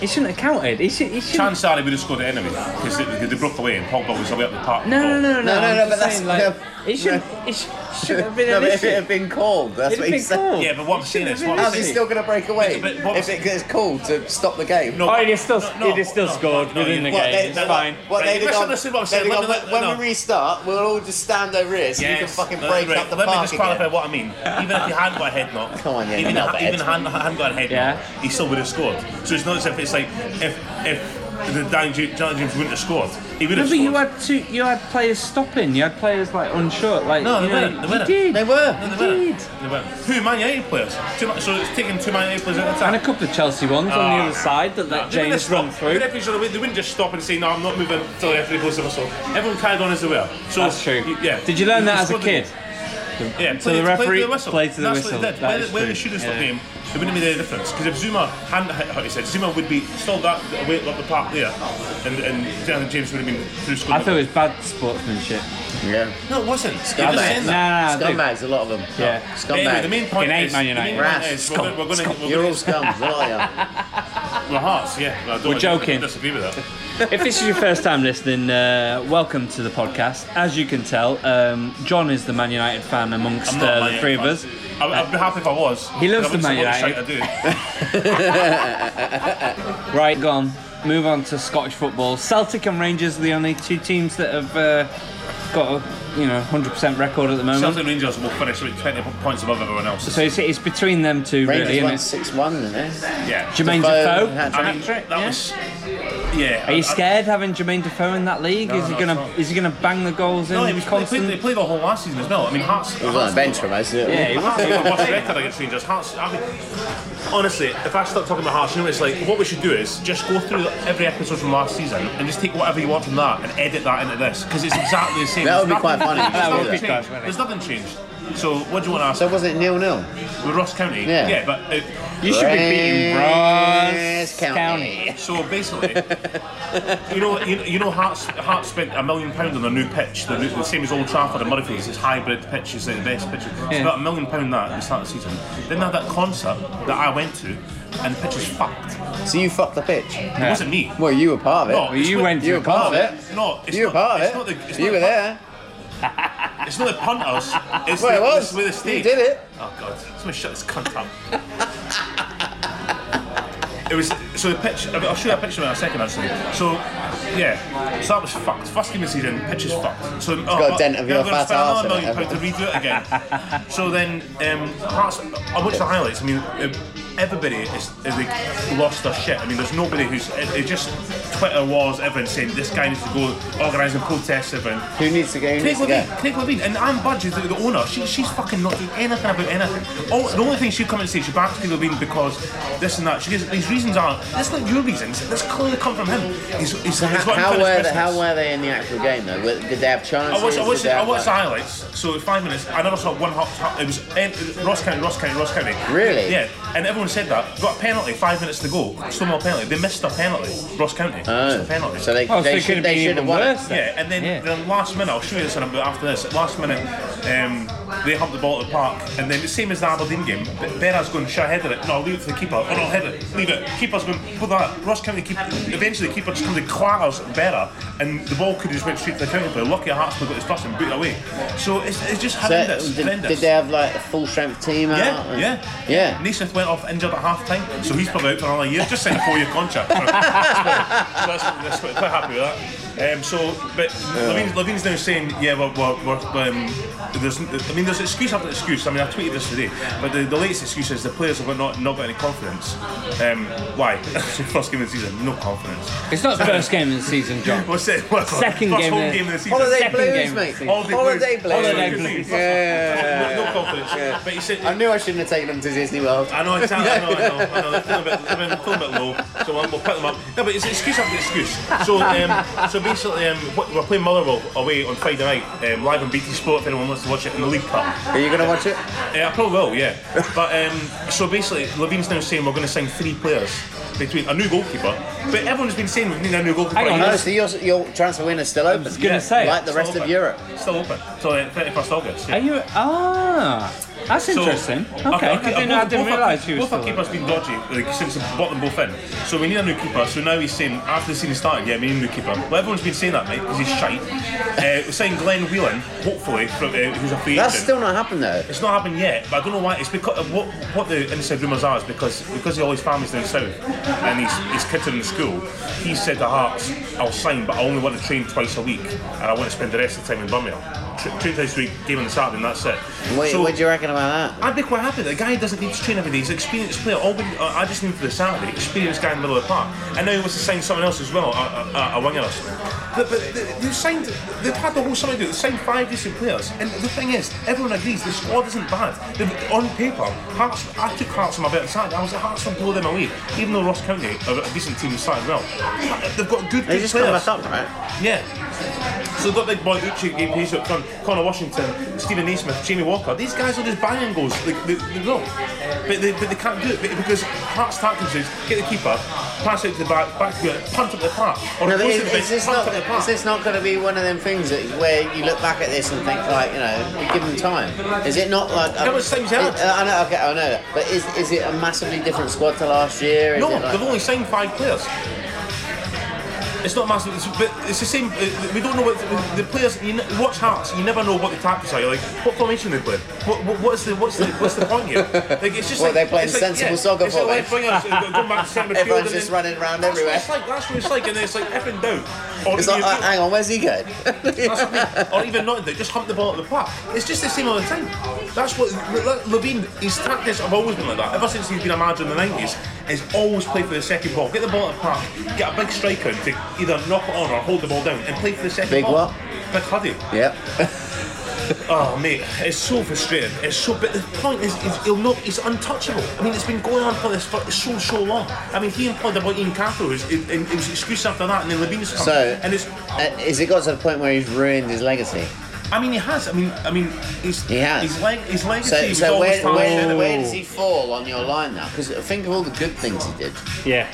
Speaker 2: it shouldn't have counted. It should, it shouldn't.
Speaker 3: Chance would have scored it anyway because they, they broke away and Pogba was away up the park.
Speaker 2: No, no, no, no,
Speaker 1: No, no,
Speaker 2: I'm
Speaker 1: no,
Speaker 2: just
Speaker 1: but that's-
Speaker 2: saying,
Speaker 1: no,
Speaker 2: like, it shouldn't. It sh- shouldn't have been
Speaker 1: no,
Speaker 2: an
Speaker 1: but if
Speaker 2: issue.
Speaker 1: it had been called, that's
Speaker 2: It'd
Speaker 1: what
Speaker 2: have
Speaker 1: he
Speaker 2: been
Speaker 1: said.
Speaker 2: called.
Speaker 3: Yeah, but what I'm
Speaker 2: It
Speaker 3: saying
Speaker 2: shouldn't
Speaker 3: is,
Speaker 2: have
Speaker 3: what
Speaker 2: been
Speaker 3: I'm
Speaker 1: How's
Speaker 2: an
Speaker 1: he
Speaker 3: saying-
Speaker 2: issue.
Speaker 1: still going to break away
Speaker 3: But what-
Speaker 1: if it gets called to stop the game?
Speaker 3: No,
Speaker 2: Oh, it is still,
Speaker 3: No, no,
Speaker 2: it is still
Speaker 3: no,
Speaker 2: scored
Speaker 3: no,
Speaker 2: within
Speaker 3: you-
Speaker 2: the
Speaker 1: What,
Speaker 2: game.
Speaker 1: they-
Speaker 2: it's
Speaker 1: they-
Speaker 2: fine.
Speaker 1: What
Speaker 3: Right,
Speaker 1: they did
Speaker 3: listen,
Speaker 1: on,
Speaker 3: this is what I'm
Speaker 1: they
Speaker 3: saying.
Speaker 1: did
Speaker 3: Let
Speaker 1: on,
Speaker 3: me- let-
Speaker 1: when
Speaker 3: no.
Speaker 1: we restart, we'll all just stand over here so you can
Speaker 3: Yes.
Speaker 1: fucking
Speaker 3: Let-
Speaker 1: break
Speaker 3: right,
Speaker 1: up the
Speaker 3: Let me
Speaker 1: park
Speaker 3: just clarify
Speaker 1: again.
Speaker 3: what I mean. Even if he hadn't got a head knock,
Speaker 1: Come on, yeah,
Speaker 3: even
Speaker 1: no,
Speaker 3: if,
Speaker 1: but
Speaker 3: even
Speaker 1: it's-
Speaker 3: if hadn't, hadn't got a head
Speaker 2: Yeah.
Speaker 3: knock, he still would have scored. So it's not as if it's like if if the Dan Ju- John James wouldn't have scored, he would
Speaker 2: No,
Speaker 3: have
Speaker 2: but
Speaker 3: scored.
Speaker 2: you had two. You had players stopping. You had players like unsure. Like
Speaker 3: No, they
Speaker 2: you know,
Speaker 3: weren't, they
Speaker 2: you
Speaker 3: weren't.
Speaker 2: did.
Speaker 1: They
Speaker 3: No,
Speaker 1: were.
Speaker 3: they
Speaker 2: He
Speaker 3: weren't.
Speaker 2: did.
Speaker 3: They weren't. Two Man United players. Two, Ma- so it's taking two Man United players at a time.
Speaker 2: And a couple of Chelsea ones on the other side that let
Speaker 3: Ah. They wouldn't
Speaker 2: James
Speaker 3: have
Speaker 2: run
Speaker 3: stopped.
Speaker 2: through.
Speaker 3: Even if he's on the way, they wouldn't just stop and say, "No, I'm not moving till the referee blows the whistle." Everyone carried on as they were. So
Speaker 2: That's true.
Speaker 3: y- Yeah.
Speaker 2: Did you learn that as a
Speaker 3: scored the-
Speaker 2: kid?
Speaker 3: Yeah,
Speaker 2: So the referee played to the
Speaker 3: That's
Speaker 2: whistle.
Speaker 3: What they
Speaker 2: That
Speaker 3: did. Where-
Speaker 2: is
Speaker 3: where
Speaker 2: true.
Speaker 3: they should have stopped
Speaker 2: Yeah.
Speaker 3: him, it wouldn't have made any difference. Because if Zuma hadn't hit how he said, Zuma would be still that away up the park there, and and Jalen James would have been through scoring.
Speaker 2: I thought it was bad sportsmanship.
Speaker 1: Yeah.
Speaker 3: no, it wasn't. You're just
Speaker 1: Scumbags.
Speaker 3: saying that.
Speaker 2: Nah, nah, nah,
Speaker 1: Scumbags, a lot of them.
Speaker 2: Yeah.
Speaker 3: But Anyway, the
Speaker 1: Scumbags.
Speaker 3: main point
Speaker 2: It ain't
Speaker 3: is,
Speaker 2: Man
Speaker 3: the main
Speaker 2: United.
Speaker 3: point is we're,
Speaker 2: Rass,
Speaker 3: gonna- we're going to
Speaker 1: You're all scums, aren't you?
Speaker 3: we're hearts. Yeah, Well, I don't-
Speaker 2: We're
Speaker 3: I don't
Speaker 2: joking.
Speaker 3: Disagree with that.
Speaker 2: If this is your first time listening, uh, welcome to the podcast. As you can tell, um, John is the Man United fan amongst
Speaker 3: I'm not a
Speaker 2: uh,
Speaker 3: Man
Speaker 2: the three of us.
Speaker 3: United fan. I, I'd be happy if I was.
Speaker 2: He loves
Speaker 3: But I
Speaker 2: the Man
Speaker 3: wouldn't say what
Speaker 2: United.
Speaker 3: shite I do.
Speaker 2: Right, gone. Move on to Scottish football. Celtic and Rangers are the only two teams that have uh, got a you know 100% record at the moment.
Speaker 3: Celtic Rangers will finish with 20 points above everyone else.
Speaker 2: So it's, it's between them two, really,
Speaker 1: Rangers
Speaker 2: isn't
Speaker 1: won
Speaker 2: it?
Speaker 1: 6 1, didn't they?
Speaker 3: Yeah.
Speaker 2: Jermaine
Speaker 1: Defoe,
Speaker 2: Defoe.
Speaker 1: hat-trick.
Speaker 3: I mean, that
Speaker 2: yeah?
Speaker 3: was. Yeah.
Speaker 2: Are you
Speaker 3: I- I-
Speaker 2: scared having Jermaine Defoe in that league?
Speaker 3: No,
Speaker 2: is he
Speaker 3: no,
Speaker 2: gonna
Speaker 3: it's not.
Speaker 2: is he gonna bang the goals in
Speaker 3: No, he was they played,
Speaker 2: constant?
Speaker 3: they played the whole last season as well. I mean, Hearts.
Speaker 1: He was on the bench for most of it.
Speaker 2: Yeah, he was.
Speaker 3: Hearts have the worst record against Rangers. Hearts. I mean, honestly, if I start talking about Hearts, you know, it's like what we should do is just go through every episode from last season and just take whatever you want from that and edit that into this because it's exactly the same.
Speaker 1: That would
Speaker 3: There's
Speaker 1: be quite
Speaker 3: nothing-
Speaker 1: funny if you
Speaker 3: There's
Speaker 1: do that.
Speaker 2: That'd
Speaker 3: nothing
Speaker 2: be quite
Speaker 3: changed.
Speaker 2: funny.
Speaker 3: There's nothing changed. So what do you want to ask?
Speaker 1: So was it nil nil?
Speaker 3: With Ross County.
Speaker 1: Yeah.
Speaker 3: but. uh, It,
Speaker 2: you should be beating
Speaker 1: Ross
Speaker 2: Ross
Speaker 1: County.
Speaker 2: County.
Speaker 3: So basically, you know, you, you know, Hearts, Hearts spent a million pound on a new pitch, the, new, the same as Old Trafford and Murrayfields. It's hybrid pitch, it's like the best pitch. It's
Speaker 2: Yeah.
Speaker 3: about a million pound that at the start of the season. Then they had that concert that I went to, and the pitch was fucked.
Speaker 1: So you fucked the pitch?
Speaker 3: It wasn't me.
Speaker 1: Well, you were part of it.
Speaker 3: No, it's
Speaker 2: you
Speaker 3: what-
Speaker 2: went to
Speaker 1: you were
Speaker 2: a
Speaker 1: part of
Speaker 2: concert.
Speaker 1: it.
Speaker 3: No, it's
Speaker 1: you were
Speaker 3: not-
Speaker 1: part of
Speaker 3: it's
Speaker 1: it.
Speaker 3: not the- it's
Speaker 1: you
Speaker 3: not
Speaker 1: were
Speaker 3: the-
Speaker 1: there.
Speaker 3: It's not the punters. It's
Speaker 1: Well,
Speaker 3: the,
Speaker 1: it was.
Speaker 3: It's with the
Speaker 1: You
Speaker 3: state.
Speaker 1: did it.
Speaker 3: Oh god! Somebody shut this cunt up. It was so the pitch. I'll show you a picture in a second actually. So yeah, so that was fucked. First game of the season, pitch is fucked. So oh, it's
Speaker 1: got a dent of your fat arse
Speaker 3: another
Speaker 1: in it,
Speaker 3: million pound to
Speaker 1: haven't
Speaker 3: redo it again. so then um, Hearts. I watched the highlights. I mean, um, everybody is, is like, lost their shit. I mean, there's nobody who's. It, it just Twitter wars. Everyone saying this guy needs to go organising protests. Everyone.
Speaker 1: Who needs to go? Who
Speaker 3: Craig
Speaker 1: needs to
Speaker 3: Levine,
Speaker 1: go?
Speaker 3: Craig Levine, and Anne Budge is the, the owner. She, she's fucking not doing anything about anything. All, the only thing she come and say she backs Craig Levine because this and that. She gives these reasons aren't. That's not your reasons. That's clearly come from him. He's, he's,
Speaker 1: So
Speaker 3: he's
Speaker 1: how,
Speaker 3: got
Speaker 1: how
Speaker 3: unfinished
Speaker 1: were they,
Speaker 3: business.
Speaker 1: how were they in the actual game though? Were- Did they have chances?
Speaker 3: I watched, I watched,
Speaker 1: Did they
Speaker 3: I
Speaker 1: have,
Speaker 3: watched the
Speaker 1: like-
Speaker 3: highlights. So five minutes. I never saw one hot. hot it was en- Ross County, Ross County, Ross County.
Speaker 1: Really?
Speaker 3: Yeah. And everyone said that. Got a penalty. Five minutes to go. Stonewall penalty. They missed their penalty. Ross County. missed their
Speaker 1: Oh,
Speaker 3: penalty.
Speaker 1: so they,
Speaker 2: Oh, so
Speaker 1: they
Speaker 2: it could
Speaker 1: should
Speaker 2: have
Speaker 1: they should
Speaker 2: been
Speaker 1: have
Speaker 2: even
Speaker 1: won.
Speaker 2: worse.
Speaker 1: It.
Speaker 2: then.
Speaker 3: Yeah, and then
Speaker 2: Yeah.
Speaker 3: then last minute, I'll show you this in a bit after this. Last minute, um, they hump the ball at the park, and then the same as the Aberdeen game, Be- Berra's going, shall I header it? No, I'll leave it for the keeper. Oh, no, head it. Leave it. Keeper's going, put that. Ross County keep. Eventually, the keeper just comes and clatters Berra, and the ball could have just went straight to the counter player. Lucky Hartlepool got his touch and boot it away. So it's, it's just
Speaker 1: So
Speaker 3: horrendous.
Speaker 1: did,
Speaker 3: horrendous.
Speaker 1: did they have like a full strength team out?
Speaker 3: yeah,
Speaker 1: and-
Speaker 3: yeah,
Speaker 1: yeah.
Speaker 3: Naismith went off injured at half time, so he's probably out for another year. Just signed a four-year contract. so that's, that's quite, quite happy with that. Um, so, but Levine's, Levine's now saying, yeah, we're, we're, we're um, there's, I mean, there's excuse after excuse. I mean, I tweeted this today, but the, the latest excuse is the players have not not got any confidence. Um, why? First game of the season, no confidence.
Speaker 2: It's not first game of the season, John.
Speaker 3: What's it? What's
Speaker 2: Second
Speaker 3: first
Speaker 2: game
Speaker 3: home
Speaker 2: of-
Speaker 3: game of the season.
Speaker 1: Holiday
Speaker 2: Second game
Speaker 1: blues,
Speaker 2: of
Speaker 1: mate.
Speaker 2: the season.
Speaker 3: Holiday
Speaker 1: Holiday
Speaker 3: blues.
Speaker 1: blues.
Speaker 2: Holiday blues.
Speaker 1: Yeah.
Speaker 3: No confidence. But he said,
Speaker 1: I knew I shouldn't have taken them to Disney World.
Speaker 3: I know, exactly. I know, I know, I know. They're feeling a bit, they're feeling- feeling a bit low, so we'll, we'll pick them up. No, but it's excuse after excuse. So, um, so basically, um, what- we're playing Motherwell away on Friday night, um, live on BT Sport if anyone wants to watch it in the League Cup.
Speaker 1: Are you gonna watch it?
Speaker 3: Yeah, I probably will, yeah. But um, so basically, Levine's now saying we're going to sign three players between a new goalkeeper. But everyone's been saying we need a new goalkeeper.
Speaker 2: Hang on,
Speaker 3: Yeah,
Speaker 1: No, so your, your transfer window's still open.
Speaker 2: was gonna say.
Speaker 1: like the
Speaker 3: still
Speaker 1: rest of
Speaker 3: open.
Speaker 1: Europe.
Speaker 3: Still open till uh, 31st August. yeah.
Speaker 2: Are you? Ah, that's
Speaker 3: So-
Speaker 2: interesting. Okay, I didn't, I didn't
Speaker 3: both- both our-
Speaker 2: realise you were
Speaker 3: Both our
Speaker 2: still.
Speaker 3: keepers been dodgy like, since we bought them both in. So we need a new keeper. So now he's saying after the season started, yeah, we need a new keeper. Well, everyone's been saying that, mate, because he's shite. Uh, we signed Glenn Whelan, hopefully, from, uh, who's a free
Speaker 1: That's
Speaker 3: agent.
Speaker 1: still not happened though.
Speaker 3: It's not happened yet, but I don't know why. It's because of what what the inside rumours are is because because all his family's down south and he's his kids are in school. He said to Hearts, "I'll sign, but I only want to train twice a week, and I want to spend the rest of the time in Birmingham. Tra- train twice a week, game on the Saturday, and that's it."
Speaker 1: Wait,
Speaker 3: So-
Speaker 1: what do you reckon about that?
Speaker 3: I'd be quite happy. The guy doesn't need to train every day. He's an experienced player. All we, I I just need him for the Saturday. Experienced guy in the middle of the park. And now he wants to sign someone else as well, a, a, a winger or something. But, but they- they've signed. They've had the whole summer to do. it. They've signed five decent players. And the thing is, everyone agrees the squad isn't bad. They've, on paper, Hearts. I took Hearts on my bet on Saturday. I was at Hearts and blow them away. Even though Ross County are a decent team, started well. They've got good,
Speaker 1: They
Speaker 3: good
Speaker 1: just got
Speaker 3: players.
Speaker 1: back up, right?
Speaker 3: Yeah. So we've got big boy Uchi, Gabe Hayes up front, Connor Washington, Stephen Naismith, Jamie Walker. These guys are just banging goals. They, they, they will. But they, but they can't do it be- because Hart's tactics is get the keeper, pass it to the back, back to it, punt up the park. Or
Speaker 1: No,
Speaker 3: no,
Speaker 1: but
Speaker 3: close
Speaker 1: is,
Speaker 3: to the bench,
Speaker 1: is this
Speaker 3: punt
Speaker 1: not
Speaker 3: up the park.
Speaker 1: is this not going to be one of them things that where you look back at this and think like you know we give them time? Is it not like
Speaker 3: How much time's out?
Speaker 1: Is- I know, okay, I know, that. but is is it a massively different squad to last year? Is
Speaker 3: No,
Speaker 1: it like-
Speaker 3: they've only signed five players. It's not massive, it's, but it's the same. uh, We don't know what the, the players. You n- watch Hearts, you never know what the tactics are. You're like, what formation they play? What, what, what's the what's the what's the point here? Like, it's just
Speaker 1: Well,
Speaker 3: like,
Speaker 1: they're playing
Speaker 3: it's like,
Speaker 1: sensible
Speaker 3: yeah,
Speaker 1: soccer
Speaker 3: it's like
Speaker 1: formation.
Speaker 3: bringing us- uh, going back to centre midfield
Speaker 1: Everyone's
Speaker 3: and
Speaker 1: just
Speaker 3: then-
Speaker 1: running around
Speaker 3: That's what
Speaker 1: everywhere.
Speaker 3: It's like that's what it's like, and then it's like effing down. Or
Speaker 1: It's
Speaker 3: even-
Speaker 1: like, like, hang on, where's he going?
Speaker 3: that's the thing. Or even not that, just hump the ball at the park. It's just the same all the time. That's what Le- Levine, his tactics have always been like that. Ever since he's been a manager in the 90s, is always play for the second ball. Get the ball at the park, get a big striker to either knock it on or hold the ball down and play for the second
Speaker 1: Big
Speaker 3: ball.
Speaker 1: what?
Speaker 3: Big Huddy.
Speaker 1: yep.
Speaker 3: Oh mate, it's so frustrating. It's so. But the point is, is he'll not. He's untouchable. I mean, it's been going on for this for so so long. I mean, he employed the boy Ian Cathro, who's it, it, it was excuse after that, and then Levine's come.
Speaker 1: So,
Speaker 3: and it's.
Speaker 1: uh, is it got to the point where he's ruined his legacy?
Speaker 3: I mean, he has. I mean, I mean, he's,
Speaker 1: He has.
Speaker 3: His, leg, his legacy
Speaker 1: So,
Speaker 3: was
Speaker 1: so
Speaker 3: always
Speaker 1: where,
Speaker 3: tarnished
Speaker 1: where,
Speaker 3: anyway.
Speaker 1: where does he fall on your line now? Because think of all the good things he did.
Speaker 2: Yeah.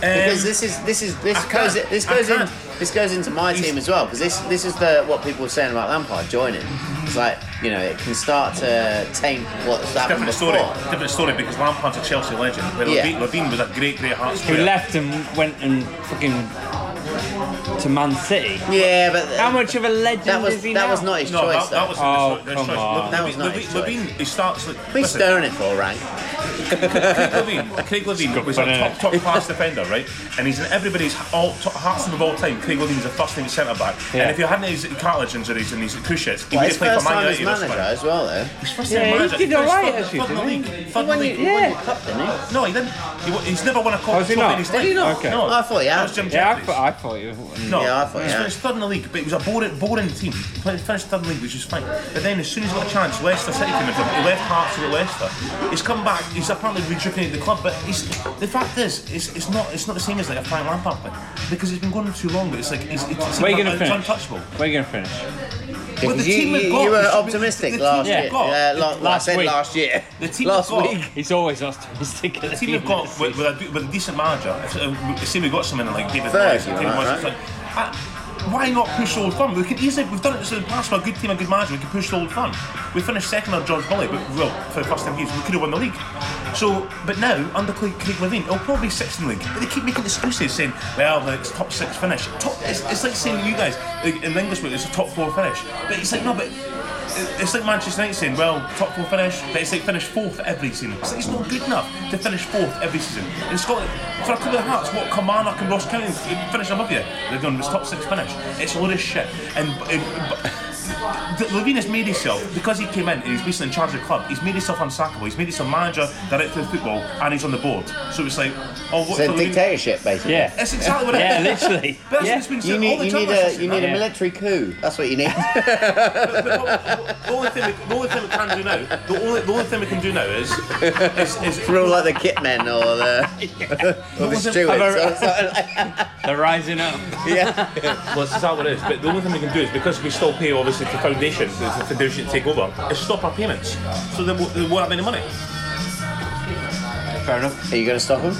Speaker 1: Because
Speaker 3: Um,
Speaker 1: this is this is this
Speaker 3: I
Speaker 1: goes
Speaker 3: can't.
Speaker 1: this
Speaker 3: I
Speaker 1: goes in
Speaker 3: can't.
Speaker 1: this goes into my
Speaker 3: He's-
Speaker 1: team as well because this this is the what people were saying about Lampard joining. It's like you know it can start to taint what's happened
Speaker 3: Different
Speaker 1: before.
Speaker 3: story. Different story because Lampard's a Chelsea legend. Where
Speaker 1: Yeah.
Speaker 3: Levine, Levine was a great, great Hearts
Speaker 2: Who
Speaker 3: player.
Speaker 2: left and went and fucking to Man City?
Speaker 1: Yeah, but
Speaker 2: How much of a legend
Speaker 1: that was
Speaker 2: is he
Speaker 1: that
Speaker 2: now?
Speaker 1: was not his
Speaker 3: No,
Speaker 1: choice.
Speaker 3: that, that
Speaker 1: though.
Speaker 3: was
Speaker 2: Oh,
Speaker 3: his choice.
Speaker 2: come on.
Speaker 1: That was not his
Speaker 3: Levine, he starts like.
Speaker 1: Please
Speaker 3: listen,
Speaker 1: stirring it for rank.
Speaker 3: Craig Levine, Craig Levine was a top, top class defender, right? And he's in everybody's all, top, hearts of all time. Craig Levine's the first name centre back.
Speaker 2: Yeah.
Speaker 3: And if you hadn't had his cartilage injuries and these cruciates, he
Speaker 1: Well,
Speaker 3: would
Speaker 1: his
Speaker 3: have played
Speaker 1: first
Speaker 3: for Man
Speaker 1: time as
Speaker 3: United. or
Speaker 1: manager
Speaker 3: something.
Speaker 1: as well, though.
Speaker 3: His first
Speaker 2: Yeah,
Speaker 3: time
Speaker 2: he
Speaker 3: manager.
Speaker 2: did all
Speaker 3: finished
Speaker 2: right,
Speaker 3: third-
Speaker 2: actually,
Speaker 3: third in the
Speaker 2: didn't he?
Speaker 3: league.
Speaker 1: He
Speaker 3: Third in
Speaker 1: won,
Speaker 3: the
Speaker 1: you,
Speaker 3: league.
Speaker 1: he won your cup, didn't he?
Speaker 3: No, he didn't. He, wa- he's never won a cup.
Speaker 2: Oh, has he
Speaker 3: until
Speaker 2: not?
Speaker 3: He's
Speaker 2: Did
Speaker 1: he
Speaker 3: dead.
Speaker 1: not?
Speaker 2: Okay.
Speaker 3: No,
Speaker 1: I thought he
Speaker 3: that
Speaker 1: had.
Speaker 3: was Jim
Speaker 2: Yeah, I
Speaker 3: Jeffries.
Speaker 2: thought, I thought you.
Speaker 3: No,
Speaker 1: Yeah, I thought,
Speaker 3: he's
Speaker 1: yeah.
Speaker 3: finished third in the league, but it was a boring, boring team. He played- finished third in the league, which is fine. But then as soon as he got a chance, Leicester City came in for him. He left Hearts to Leicester. He's come back. He's apparently rejuvenated the club, but he's, the fact is, it's, it's not it's not the same as like a Frank Lampard thing because he's been going too long. But it's like he's, it's, it's,
Speaker 2: Where are you going
Speaker 3: un-
Speaker 2: to
Speaker 3: it's
Speaker 2: finish?
Speaker 3: untouchable.
Speaker 2: Where are you going to finish?
Speaker 3: But
Speaker 1: you,
Speaker 3: the team we've
Speaker 1: you-
Speaker 3: got-
Speaker 1: you were
Speaker 3: the team-
Speaker 1: optimistic
Speaker 3: the team
Speaker 1: last
Speaker 3: we've
Speaker 1: year.
Speaker 3: got-
Speaker 1: Yeah, la- I
Speaker 2: last
Speaker 1: said
Speaker 2: week.
Speaker 1: last year.
Speaker 3: The team
Speaker 1: last
Speaker 3: we've got-
Speaker 1: week.
Speaker 2: He's always optimistic. at
Speaker 3: The
Speaker 2: the
Speaker 3: team
Speaker 2: end
Speaker 3: we've
Speaker 2: of
Speaker 3: got
Speaker 2: the
Speaker 3: with,
Speaker 2: season.
Speaker 3: with, a, with a decent manager. If, uh, say we've got someone like David
Speaker 1: Third,
Speaker 3: Moyes.
Speaker 1: you
Speaker 3: David
Speaker 1: know,
Speaker 3: Moyes
Speaker 1: right?
Speaker 3: it's like, uh, why not push old fun? We can easily we've done it in the past with a good team, a good manager. We can push old fun. We finished second under George Molly, but well, for the first time years, we could have won the league. So, but now under Craig, Craig Levine, it'll probably be sixth in the league. But they keep making excuses, saying, "Well, like, it's top six finish." Top, it's, it's like saying to you guys like, in the English way, it's a top four finish. But it's like no, but. it- It's like Manchester United saying, well, top four finish, but it's like finish fourth every season. It's, like, it's not good enough to finish fourth every season. In Scotland, for a club of hearts, what Kilmarnock and Ross County finish above you? They're going, it's top six finish. It's a load of shit. And, and but Levine has made himself, because he came in and he's basically in charge of the club, he's made himself unsackable. He's made himself manager, director of football, and he's on the board. So it's like, oh, what
Speaker 1: It's a
Speaker 3: Levine-
Speaker 1: dictatorship, basically.
Speaker 2: Yeah.
Speaker 3: That's exactly what it
Speaker 2: Yeah,
Speaker 3: is.
Speaker 2: literally.
Speaker 3: But that's
Speaker 2: Yeah.
Speaker 3: what's been said
Speaker 1: You
Speaker 3: all
Speaker 1: need,
Speaker 3: the
Speaker 1: you
Speaker 3: time
Speaker 1: need
Speaker 3: on
Speaker 1: a
Speaker 3: social
Speaker 1: you
Speaker 3: media.
Speaker 1: need a
Speaker 2: Yeah.
Speaker 1: military coup. That's what you need.
Speaker 3: the only thing we, the only thing we can do now, the only, the only thing we can do now is, is, is
Speaker 1: Rule like the kitmen or the or the stewards. or something like-
Speaker 2: They're rising up.
Speaker 1: yeah.
Speaker 3: well, it's how it is. But the only thing we can do is because we still pay obviously to foundation, the the foundation take over, is stop our payments, so they won't, they won't have any money.
Speaker 2: Fair enough.
Speaker 1: Are you going to stop them?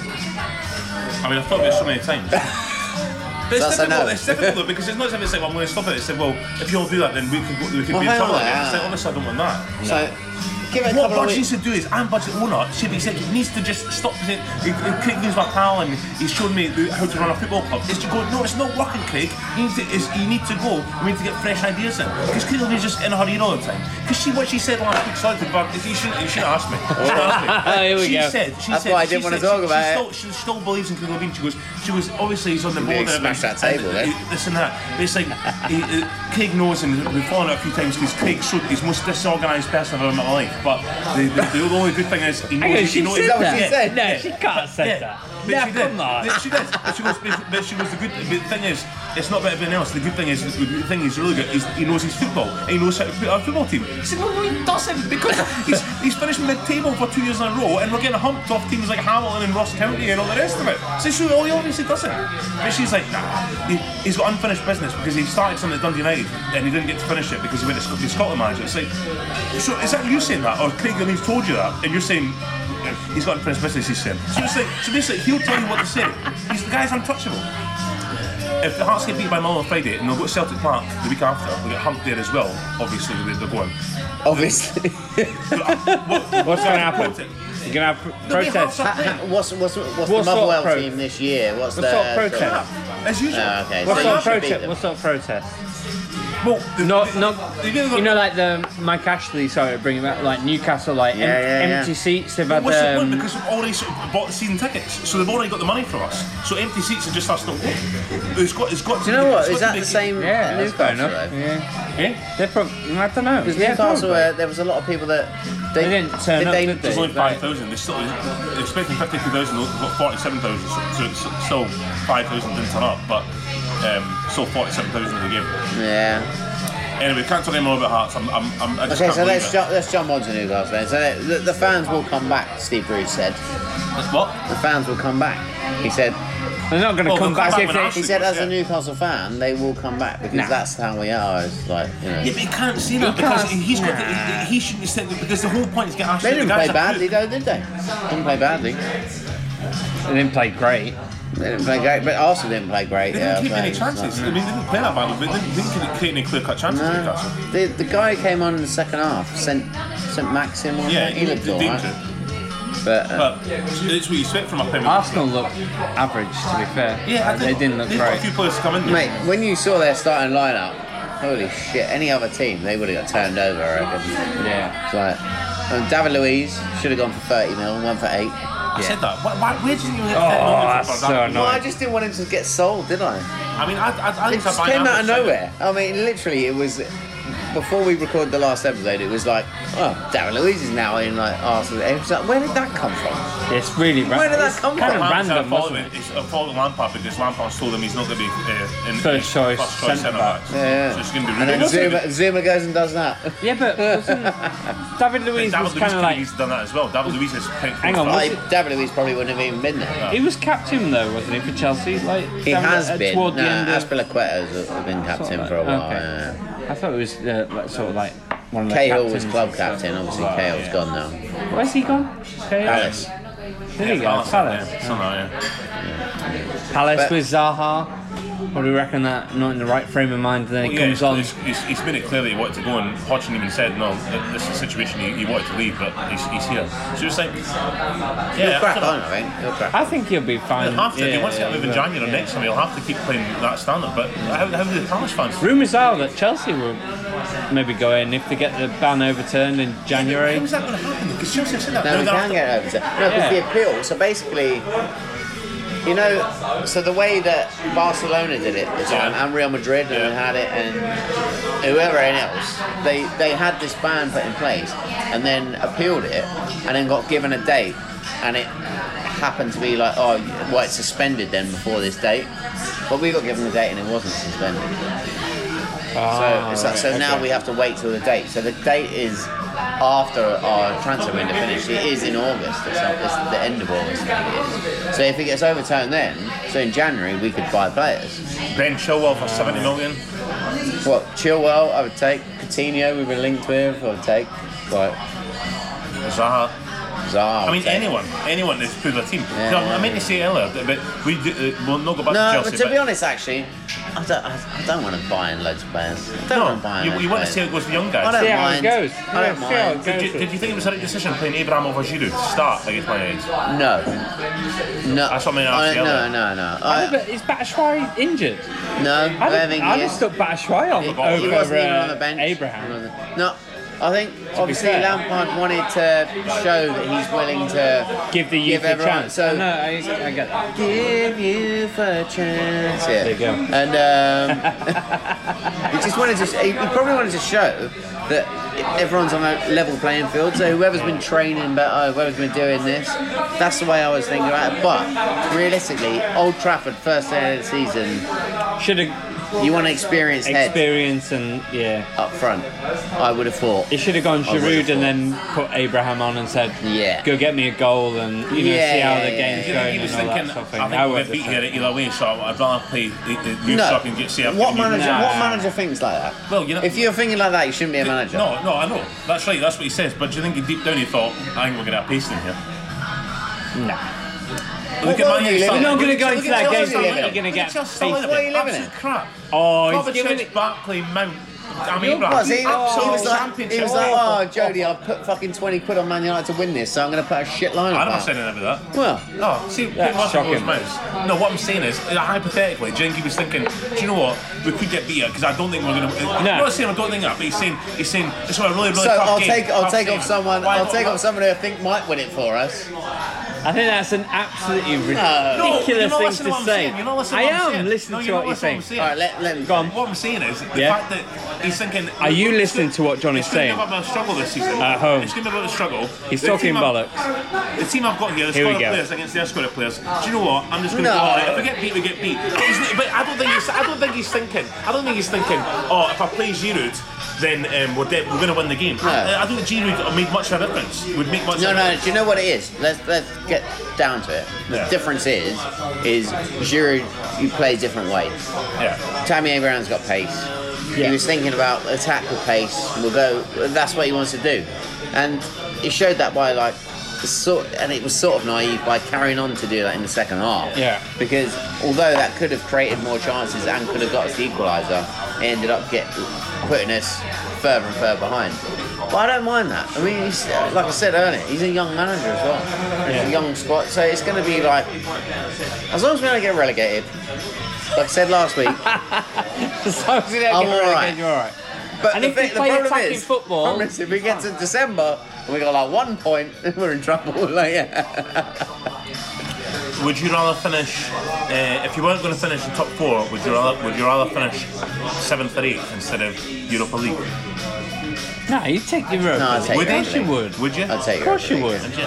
Speaker 3: I mean, I've thought about it so many times. But it's
Speaker 1: That's a
Speaker 3: difficult,
Speaker 1: no.
Speaker 3: it's difficult though, because it's not as if it's like, well, I'm going to stop it. It's like, well, if you all do that, then we could, go- we could
Speaker 1: Well,
Speaker 3: be in
Speaker 1: hang
Speaker 3: trouble.
Speaker 1: on,
Speaker 3: again. It's
Speaker 1: yeah.
Speaker 3: like, obviously, I don't want that.
Speaker 1: So give it a
Speaker 3: What
Speaker 1: couple of
Speaker 3: budget needs
Speaker 1: weeks.
Speaker 3: to do is, I'm budget owner, should be executive, needs to just stop. It, it, it, Craig Lee's my pal and he's shown me the- how to run a football club. Is to go, no, it's not working, Craig. You need to, is, you need to go, we need to get fresh ideas in. Because Craig Lee's just in a hurry all the time. Because see what she said last week, sorry, but you shouldn't, you shouldn't ask me. You shouldn't ask me.
Speaker 2: Here we
Speaker 3: she
Speaker 2: go.
Speaker 3: said, she
Speaker 1: That's
Speaker 3: said,
Speaker 1: why I
Speaker 3: she
Speaker 1: didn't wanna
Speaker 3: said-
Speaker 1: talk
Speaker 3: she-
Speaker 1: about it.
Speaker 3: she still, She still believes in Craig Levine. She goes, she was obviously he's on the board.
Speaker 1: Big
Speaker 3: and everything.
Speaker 1: smash that table, eh?
Speaker 3: And-
Speaker 1: then.
Speaker 3: this and that. But it's like he, uh, Craig knows, and we've fallen out a few times because Craig showed he's the most disorganised person I've ever met in my life. But the, the, the only good thing is he knows.
Speaker 2: Hang on,
Speaker 3: he
Speaker 2: she
Speaker 3: knows
Speaker 2: said
Speaker 1: that what she
Speaker 2: that.
Speaker 1: said?
Speaker 2: No, she can't have said
Speaker 3: Yeah.
Speaker 2: that.
Speaker 3: But
Speaker 2: No,
Speaker 3: she did.
Speaker 2: come on.
Speaker 3: But she did. But she goes. But but she goes. The good. The thing is, it's not about everything else. The good thing is, the good thing is really good. Is he knows his football. And he knows how to put our football team. He said, no, no, he doesn't because he's he's finished mid-table for two years in a row, and we're getting humped off teams like Hamilton and Ross County and all the rest of it. So she, oh, he obviously doesn't. But she's like, nah. He, he's got unfinished business because he started something at Dundee United and he didn't get to finish it because he went to Sc- the Scotland manager. It's like, so is that you saying that, or Craig Lee's told you that, and you're saying? He's got unfinished business, he's saying. So, it's like, so basically, he'll tell you what to say. He's, the guy's untouchable. If the Hearts get beat by Mull on Friday and they'll go to Celtic Park the week after, they'll get humped there as well, obviously, the way they're going.
Speaker 1: Obviously.
Speaker 2: What's going to happen?
Speaker 3: Celtic.
Speaker 2: You're going to have
Speaker 3: There'll be
Speaker 2: protests.
Speaker 3: Hearts
Speaker 1: Ha-
Speaker 3: up there.
Speaker 1: ha- what's what's what's the
Speaker 2: What sort of
Speaker 1: Motherwell
Speaker 2: pro-
Speaker 1: team this year? What's
Speaker 2: What
Speaker 1: the
Speaker 2: sort of protest?
Speaker 3: As usual.
Speaker 1: Ah, okay.
Speaker 2: What
Speaker 1: So
Speaker 2: sort
Speaker 1: you
Speaker 2: of
Speaker 1: should beat
Speaker 2: protest?
Speaker 1: them.
Speaker 2: What sort of protest?
Speaker 3: Well, the-
Speaker 2: Not,
Speaker 3: the-
Speaker 2: not,
Speaker 3: the-
Speaker 2: you know, like the Mike Ashley, sorry to bring him up, like Newcastle, like em-
Speaker 1: Yeah, yeah, yeah.
Speaker 2: empty seats. They've had,
Speaker 3: What's the point?
Speaker 2: um,
Speaker 3: Because we've already sort of bought the season tickets, so they've already got the money from us. So empty seats are just us not. It's got. It's got.
Speaker 1: Do you know what? Is
Speaker 3: it's got
Speaker 1: that
Speaker 3: to
Speaker 1: the
Speaker 3: be-
Speaker 1: same?
Speaker 2: yeah, that's fair
Speaker 1: Newcastle,
Speaker 2: enough.
Speaker 1: though?
Speaker 2: Yeah. yeah, they're probably, I don't know.
Speaker 1: Because
Speaker 2: Yeah,
Speaker 1: Newcastle,
Speaker 2: probably.
Speaker 1: uh, there was a lot of people that they,
Speaker 2: They didn't turn up,
Speaker 1: they,
Speaker 2: did they?
Speaker 3: It's only five thousand. They're still they're expecting fifty-two thousand. They've got forty-seven thousand. So it's still five thousand didn't turn up, but um, still forty-seven thousand in the game.
Speaker 1: Yeah.
Speaker 3: Anyway, can't tell any more about Hearts. I'm, I'm, I'm I just
Speaker 1: Okay,
Speaker 3: can't
Speaker 1: so
Speaker 3: believe
Speaker 1: let's
Speaker 3: it.
Speaker 1: ju- let's jump on to Newcastle then. So the, the fans will come back. Steve Bruce said
Speaker 3: What?
Speaker 1: the fans will come back. He said
Speaker 2: They're not going to
Speaker 3: Oh,
Speaker 2: come
Speaker 3: they'll come
Speaker 2: back
Speaker 3: back
Speaker 2: if
Speaker 3: when
Speaker 2: they.
Speaker 3: Ashley-
Speaker 1: he said as a
Speaker 3: Yeah.
Speaker 1: Newcastle fan they will come back because
Speaker 2: Nah.
Speaker 1: that's how we are. It's like you know.
Speaker 3: Yeah, but he can't see that
Speaker 2: He
Speaker 3: because
Speaker 2: can't-
Speaker 3: he's got.
Speaker 2: Nah.
Speaker 3: The, he shouldn't say because the whole point is get Ashley.
Speaker 1: They didn't
Speaker 3: the
Speaker 1: play
Speaker 3: guys are
Speaker 1: badly
Speaker 3: good.
Speaker 1: though, did they? Didn't play badly. They
Speaker 2: They didn't play great.
Speaker 1: didn't play great, but Arsenal didn't play great.
Speaker 3: They
Speaker 1: yeah,
Speaker 3: didn't keep
Speaker 1: so
Speaker 3: any
Speaker 1: it's
Speaker 3: chances.
Speaker 1: like-
Speaker 3: I mean, they didn't play that badly, but they didn't, didn't create any clear-cut chances.
Speaker 1: No.
Speaker 3: Newcastle.
Speaker 1: The, the guy who came on in the second half, St. St. Maxim, wasn't
Speaker 3: Yeah,
Speaker 1: it? he looked
Speaker 3: did
Speaker 1: alright. But uh,
Speaker 3: But it's what you expect from a Premier League.
Speaker 2: Arsenal looked average, to be fair.
Speaker 3: Ah, Yeah, I
Speaker 2: Like, they
Speaker 3: think
Speaker 2: didn't look
Speaker 3: they've got
Speaker 2: great.
Speaker 3: A few players to come in.
Speaker 1: mate, when you saw their starting lineup, holy shit! Any other team, they would have got turned over. I reckon.
Speaker 2: Yeah.
Speaker 1: It's like, And David Luiz should have gone for 30 mil, went for 8.
Speaker 3: I said that. Why, why, where did you get
Speaker 2: Oh,
Speaker 3: that?
Speaker 2: that's so
Speaker 1: Well,
Speaker 2: annoying.
Speaker 1: I just didn't want him to get sold, did I?
Speaker 3: I mean, I, I, I
Speaker 1: It
Speaker 3: think
Speaker 1: just
Speaker 3: I buy
Speaker 1: came out of
Speaker 3: Amazon.
Speaker 1: nowhere. I mean, literally, it was before we recorded the last episode. It was like, oh, Darren Louise is now in like Arsenal. And it was like, where did that come from?
Speaker 2: It's really random.
Speaker 1: Where did that come
Speaker 2: kind
Speaker 1: from?
Speaker 2: of
Speaker 3: Lampard's
Speaker 2: random,
Speaker 3: gonna follow
Speaker 2: wasn't
Speaker 3: it. It's a follow Lampard because Lampard's told him he's not going to be uh, in
Speaker 2: First
Speaker 3: in
Speaker 2: choice
Speaker 3: first choice
Speaker 2: centre
Speaker 3: centre backs.
Speaker 1: Yeah.
Speaker 3: So it's going to be
Speaker 1: And
Speaker 3: really
Speaker 1: then
Speaker 3: good.
Speaker 1: Zuma, Zuma goes and does that.
Speaker 2: Yeah, but wasn't David Luiz was
Speaker 3: David Luiz
Speaker 2: kind of
Speaker 3: could
Speaker 2: like
Speaker 3: have done that as well. David Luiz has picked.
Speaker 2: Hang on,
Speaker 1: Like, David Luiz probably wouldn't have even been there.
Speaker 2: he was captain though, wasn't he for Chelsea? Like
Speaker 1: He
Speaker 2: David-
Speaker 1: has
Speaker 2: uh,
Speaker 1: been. Nah,
Speaker 2: toward the end. of-
Speaker 1: Aspilicueta's have been captain for a while.
Speaker 2: Okay.
Speaker 1: yeah.
Speaker 2: I thought it was uh, like, sort of like one of the
Speaker 1: Cahill was
Speaker 2: captains
Speaker 1: club
Speaker 2: and stuff.
Speaker 1: captain. Obviously,
Speaker 2: Right,
Speaker 1: Cahill's
Speaker 2: yeah.
Speaker 1: gone now.
Speaker 2: Where's he gone? Cahill?
Speaker 1: Palace.
Speaker 2: There you go.
Speaker 3: Palace,
Speaker 2: Palace.
Speaker 3: yeah, something like that, yeah.
Speaker 2: Palace
Speaker 1: But-
Speaker 2: with Zaha. What do we reckon that? Not in the right frame of mind. Then he
Speaker 3: Yeah,
Speaker 2: comes
Speaker 3: he's-
Speaker 2: on.
Speaker 3: He's, he's, he's made it clear that he wanted to go, and Hodgson even said, "No, th- this is a situation he, he wanted to leave, but he's, he's here." So it's like, yeah,
Speaker 1: Crack
Speaker 3: after that-
Speaker 1: on, I think. He'll crack.
Speaker 2: I think he'll be fine.
Speaker 1: Um,
Speaker 3: He'll have to. if
Speaker 2: Yeah,
Speaker 3: he wants to
Speaker 2: yeah,
Speaker 3: get moved in
Speaker 2: but-
Speaker 3: January or
Speaker 2: yeah.
Speaker 3: next summer, he'll have to keep playing that standard. But how, how do the Palace fans feel?
Speaker 2: Rumours are that Chelsea will maybe go in if they get the ban overturned in January.
Speaker 3: How's that going to happen? Because Chelsea have said that.
Speaker 1: No,
Speaker 3: now
Speaker 1: we
Speaker 3: they're
Speaker 1: can
Speaker 3: after-
Speaker 1: get over to. No, because the
Speaker 2: Yeah.
Speaker 1: appeal. So basically, you know, so the way that Barcelona did it this time,
Speaker 3: Yeah.
Speaker 1: and Real Madrid, and
Speaker 3: Yeah.
Speaker 1: had it, and whoever else, they they had this ban put in place, and then appealed it, and then got given a date, and it happened to be like, oh, well, it's suspended then before this date, but we got given a date and it wasn't suspended.
Speaker 3: Oh,
Speaker 1: So,
Speaker 2: Ah,
Speaker 1: it's like, so now we have to wait till the date. So the date is after our transfer window finishes. It is in August. It's, not, it's the end of August. It is. So if it gets overturned then, so in January we could buy players.
Speaker 3: Ben Chilwell for 70 million.
Speaker 1: What Chilwell, I would take. Coutinho, we've been linked with. I would take. Like
Speaker 3: Zaha.
Speaker 1: Zaha. I
Speaker 3: I
Speaker 1: would
Speaker 3: mean,
Speaker 1: take.
Speaker 3: anyone, anyone that's put their team.
Speaker 1: Yeah,
Speaker 3: So,
Speaker 1: yeah,
Speaker 3: I meant to say earlier, that- but we do, uh, we'll not go back
Speaker 1: No,
Speaker 3: to
Speaker 1: but
Speaker 3: Chelsea.
Speaker 1: to be honest, actually, I don't. I, I don't want to buy in loads of players. I don't want to buy
Speaker 3: no,
Speaker 1: in. loads
Speaker 3: you, you
Speaker 1: of
Speaker 3: want
Speaker 1: players.
Speaker 3: to see how it goes with young
Speaker 1: I
Speaker 3: guys.
Speaker 1: don't
Speaker 2: See how it
Speaker 1: mind.
Speaker 2: goes.
Speaker 1: I don't
Speaker 2: Yeah, see how it
Speaker 1: mind.
Speaker 2: goes.
Speaker 3: Did you, did you think it was the right decision playing Abraham over Giroud to start against my age?
Speaker 1: No, no.
Speaker 3: That's what I mean, I
Speaker 1: I,
Speaker 3: feel
Speaker 1: no,
Speaker 3: that.
Speaker 1: no, no.
Speaker 2: I
Speaker 1: I,
Speaker 2: know, but is Batshuayi injured?
Speaker 1: No, I,
Speaker 2: I,
Speaker 1: don't
Speaker 2: don't,
Speaker 1: think
Speaker 2: I
Speaker 1: he
Speaker 2: just
Speaker 1: is.
Speaker 2: thought Batshuayi on,
Speaker 1: He-
Speaker 2: over
Speaker 1: he wasn't even
Speaker 2: uh,
Speaker 1: on the bench.
Speaker 2: Abraham.
Speaker 1: No, I think obviously
Speaker 2: fair.
Speaker 1: Lampard wanted to show that he's willing to
Speaker 2: Give the youth
Speaker 1: give
Speaker 2: a
Speaker 1: everyone.
Speaker 2: chance.
Speaker 1: So
Speaker 2: no, I, I get that.
Speaker 1: give youth a chance. Yeah.
Speaker 2: There you go.
Speaker 1: And um, he just wanted to. He he probably wanted to show that everyone's on a level playing field. So whoever's been training better, whoever's been doing this, that's the way I was thinking about it. But realistically, Old Trafford, first day of the season,
Speaker 2: Should have
Speaker 1: you want to experience head
Speaker 2: experience and yeah.
Speaker 1: up front. I would have thought.
Speaker 2: It should have gone
Speaker 1: I would've
Speaker 2: Giroud and then put Abraham on and said,
Speaker 1: Yeah.
Speaker 2: go get me a goal and you know see
Speaker 1: Yeah,
Speaker 2: how
Speaker 1: yeah,
Speaker 2: the
Speaker 1: yeah,
Speaker 2: game's
Speaker 1: yeah.
Speaker 2: going
Speaker 3: he
Speaker 2: and
Speaker 3: was
Speaker 2: all
Speaker 3: thinking,
Speaker 2: that sort of thing.
Speaker 3: I
Speaker 2: I
Speaker 3: think we're
Speaker 2: would
Speaker 3: beat
Speaker 2: have
Speaker 3: here either way, so I'd rather play the, the youth
Speaker 1: No.
Speaker 3: so I can get see. I can
Speaker 1: What
Speaker 3: get used
Speaker 1: manager?
Speaker 3: to it.
Speaker 1: What manager thinks like that?
Speaker 3: Well, you know-
Speaker 1: if you're thinking like that, you shouldn't be a manager.
Speaker 3: No, no, I know. That's right. That's what he says. But do you think deep down he thought, I think we're going to have pacing here?
Speaker 2: said- Nah.
Speaker 3: Look
Speaker 1: Well, well,
Speaker 3: at Man
Speaker 1: We're
Speaker 2: We're not going to
Speaker 1: gonna
Speaker 2: go
Speaker 1: Look
Speaker 2: into
Speaker 1: at
Speaker 2: that
Speaker 1: Chelsea
Speaker 2: game. You're
Speaker 1: living
Speaker 2: not
Speaker 1: it.
Speaker 2: going to get
Speaker 3: Chelsea still
Speaker 2: beat.
Speaker 1: Why are you living
Speaker 3: Absolute
Speaker 1: it?
Speaker 3: crap.
Speaker 2: Oh, he's
Speaker 3: Kovacic,
Speaker 2: giving it-
Speaker 3: Barkley, Mount. I mean,
Speaker 1: Was he? Oh,
Speaker 3: Absolute
Speaker 1: he was like,
Speaker 3: championship.
Speaker 1: he was like, oh, Jody, I've put fucking twenty quid on Man United to win this, so I'm going to put a shit line
Speaker 3: I
Speaker 1: on
Speaker 3: never
Speaker 1: that.
Speaker 3: said anything about that.
Speaker 1: Well,
Speaker 3: Oh, see,
Speaker 2: That's
Speaker 3: Pete Russell goes
Speaker 2: shocking.
Speaker 3: mouse. No, what I'm saying is, uh, hypothetically, do you think he was thinking, do you know what, we could get beat because I don't think we're going to. I'm
Speaker 2: No.
Speaker 3: not saying I don't think that, but he's saying, he's saying, it's a really, really
Speaker 1: so
Speaker 3: tough
Speaker 1: I'll
Speaker 3: game,
Speaker 1: take I'll
Speaker 3: tough
Speaker 1: take
Speaker 3: game.
Speaker 1: off someone.
Speaker 3: Why
Speaker 1: I'll
Speaker 3: not-
Speaker 1: take off someone who I think might win it for us.
Speaker 2: I think that's an absolutely
Speaker 3: No, you're
Speaker 2: ridiculous
Speaker 3: not
Speaker 2: thing
Speaker 3: listening
Speaker 2: to
Speaker 3: what I'm
Speaker 2: say.
Speaker 3: saying. You're not listening
Speaker 2: I
Speaker 3: to what I'm
Speaker 2: am
Speaker 3: saying.
Speaker 2: listening
Speaker 3: No,
Speaker 2: to
Speaker 3: you're
Speaker 2: what
Speaker 3: not
Speaker 2: you're saying.
Speaker 3: listening to what I'm saying.
Speaker 1: All right, let let him
Speaker 2: Go on.
Speaker 3: What I'm saying is the
Speaker 2: Yeah.
Speaker 3: fact that he's thinking.
Speaker 2: Are you
Speaker 3: It's
Speaker 2: listening to what Johnny's
Speaker 3: it's gonna be
Speaker 2: saying?
Speaker 3: a bit of a struggle this season.
Speaker 2: At home.
Speaker 3: It's going to be a bit of a struggle.
Speaker 2: He's
Speaker 3: The
Speaker 2: talking
Speaker 3: team I've-
Speaker 2: bollocks.
Speaker 3: The team I've got here, the
Speaker 2: Here we
Speaker 3: squad of
Speaker 2: go.
Speaker 3: players against their squad of players. Do you know what? I'm just going to
Speaker 1: No.
Speaker 3: go. all right, If we get beat, we get beat. But, he's, not- but I don't think he's. I don't think he's thinking. I don't think he's thinking. Oh, if I play Giroud, then um, we're dead, we're going to win the game. I, I don't think Giroud made much of a difference. Would make much.
Speaker 1: No,
Speaker 3: of
Speaker 1: no.
Speaker 3: a
Speaker 1: Do you know what it is? Let's let's get down to it. The
Speaker 3: Yeah.
Speaker 1: difference is is Giroud. You play different ways.
Speaker 3: Yeah.
Speaker 1: Tammy Abraham's got pace. He
Speaker 2: Yeah.
Speaker 1: was thinking about attack with pace. We'll go. That's what he wants to do, and he showed that by like sort. And it was sort of naive by carrying on to do that in the second half.
Speaker 2: Yeah.
Speaker 1: Because although that could have created more chances and could have got us the equaliser, it ended up get putting us further and further behind. But I don't mind that. I mean, he's, like I said earlier, he's a young manager as well. It's a young squad, so it's going to be like as long as we don't get relegated. Like I said last week,
Speaker 2: As long as you don't
Speaker 1: I'm
Speaker 2: get
Speaker 1: all
Speaker 2: relegated,
Speaker 1: right.
Speaker 2: You're all right.
Speaker 1: But
Speaker 2: and
Speaker 1: the,
Speaker 2: if we
Speaker 1: thing- the
Speaker 2: play
Speaker 1: problem
Speaker 2: attacking
Speaker 1: is,
Speaker 2: football,
Speaker 1: problem is if we get to December and we got like one point, we're in trouble. Like, yeah.
Speaker 3: Would you rather finish, uh, if you weren't going to finish in top four, would you rather, would you rather finish seventh or eighth instead of Europa League?
Speaker 2: no, you take your rope.
Speaker 1: No, I'd take
Speaker 2: of
Speaker 1: it,
Speaker 2: course you
Speaker 1: actually.
Speaker 2: would.
Speaker 3: Would you?
Speaker 1: I'd take it.
Speaker 2: Of course you would.
Speaker 3: Would you?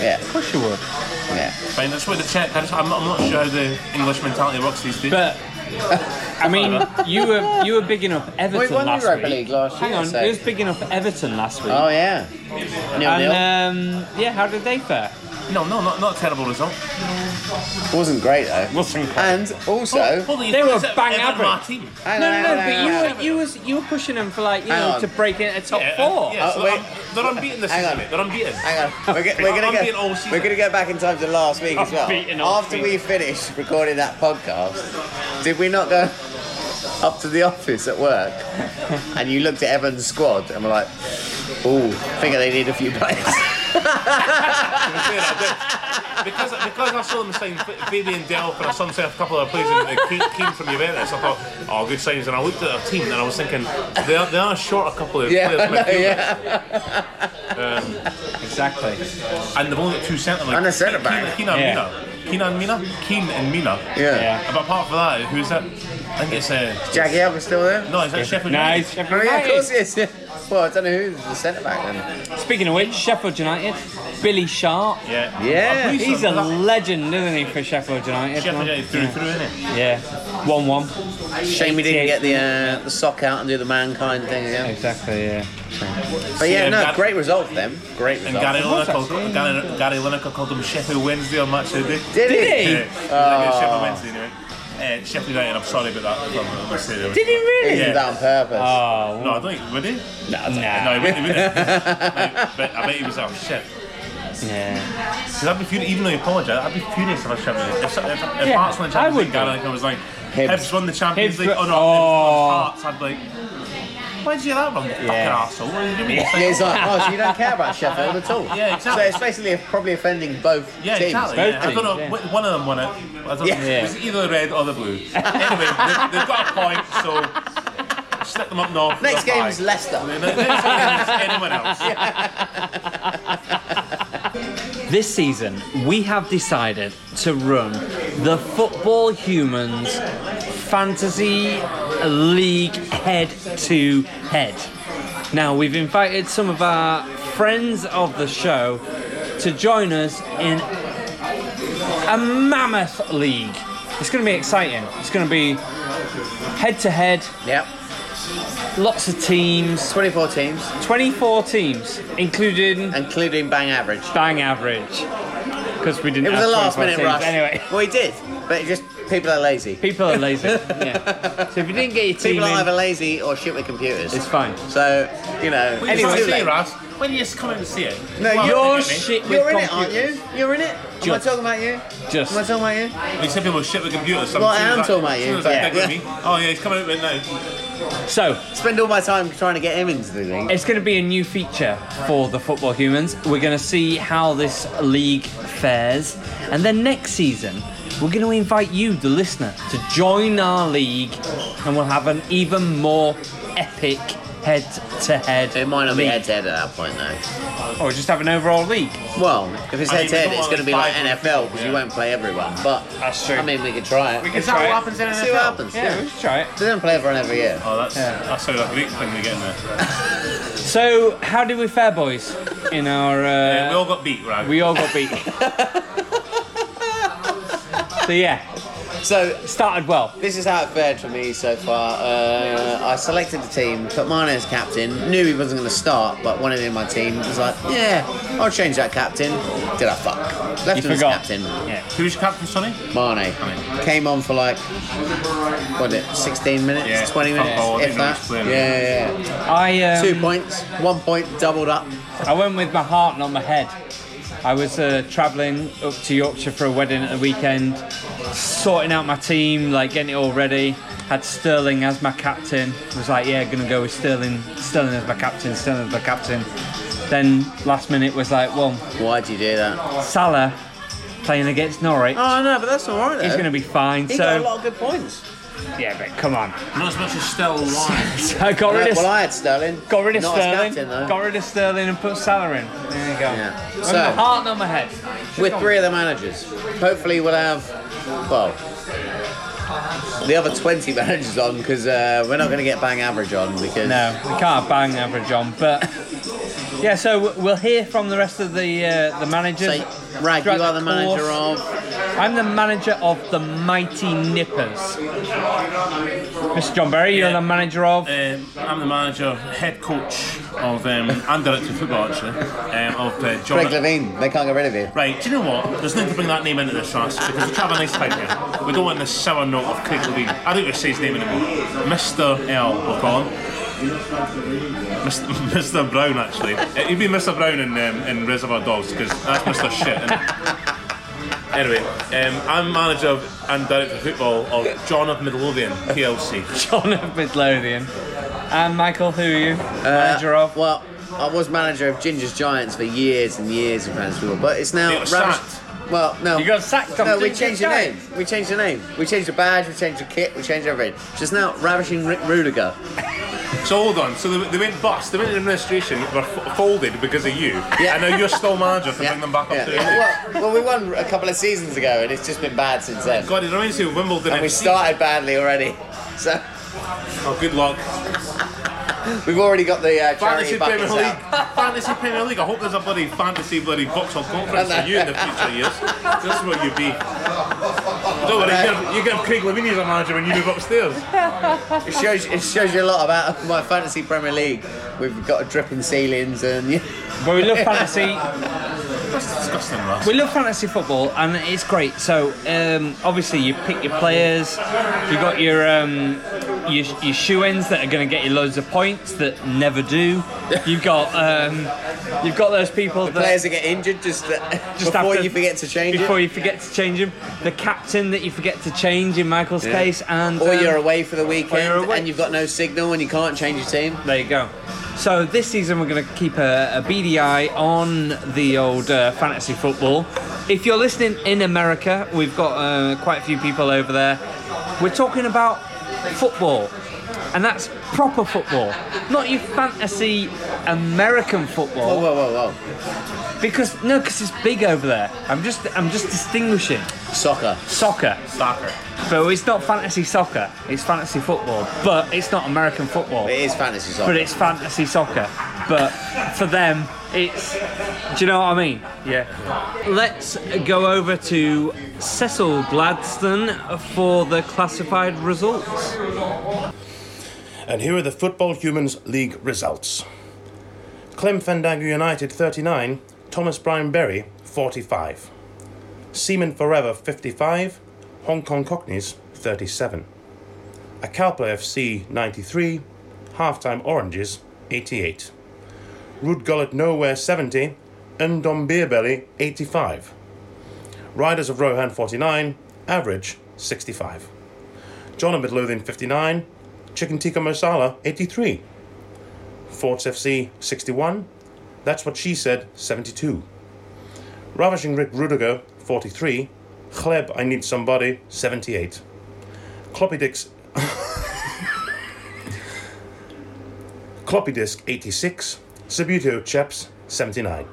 Speaker 1: Yeah,
Speaker 2: Of course you would.
Speaker 1: yeah.
Speaker 3: Fine, that's what the check. I just, I'm, I'm not sure how the English mentality works these days.
Speaker 2: But I mean, you were you were big enough
Speaker 1: We
Speaker 2: Everton
Speaker 1: won the
Speaker 2: last
Speaker 1: Europa
Speaker 2: week.
Speaker 1: League last
Speaker 2: Hang
Speaker 1: year,
Speaker 2: on,
Speaker 1: so-
Speaker 2: who was big enough Everton last week?
Speaker 1: Oh yeah. Nil nil.
Speaker 2: and um, yeah, how did they fare?
Speaker 3: no, no, not, not a terrible result.
Speaker 1: wasn't great though.
Speaker 2: Wasn't great.
Speaker 1: And also,
Speaker 3: on, you
Speaker 2: They were
Speaker 3: said Everton
Speaker 2: bang
Speaker 3: were
Speaker 2: average.
Speaker 3: my team.
Speaker 1: hang
Speaker 2: No,
Speaker 1: on,
Speaker 2: no,
Speaker 1: hang on,
Speaker 2: no. But
Speaker 1: hang
Speaker 2: you
Speaker 1: on.
Speaker 2: were you was you were pushing them for like you
Speaker 1: Hang
Speaker 2: know
Speaker 1: on.
Speaker 2: to break in at top
Speaker 3: Yeah,
Speaker 2: four.
Speaker 3: Eh, Yeah, so
Speaker 1: Oh,
Speaker 3: they're,
Speaker 1: wait.
Speaker 3: un- they're unbeaten this
Speaker 1: Hang
Speaker 3: season,
Speaker 1: on.
Speaker 3: mate. They're unbeaten.
Speaker 1: Hang on, we're, go- we're
Speaker 3: I'm
Speaker 1: gonna
Speaker 3: being all
Speaker 1: go.
Speaker 3: season.
Speaker 1: We're gonna go back in time to last week as well.
Speaker 2: I'm beating all
Speaker 1: After we finished recording that podcast, did we not go up to the office at work? and you looked at Evan's squad and were like, "Ooh, figure they need a few players."
Speaker 3: because because I saw them sign Fa- Fabian Delph and I saw them sign a couple of players and they came- came from Juventus. I thought, oh, good signs. And I looked at their team and I was thinking, they are, they are short a couple of
Speaker 1: yeah, I
Speaker 3: players.
Speaker 1: know,
Speaker 3: midfield.
Speaker 1: yeah.
Speaker 2: Exactly.
Speaker 3: And they've only got two centre
Speaker 1: And a
Speaker 3: backs.
Speaker 1: centre-back.
Speaker 3: Keane and
Speaker 2: Yeah.
Speaker 3: Mina. Keane and Mina. Keane and Mina.
Speaker 1: Yeah.
Speaker 2: Yeah.
Speaker 3: But apart from that, who's that? I think it's uh,
Speaker 1: Jackie Alvin's still there.
Speaker 3: no, it's that Sheffield. United.
Speaker 2: Nice.
Speaker 1: Oh yeah, of course he is. Well, I don't know who's the centre back then.
Speaker 2: Speaking of which, Sheffield United, Billy Sharp.
Speaker 3: Yeah.
Speaker 1: Yeah.
Speaker 3: I'm pleased
Speaker 2: He's a
Speaker 3: I'm-
Speaker 2: legend, isn't he, for Sheffield United?
Speaker 3: Sheffield United through and through, isn't it?
Speaker 2: Yeah, one-one.
Speaker 1: Shame we didn't get the uh, the sock out and do the mankind thing again.
Speaker 2: Exactly. Yeah.
Speaker 1: But yeah,
Speaker 3: Yeah,
Speaker 1: no,
Speaker 3: that-
Speaker 1: great result for them. Great
Speaker 3: And
Speaker 1: result.
Speaker 3: Gary
Speaker 2: was
Speaker 3: Lineker,
Speaker 2: actually,
Speaker 3: Gary, Gary Lineker called them Sheffield Wednesday on match day.
Speaker 1: Did he? Oh.
Speaker 2: Did he?
Speaker 3: Yeah, like,
Speaker 1: Ah.
Speaker 3: Sheffield Wednesday anyway. Uh, Sheffield United, I'm sorry about that. club, I'm gonna say they were-
Speaker 2: Did he really?
Speaker 1: He did
Speaker 3: Yeah.
Speaker 1: that on purpose.
Speaker 2: Oh.
Speaker 3: No, I don't think, would he?
Speaker 2: Nah.
Speaker 3: No, he wouldn't. He wouldn't. no, but I bet he was like, oh, shit.
Speaker 2: Yeah.
Speaker 3: Because I'd be furious, even though he apologised, I'd be furious if I Sheffield United. If, if, if
Speaker 2: Yeah,
Speaker 3: Hearts won the
Speaker 2: I
Speaker 3: Champions
Speaker 2: would
Speaker 3: League, Gary Lineker was like,
Speaker 1: Hibs.
Speaker 3: Hibs, won the Champions
Speaker 2: Hibs
Speaker 3: League.
Speaker 2: won-
Speaker 3: Oh
Speaker 2: Oh.
Speaker 3: no, Hibs won Hearts. I'd be like, why did you do that wrong,
Speaker 2: Yeah.
Speaker 3: fucking arsehole? What did you mean? It's like,
Speaker 1: Yeah, it's like, oh, so you don't care about Sheffield at all.
Speaker 3: Yeah, exactly.
Speaker 1: So it's basically probably offending both
Speaker 3: Yeah,
Speaker 1: teams.
Speaker 3: exactly.
Speaker 2: both
Speaker 3: yeah. I don't know.
Speaker 2: teams,
Speaker 3: wh- One of them won it. I don't
Speaker 1: Yeah.
Speaker 3: know. It was either the red or the blue. anyway, they've, they've got a point, so stick them up north.
Speaker 1: Next
Speaker 3: they're
Speaker 1: game's
Speaker 3: fine.
Speaker 1: Leicester.
Speaker 3: The next game is anyone else.
Speaker 2: This season, we have decided to run the Football Humans Fantasy League head to head. Now, we've invited some of our friends of the show to join us in a mammoth league. It's going to be exciting. It's going to be head to head,
Speaker 1: Yep.
Speaker 2: lots of teams,
Speaker 1: 24 teams,
Speaker 2: 24 teams, including
Speaker 1: including bang average.
Speaker 2: bang average because we didn't.
Speaker 1: It was
Speaker 2: have
Speaker 1: a last
Speaker 2: 25
Speaker 1: minute
Speaker 2: teams.
Speaker 1: rush.
Speaker 2: Anyway,
Speaker 1: Well, we did, but it just people are lazy.
Speaker 2: people are lazy. yeah. So if you didn't get your team
Speaker 1: People are
Speaker 2: in,
Speaker 1: either lazy or shit with computers.
Speaker 2: it's fine.
Speaker 1: So, you know,
Speaker 3: When
Speaker 1: it's
Speaker 3: you
Speaker 1: too
Speaker 3: see
Speaker 1: late.
Speaker 3: it, Raz, when you just come in and see it.
Speaker 1: No,
Speaker 3: Well,
Speaker 2: You're
Speaker 3: look at me.
Speaker 2: shit with
Speaker 1: You're in it, aren't
Speaker 2: computers.
Speaker 1: you? You're in it? Am I
Speaker 2: Just-
Speaker 1: talking about you?
Speaker 2: just-
Speaker 1: Am I talking about you?
Speaker 3: You said people shit with computers.
Speaker 1: Well, I am talking about you, yeah.
Speaker 3: Yeah. Me. Oh yeah, he's coming out right now.
Speaker 2: So
Speaker 1: Spend all my time trying to get him into the thing.
Speaker 2: it's going to be a new feature for the football humans. We're going to see how this league fares, and then next season. We're going to invite you, the listener, to join our league, and we'll have an even more epic head-to-head.
Speaker 1: It might not be
Speaker 2: league.
Speaker 1: head to head at that point, though.
Speaker 2: or just have an overall league.
Speaker 1: Well, if it's
Speaker 3: I mean,
Speaker 1: head to head,
Speaker 3: we don't
Speaker 1: it's
Speaker 3: want
Speaker 1: going to be
Speaker 3: like
Speaker 1: like
Speaker 3: five
Speaker 1: NFL because you
Speaker 3: yeah.
Speaker 1: won't play everyone. But
Speaker 2: That's true.
Speaker 1: I mean, we could try it.
Speaker 3: Is that
Speaker 2: try
Speaker 3: what
Speaker 2: it.
Speaker 3: happens in
Speaker 1: See what
Speaker 3: NFL?
Speaker 1: happens.
Speaker 2: Yeah,
Speaker 1: Yeah.
Speaker 2: let's try it.
Speaker 1: They don't play everyone every year.
Speaker 3: Oh, that's that's how a great thing we get in there.
Speaker 2: So, how did we fare, boys? In our,
Speaker 3: Yeah, we
Speaker 2: uh,
Speaker 3: all got beat, Raz.
Speaker 2: we all got beat. so yeah,
Speaker 1: So
Speaker 2: started well.
Speaker 1: This is how it fared for me so far. Uh, I selected the team, put Mane as captain. Knew he wasn't going to start, but wanted him in my team. Was like, yeah, I'll change that captain. Did I fuck? Left
Speaker 2: You
Speaker 1: him as
Speaker 2: forgot.
Speaker 1: captain.
Speaker 2: Yeah.
Speaker 3: Who's your captain, Sonny?
Speaker 1: Mane came on for like what was it, 16 minutes,
Speaker 3: Yeah,
Speaker 1: 20
Speaker 3: fuck
Speaker 1: minutes,
Speaker 3: all,
Speaker 1: if
Speaker 3: didn't know
Speaker 1: that.
Speaker 3: he's
Speaker 1: Yeah,
Speaker 3: playing.
Speaker 1: yeah, yeah.
Speaker 2: I
Speaker 1: Two
Speaker 2: um,
Speaker 1: points, one point, doubled up.
Speaker 2: I went with my heart, not my head. I was uh, travelling up to Yorkshire for a wedding at the weekend, sorting out my team, like getting it all ready. Had Sterling as my captain. Was like, yeah, gonna go with Sterling. Sterling as my captain. Sterling as my captain. Then last minute was like, well,
Speaker 1: Why'd you do
Speaker 2: Oh,
Speaker 1: that?
Speaker 2: Salah playing against Norwich.
Speaker 1: Oh no, but that's all right. Though.
Speaker 2: He's going to be fine.
Speaker 1: he got a
Speaker 2: so
Speaker 1: lot of good points.
Speaker 2: Yeah, but come on.
Speaker 3: Not as much as still alive.
Speaker 2: I got rid of,
Speaker 1: well, I had Sterling.
Speaker 2: got rid of
Speaker 1: Not as
Speaker 2: Sterling.
Speaker 1: captain, though.
Speaker 2: got rid of Sterling and put Salah in. There you go.
Speaker 1: Yeah.
Speaker 2: With
Speaker 1: So-
Speaker 2: my heart, and not my head.
Speaker 1: with three of the managers. Hopefully, we'll have well the other 20 managers on because uh, we're not going to get bang average on because
Speaker 2: No, we can't bang average on, but yeah. So w- we'll hear from the rest of the uh, the managers.
Speaker 1: So, Rag, you
Speaker 2: throughout
Speaker 1: are the manager
Speaker 2: course.
Speaker 1: of
Speaker 2: I'm the manager of the Mighty Nippers. Mr. John Berry, you're
Speaker 3: Yeah.
Speaker 2: the manager of.
Speaker 3: Um, I'm the manager, head coach of, um, and director of football actually, um, of uh, John.
Speaker 1: Greg Levine. They can't get rid of you.
Speaker 3: Right, do you know what? There's nothing to bring that name into this us because we have a nice time here. We don't want the sour note of Craig Levine. I don't even say his name anymore. Mr. L, we'll call him. Mr. Mr. Brown, actually. Uh, He'd be Mr. Brown in, um, in Reservoir Dogs because that's Mr. Shit. isn't it? anyway, um, I'm manager of, and director of football of John of Midlothian, PLC.
Speaker 2: John of Midlothian. And Michael, who are you? manager of.
Speaker 1: Uh, Well, I was manager of Ginger's Giants for years and years in fantasy football, but it's now
Speaker 3: They got
Speaker 1: ravished-
Speaker 3: sacked.
Speaker 1: Well, no.
Speaker 2: You got sacked on
Speaker 1: No, we
Speaker 2: Ginger's
Speaker 1: changed the name.
Speaker 2: Giants.
Speaker 1: We changed the name. We changed the badge. We changed the kit. We changed everything. Just now, ravishing Rick Rudiger.
Speaker 3: So hold on. So they, they went bust. They went in administration. Were f- folded because of you.
Speaker 1: Yeah.
Speaker 3: And now you're still manager to
Speaker 1: Yeah,
Speaker 3: bring them back up.
Speaker 1: yeah.
Speaker 3: to
Speaker 1: Well, well, we won a couple of seasons ago, and it's just been bad since then.
Speaker 3: God, it reminds me of Wimbledon.
Speaker 1: And we
Speaker 3: FC.
Speaker 1: started badly already. So
Speaker 3: Oh, good luck.
Speaker 1: we've already got the uh,
Speaker 3: Fantasy
Speaker 1: charity
Speaker 3: Premier
Speaker 1: buckets
Speaker 3: League.
Speaker 1: out.
Speaker 3: Fantasy Premier League. I hope there's a bloody fantasy bloody Vauxhall conference for you in the future years. That's where you'd be. Don't worry, you're gonna- you're going to have Craig Levine as a manager when you move upstairs.
Speaker 1: It shows, it shows you a lot about my fantasy Premier League. We've got dripping ceilings and
Speaker 2: But we love fantasy.
Speaker 3: That's disgusting, Russ.
Speaker 2: We love fantasy football, and it's great. So um, obviously, you pick your players. You got your um, your, your shoe-ins that are going to get you loads of points that never do. You've got um, you've got those people that
Speaker 1: players that get injured just, uh,
Speaker 2: Just
Speaker 1: before
Speaker 2: after-
Speaker 1: you forget to change
Speaker 2: before
Speaker 1: it.
Speaker 2: you forget to change him. The captain that you forget to change in Michael's
Speaker 1: Yeah.
Speaker 2: case, and
Speaker 1: Or
Speaker 2: um,
Speaker 1: you're away for the weekend
Speaker 2: away.
Speaker 1: and you've got no signal and you can't change your team.
Speaker 2: There you go. So this season we're going to keep a, a BDI on the old uh, fantasy football. If you're listening in America, we've got uh, quite a few people over there. We're talking about football, and that's proper football, not your fantasy American
Speaker 1: Whoa,
Speaker 2: football.
Speaker 1: whoa, whoa, whoa.
Speaker 2: Because no, because it's big over there. I'm just I'm just distinguishing
Speaker 1: Soccer.
Speaker 2: soccer.
Speaker 3: Soccer.
Speaker 2: But it's not fantasy soccer. It's fantasy football, but it's not American football
Speaker 1: It is fantasy soccer.
Speaker 2: but it's fantasy soccer. But for them, it's. Do you know what I mean? Yeah. Let's go over to Cecil Gladstone for the classified results.
Speaker 4: And here are the Football Humans League results. Clem Fandango United 39, Thomas Bryan Berry 45. Seaman Forever 55, Hong Kong Cockneys 37. Acalpa FC 93, Halftime Oranges 88. Rudgullet Nowhere 70, Undom Beerbelly 85. Riders of Rohan 49, Average 65. John of Midlothian 59, Chicken Tikka Masala 83, Forts FC 61, That's What She Said 72, Ravishing Rick Rudiger 43, Chleb I Need Somebody 78, Cloppy Dicks. Cloppy Disc 86, Sabutio Chaps 79,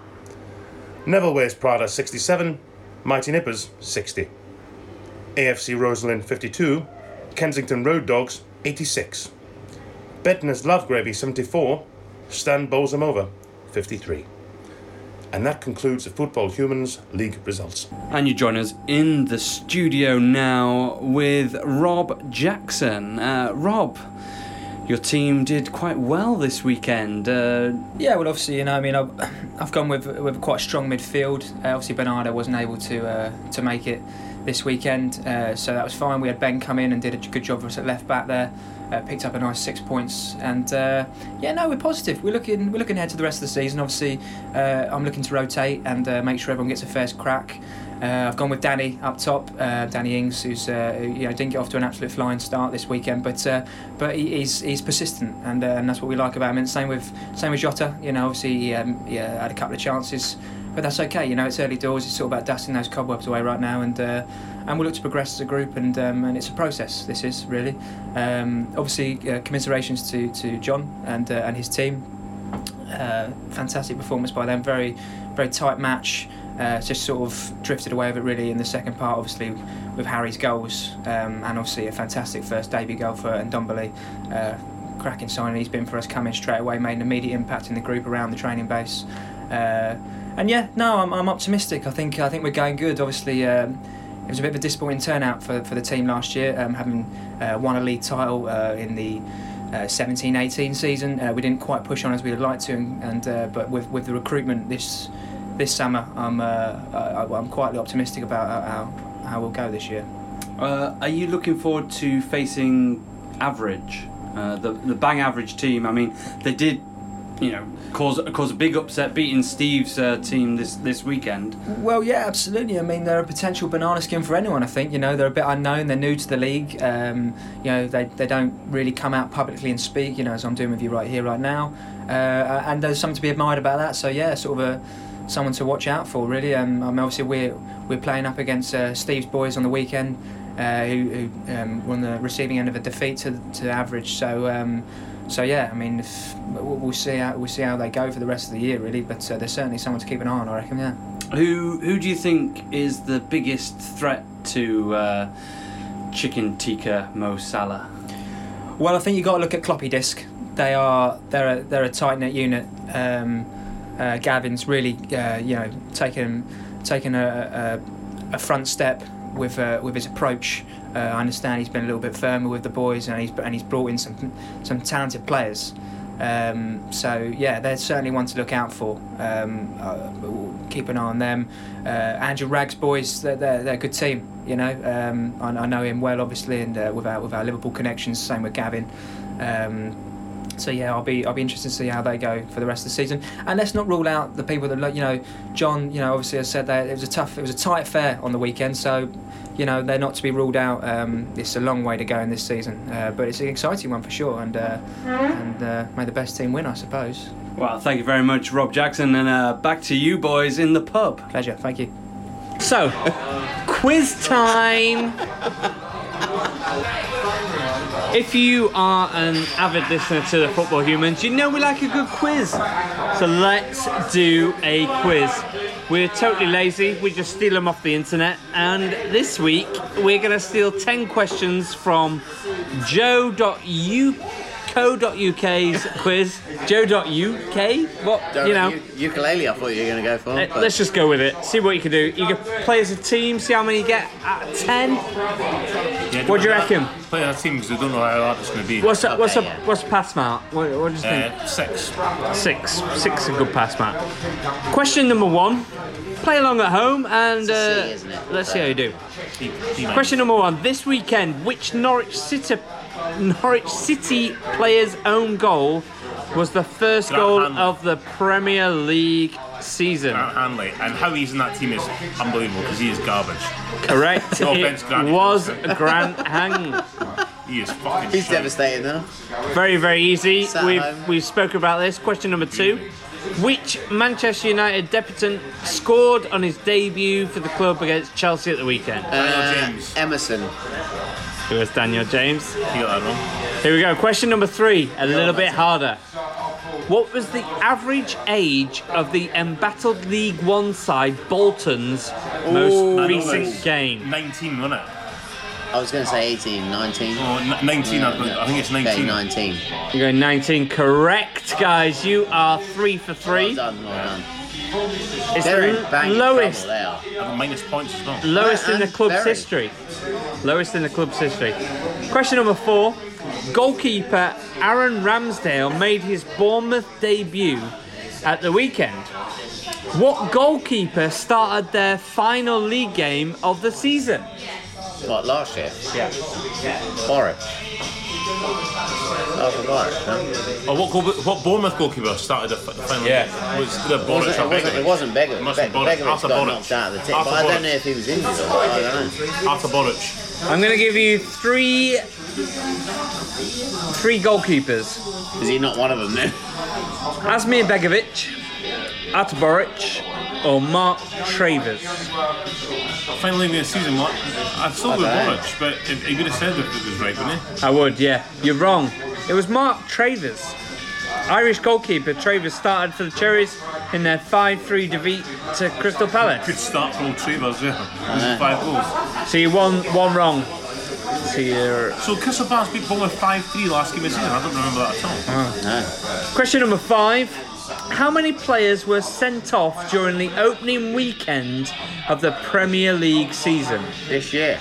Speaker 4: Neville Wears Prada 67, Mighty Nippers 60. AFC Rosalind 52, Kensington Road Dogs 86, Bedner's Love Gravy 74, Stan Bolsom over 53. And that concludes the Football Humans League results.
Speaker 2: And you join us in the studio now with Rob Jackson. Uh, Rob, your team did quite well this weekend. Uh,
Speaker 5: Yeah, well, obviously, you know, I mean, I've, I've gone with with quite a strong midfield. Uh, obviously, Bernardo wasn't able to uh, to make it this weekend, uh, so that was fine. We had Ben come in and did a good job for us at left back there. Uh, picked up a nice six points, and uh, yeah, no, we're positive. We're looking we're looking ahead to the rest of the season. Obviously, uh, I'm looking to rotate and uh, make sure everyone gets a first crack. Uh, I've gone with Danny up top, uh, Danny Ings, who's uh, who, you know didn't get off to an absolute flying start this weekend, but uh, but he, he's he's persistent, and uh, and that's what we like about him. And same with same with Jota, you know, obviously he, um, he uh, had a couple of chances. but that's okay. You know, it's early doors. It's all about dusting those cobwebs away right now, and uh, and we'll look to progress as a group. And um, and it's a process. This is really um, obviously uh, commiserations to to John and uh, and his team. Uh, fantastic performance by them. Very very tight match. Uh, just sort of drifted away with it really in the second part, obviously with Harry's goals um, and obviously a fantastic first debut goal for Ndombele. Uh, cracking signing he's been for us coming straight away, made an immediate impact in the group around the training base. Uh, and yeah, no, I'm, I'm optimistic. I think I think we're going good. Obviously, um, it was a bit of a disappointing turnout for, for the team last year, um, having uh, won a league title uh, in the uh, 17-18 season. Uh, we didn't quite push on as we would like to, and, and uh, but with with the recruitment this this summer, I'm uh, I, I'm quietly optimistic about uh, how how we'll go this year.
Speaker 6: Uh, are you looking forward to facing average, uh, the the bang average team? I mean, they did, you know, cause cause a big upset beating Steve's uh, team this this weekend.
Speaker 5: Well, yeah, absolutely. I mean, they're a potential banana skin for anyone. I think you know they're a bit unknown. They're new to the league. Um, you know, they, they don't really come out publicly and speak. You know, as I'm doing with you right here, right now. Uh, and there's something to be admired about that. So yeah, sort of a someone to watch out for really. Um, I mean, obviously we're we're playing up against uh, Steve's boys on the weekend, uh, who, who um, were on the receiving end of a defeat to to average. So. Um, so yeah, I mean, if, we'll we'll see how we'll see how they go for the rest of the year, really. But uh, there's certainly someone to keep an eye on, I reckon. Yeah.
Speaker 6: Who who do you think is the biggest threat to uh, Chicken Tikka Mo Salah?
Speaker 5: Well, I think you got to look at Cloppy Disc. They are they're a, they're a tight knit unit. Um, uh, Gavin's really uh, you know taken taken a, a, a front step with uh, with his approach. Uh, I understand he's been a little bit firmer with the boys, and he's and he's brought in some some talented players. Um, so yeah, they're certainly one to look out for. Um, uh, we'll keep an eye on them. Uh, Andrew Rags boys, they're, they're, they're a good team. You know, um, I, I know him well, obviously, and uh, with our with our Liverpool connections, same with Gavin. Um, so yeah, I'll be I'll be interested to see how they go for the rest of the season. And let's not rule out the people that look. You know, John. You know, obviously, I said that it was a tough, it was a tight affair on the weekend. So, you know, they're not to be ruled out. Um, it's a long way to go in this season, uh, but it's an exciting one for sure. And uh, and uh, may the best team win, I suppose.
Speaker 6: Well, thank you very much, Rob Jackson, and uh, back to you boys in the pub.
Speaker 5: Pleasure. Thank you.
Speaker 2: So, quiz time. If you are an avid listener to the Football Humans, you know we like a good quiz. So let's do a quiz. We're totally lazy, we just steal them off the internet. And this week, we're going to steal 10 questions from joe.uco.uk's quiz. joe.uk? What?
Speaker 1: Don't-
Speaker 2: you know.
Speaker 1: ukulele. I thought you were going to go for.
Speaker 2: Uh,
Speaker 1: but-
Speaker 2: Let's just go with it. See what you can do. You can play as a team. See how many you get out of ten.
Speaker 3: Yeah,
Speaker 2: What do you reckon?
Speaker 3: Play that team because we don't know how hard it's going to be.
Speaker 2: What's a, what's a
Speaker 1: Okay, yeah.
Speaker 2: what's a pass mark? What, what do you think?
Speaker 3: Uh, six.
Speaker 2: Six. Six is a good pass mark. Question number one. Play along at home and
Speaker 1: a
Speaker 2: uh,
Speaker 1: C, isn't it?
Speaker 2: let's see how you do.
Speaker 3: D- D minus.
Speaker 2: Question number one. This weekend, which Norwich City Norwich City player's own goal was the first
Speaker 3: Grant
Speaker 2: goal
Speaker 3: Hanley.
Speaker 2: of the Premier League season?
Speaker 3: Grant Hanley and how he's in that team is unbelievable because he is garbage.
Speaker 2: Correct.
Speaker 3: No
Speaker 2: it
Speaker 3: offence, Grant.
Speaker 2: was Grant Hang.
Speaker 3: He is fucking.
Speaker 1: He's
Speaker 3: shite.
Speaker 1: devastated now.
Speaker 2: Very, very easy.
Speaker 1: Sat home.
Speaker 2: We've we've spoken about this. Question number two: Which Manchester United debutant scored on his debut for the club against Chelsea at the weekend?
Speaker 1: Uh,
Speaker 3: James.
Speaker 1: Emerson.
Speaker 2: It was Daniel James.
Speaker 3: He got that wrong.
Speaker 2: Here we go. Question number three, a little bit harder. What was the average age of the embattled League One side Bolton's
Speaker 1: Ooh.
Speaker 2: most
Speaker 3: I know
Speaker 2: recent
Speaker 3: this.
Speaker 2: game?
Speaker 3: 19, wasn't it?
Speaker 1: I was going to say 18, 19.
Speaker 3: Oh, n- 19, I, think, I think it's 19.
Speaker 1: Okay, 19.
Speaker 2: You're going 19. Correct, guys. You are three for
Speaker 1: Well
Speaker 2: three.
Speaker 1: done, well done.
Speaker 2: It's
Speaker 1: They're
Speaker 2: the
Speaker 1: in bang
Speaker 2: lowest
Speaker 1: Trouble, they are.
Speaker 3: I have minus points as well.
Speaker 2: Lowest in the
Speaker 1: Uh-uh,
Speaker 2: club's
Speaker 1: very.
Speaker 2: history. Lowest in the club's history. Question number four. Goalkeeper Aaron Ramsdale made his Bournemouth debut at the weekend. What goalkeeper started their final league game of the season?
Speaker 1: What, last year? Yeah. Borich. Oh, for Borich, huh?
Speaker 3: Oh, what, goal, what Bournemouth goalkeeper started the f- the final?
Speaker 6: Yeah.
Speaker 3: was the
Speaker 1: It wasn't,
Speaker 3: Boris
Speaker 1: it wasn't, it wasn't Begovic.
Speaker 3: Must have
Speaker 1: Beg-
Speaker 3: been Boric.
Speaker 1: Begovic
Speaker 3: Arthur
Speaker 1: got
Speaker 3: Boric.
Speaker 1: knocked out of the tip,
Speaker 3: Arthur
Speaker 1: but I
Speaker 3: Boric.
Speaker 1: don't know if he was injured or not. I don't know.
Speaker 3: Arthur Boric.
Speaker 2: I'm going to give you three three goalkeepers.
Speaker 1: Is he not one of them then?
Speaker 2: Asmir Begovic, Atboric, or Mark Travers?
Speaker 3: Finally, we had season one. I thought we
Speaker 1: Okay.
Speaker 3: Norwich, but if- he would have said if it was right, wouldn't he?
Speaker 2: I would, yeah. You're wrong. It was Mark Travers. Irish goalkeeper Travers started for the Cherries in their 5 3 defeat to Crystal Palace.
Speaker 3: Good start for old Travers, yeah. Five goals.
Speaker 2: So you're one, one wrong. So you're
Speaker 3: So Crystal Palace beat Bournemouth 5 3 last game of the season. I don't remember that at all.
Speaker 2: Question number five. How many players were sent off during the opening weekend of the Premier League season?
Speaker 1: This year.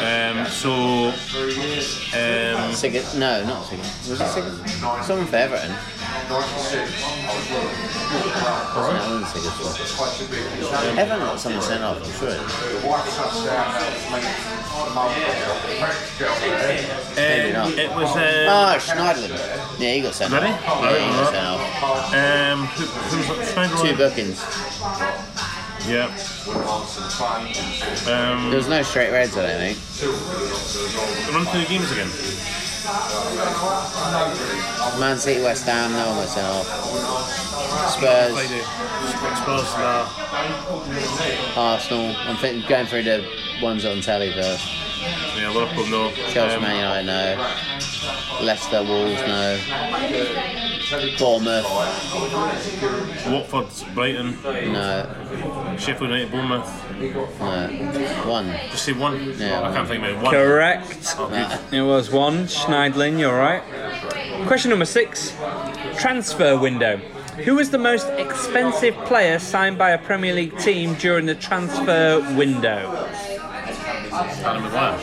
Speaker 3: Um, so, um,
Speaker 1: Sigurd, no, not Sigurd. Was it Sigurd? Someone for Everton. Wasn't it? Wasn't Sigurd for- Everton got someone sent off, I'm sure.
Speaker 3: uh,
Speaker 1: Maybe not.
Speaker 3: it was. Uh,
Speaker 1: Oh, Schneiderlin. Yeah, he got sent
Speaker 3: Did
Speaker 1: off.
Speaker 3: he?
Speaker 1: Yeah, he got sent off.
Speaker 3: um, who, who was it?
Speaker 1: Two
Speaker 3: Spengler?
Speaker 1: bookings.
Speaker 3: Yeah.
Speaker 1: There
Speaker 3: Um,
Speaker 1: was no straight reds, I don't think.
Speaker 3: run through the games again.
Speaker 1: Man City, West Ham, no one got sent off. Spurs,
Speaker 3: Friday. Spurs, nah.
Speaker 1: Arsenal. I'm thinking, going through the ones on telly first.
Speaker 3: Yeah, Liverpool, no.
Speaker 1: Chelsea,
Speaker 3: Um,
Speaker 1: Man United, no. Leicester, Wolves, no. Bournemouth,
Speaker 3: Watford, Brighton,
Speaker 1: no.
Speaker 3: Sheffield United, Bournemouth.
Speaker 1: No. One.
Speaker 3: Just say one.
Speaker 1: Yeah.
Speaker 3: I can't think of it. One.
Speaker 2: Correct.
Speaker 3: Oh, good.
Speaker 2: It was one. Schneidlin, you're right. Question number six. Transfer window. Who was the most expensive player signed by a Premier League team during the transfer window?
Speaker 3: Adam Maguire.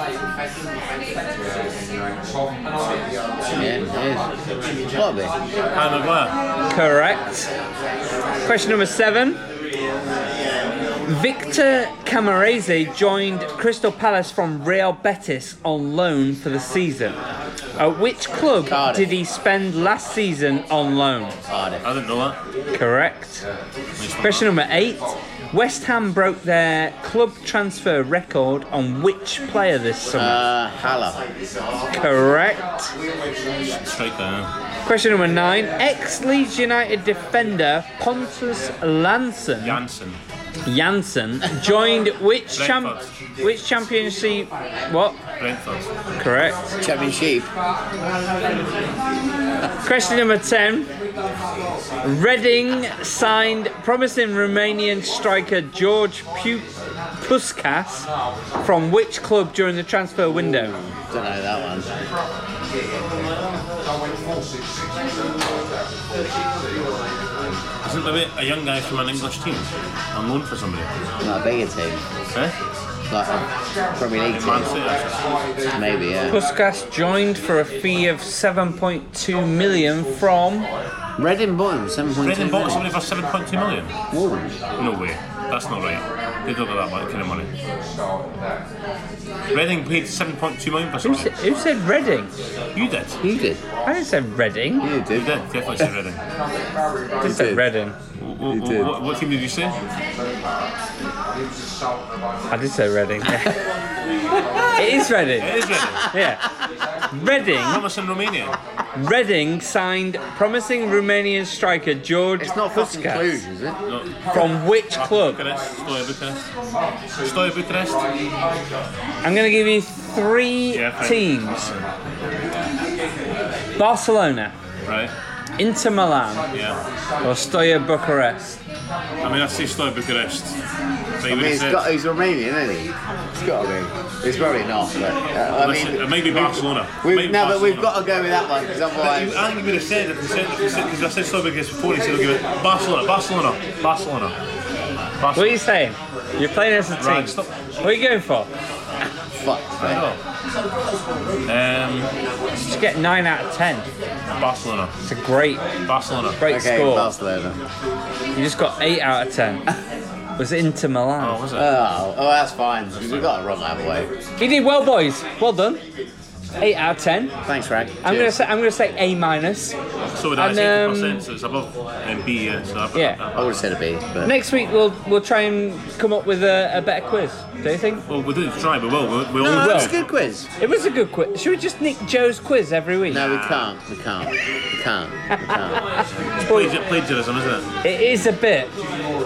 Speaker 1: Yeah, it is. Gotta be.
Speaker 3: Adam Maguire.
Speaker 2: Correct. Question number seven. Victor Camarese joined Crystal Palace from Real Betis on loan for the season. At which club
Speaker 1: Cardiff.
Speaker 2: did he spend last season on loan?
Speaker 1: Cardiff.
Speaker 3: I didn't know that.
Speaker 2: Correct. Question number eight. West Ham broke their club transfer record on which player this summer?
Speaker 1: Uh, Haller.
Speaker 2: Correct.
Speaker 3: Strike there.
Speaker 2: Question number nine. Ex Leeds United defender Pontus Lansen
Speaker 3: Janssen.
Speaker 2: Janssen joined which champ
Speaker 3: Brentford.
Speaker 2: which championship what?
Speaker 3: Brentford.
Speaker 2: Correct.
Speaker 1: Championship.
Speaker 2: Question number ten. Reading signed promising Romanian striker George Pu- Puskas from which club during the transfer window?
Speaker 1: Don't know that one.
Speaker 3: Isn't there a- a young guy from an English team on loan for somebody?
Speaker 1: Not a bigger team.
Speaker 3: Eh?
Speaker 1: Like a Premier League
Speaker 3: Man
Speaker 1: team.
Speaker 3: City. actually.
Speaker 1: Maybe, yeah.
Speaker 2: Puskas joined for a fee of 7.2 million from
Speaker 1: Reading Bottom, 7.2
Speaker 3: Brendan bought
Speaker 1: million.
Speaker 3: somebody for 7.2 million.
Speaker 1: Wolves.
Speaker 3: No way. That's not right. They don't get that much kind of money. Reading paid 7.2 million for
Speaker 2: who,
Speaker 3: somebody.
Speaker 2: said, who said Reading?
Speaker 3: You did.
Speaker 1: You did.
Speaker 2: I didn't say Reading.
Speaker 1: You
Speaker 3: You
Speaker 1: did.
Speaker 3: did. Definitely said Reading.
Speaker 2: I said Reading.
Speaker 3: What,
Speaker 1: did.
Speaker 3: what, what team did you say?
Speaker 2: I did say Reading. it is Reading.
Speaker 3: It is Reading.
Speaker 2: Yeah. Reading.
Speaker 3: Thomas in Romania.
Speaker 2: Reading signed promising Romanian striker George
Speaker 1: It's not fucking
Speaker 2: Puskas
Speaker 1: Cluj, is it?
Speaker 2: from which club?
Speaker 3: Bucharest. Stoya Bucharest. Stoya Bucharest.
Speaker 2: I'm going to give you three
Speaker 3: Yeah, thank-
Speaker 2: teams: Barcelona,
Speaker 3: Right.
Speaker 2: Inter Milan,
Speaker 3: Yeah.
Speaker 2: or Steaua Bucharest.
Speaker 3: I mean, I say Stoya Bucharest. But
Speaker 1: I mean,
Speaker 3: you would have
Speaker 1: he's
Speaker 3: said.
Speaker 1: got, he's Romanian, isn't he? It's got to be. It's probably not, but uh, I
Speaker 3: Listen, it
Speaker 1: mean,
Speaker 3: may be Barcelona. It may
Speaker 1: we've,
Speaker 3: be
Speaker 1: no, but we've
Speaker 3: Barcelona.
Speaker 1: got to go with that one because
Speaker 3: But you,
Speaker 1: otherwise,
Speaker 3: I think you would have said if you said if you said because I said Stoya Bucharest before. He said he'll give it Barcelona, Barcelona, Barcelona.
Speaker 2: What are
Speaker 3: Barcelona.
Speaker 2: you saying? You're playing as a team.
Speaker 3: Right, stop.
Speaker 2: What are you going for?
Speaker 1: fuck. mate.
Speaker 3: Um,
Speaker 2: Just get nine out of ten.
Speaker 3: Barcelona,
Speaker 2: It's a great,
Speaker 3: Barcelona.
Speaker 2: great
Speaker 1: Okay,
Speaker 2: score.
Speaker 1: Barcelona.
Speaker 2: You just got eight out of ten. It was Inter
Speaker 3: Oh,
Speaker 2: Milan.
Speaker 3: was it?
Speaker 1: Oh, oh, that's fine. We've got it wrong that way.
Speaker 2: You did well, boys. Well done. Eight out of ten.
Speaker 1: Thanks, Frank.
Speaker 2: I'm gonna
Speaker 1: Cheers.
Speaker 2: say I'm gonna say A minus.
Speaker 3: So would I. It's
Speaker 2: and, um,
Speaker 3: 80%, so it's above um, B. Yeah. So I've,
Speaker 2: Yeah.
Speaker 1: I would have said a B, but
Speaker 2: Next week we'll we'll try and come up with a, a better quiz. Do you think?
Speaker 3: well, we didn't try, but well, we, we all
Speaker 1: no, no,
Speaker 2: will.
Speaker 1: it's a good quiz.
Speaker 2: It was a good quiz. Should we just nick Joe's quiz every week?
Speaker 1: No, we can't. We can't. We can't. We can't.
Speaker 3: plagi- plagiarism, isn't it?
Speaker 2: It is a bit.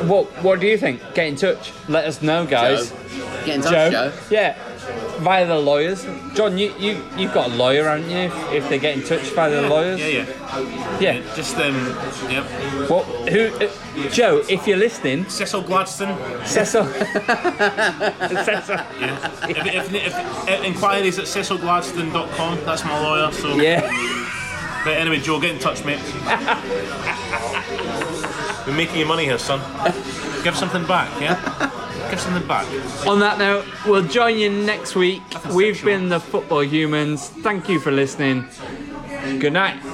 Speaker 2: What What do you think? Get in touch. Let us know, guys.
Speaker 1: Get in touch, Joe.
Speaker 2: Yeah. Via the lawyers. John, you, you, you've got a lawyer, haven't you? If, if they get in touch via the lawyers.
Speaker 3: Yeah, yeah.
Speaker 2: Yeah.
Speaker 3: Just um, yeah.
Speaker 2: What, who, uh, Joe, if you're listening,
Speaker 3: Cecil Gladstone.
Speaker 2: Cecil. Cecil.
Speaker 3: Yeah. If, if, if, if inquiries at cecilgladstone.com, that's my lawyer. So.
Speaker 2: Yeah.
Speaker 3: But anyway, Joe, get in touch, mate. We're making you money here, son. Give something back, yeah. Give something back.
Speaker 2: On that note, we'll join you next week. We've been the Football Humans. Thank you for listening. Good night.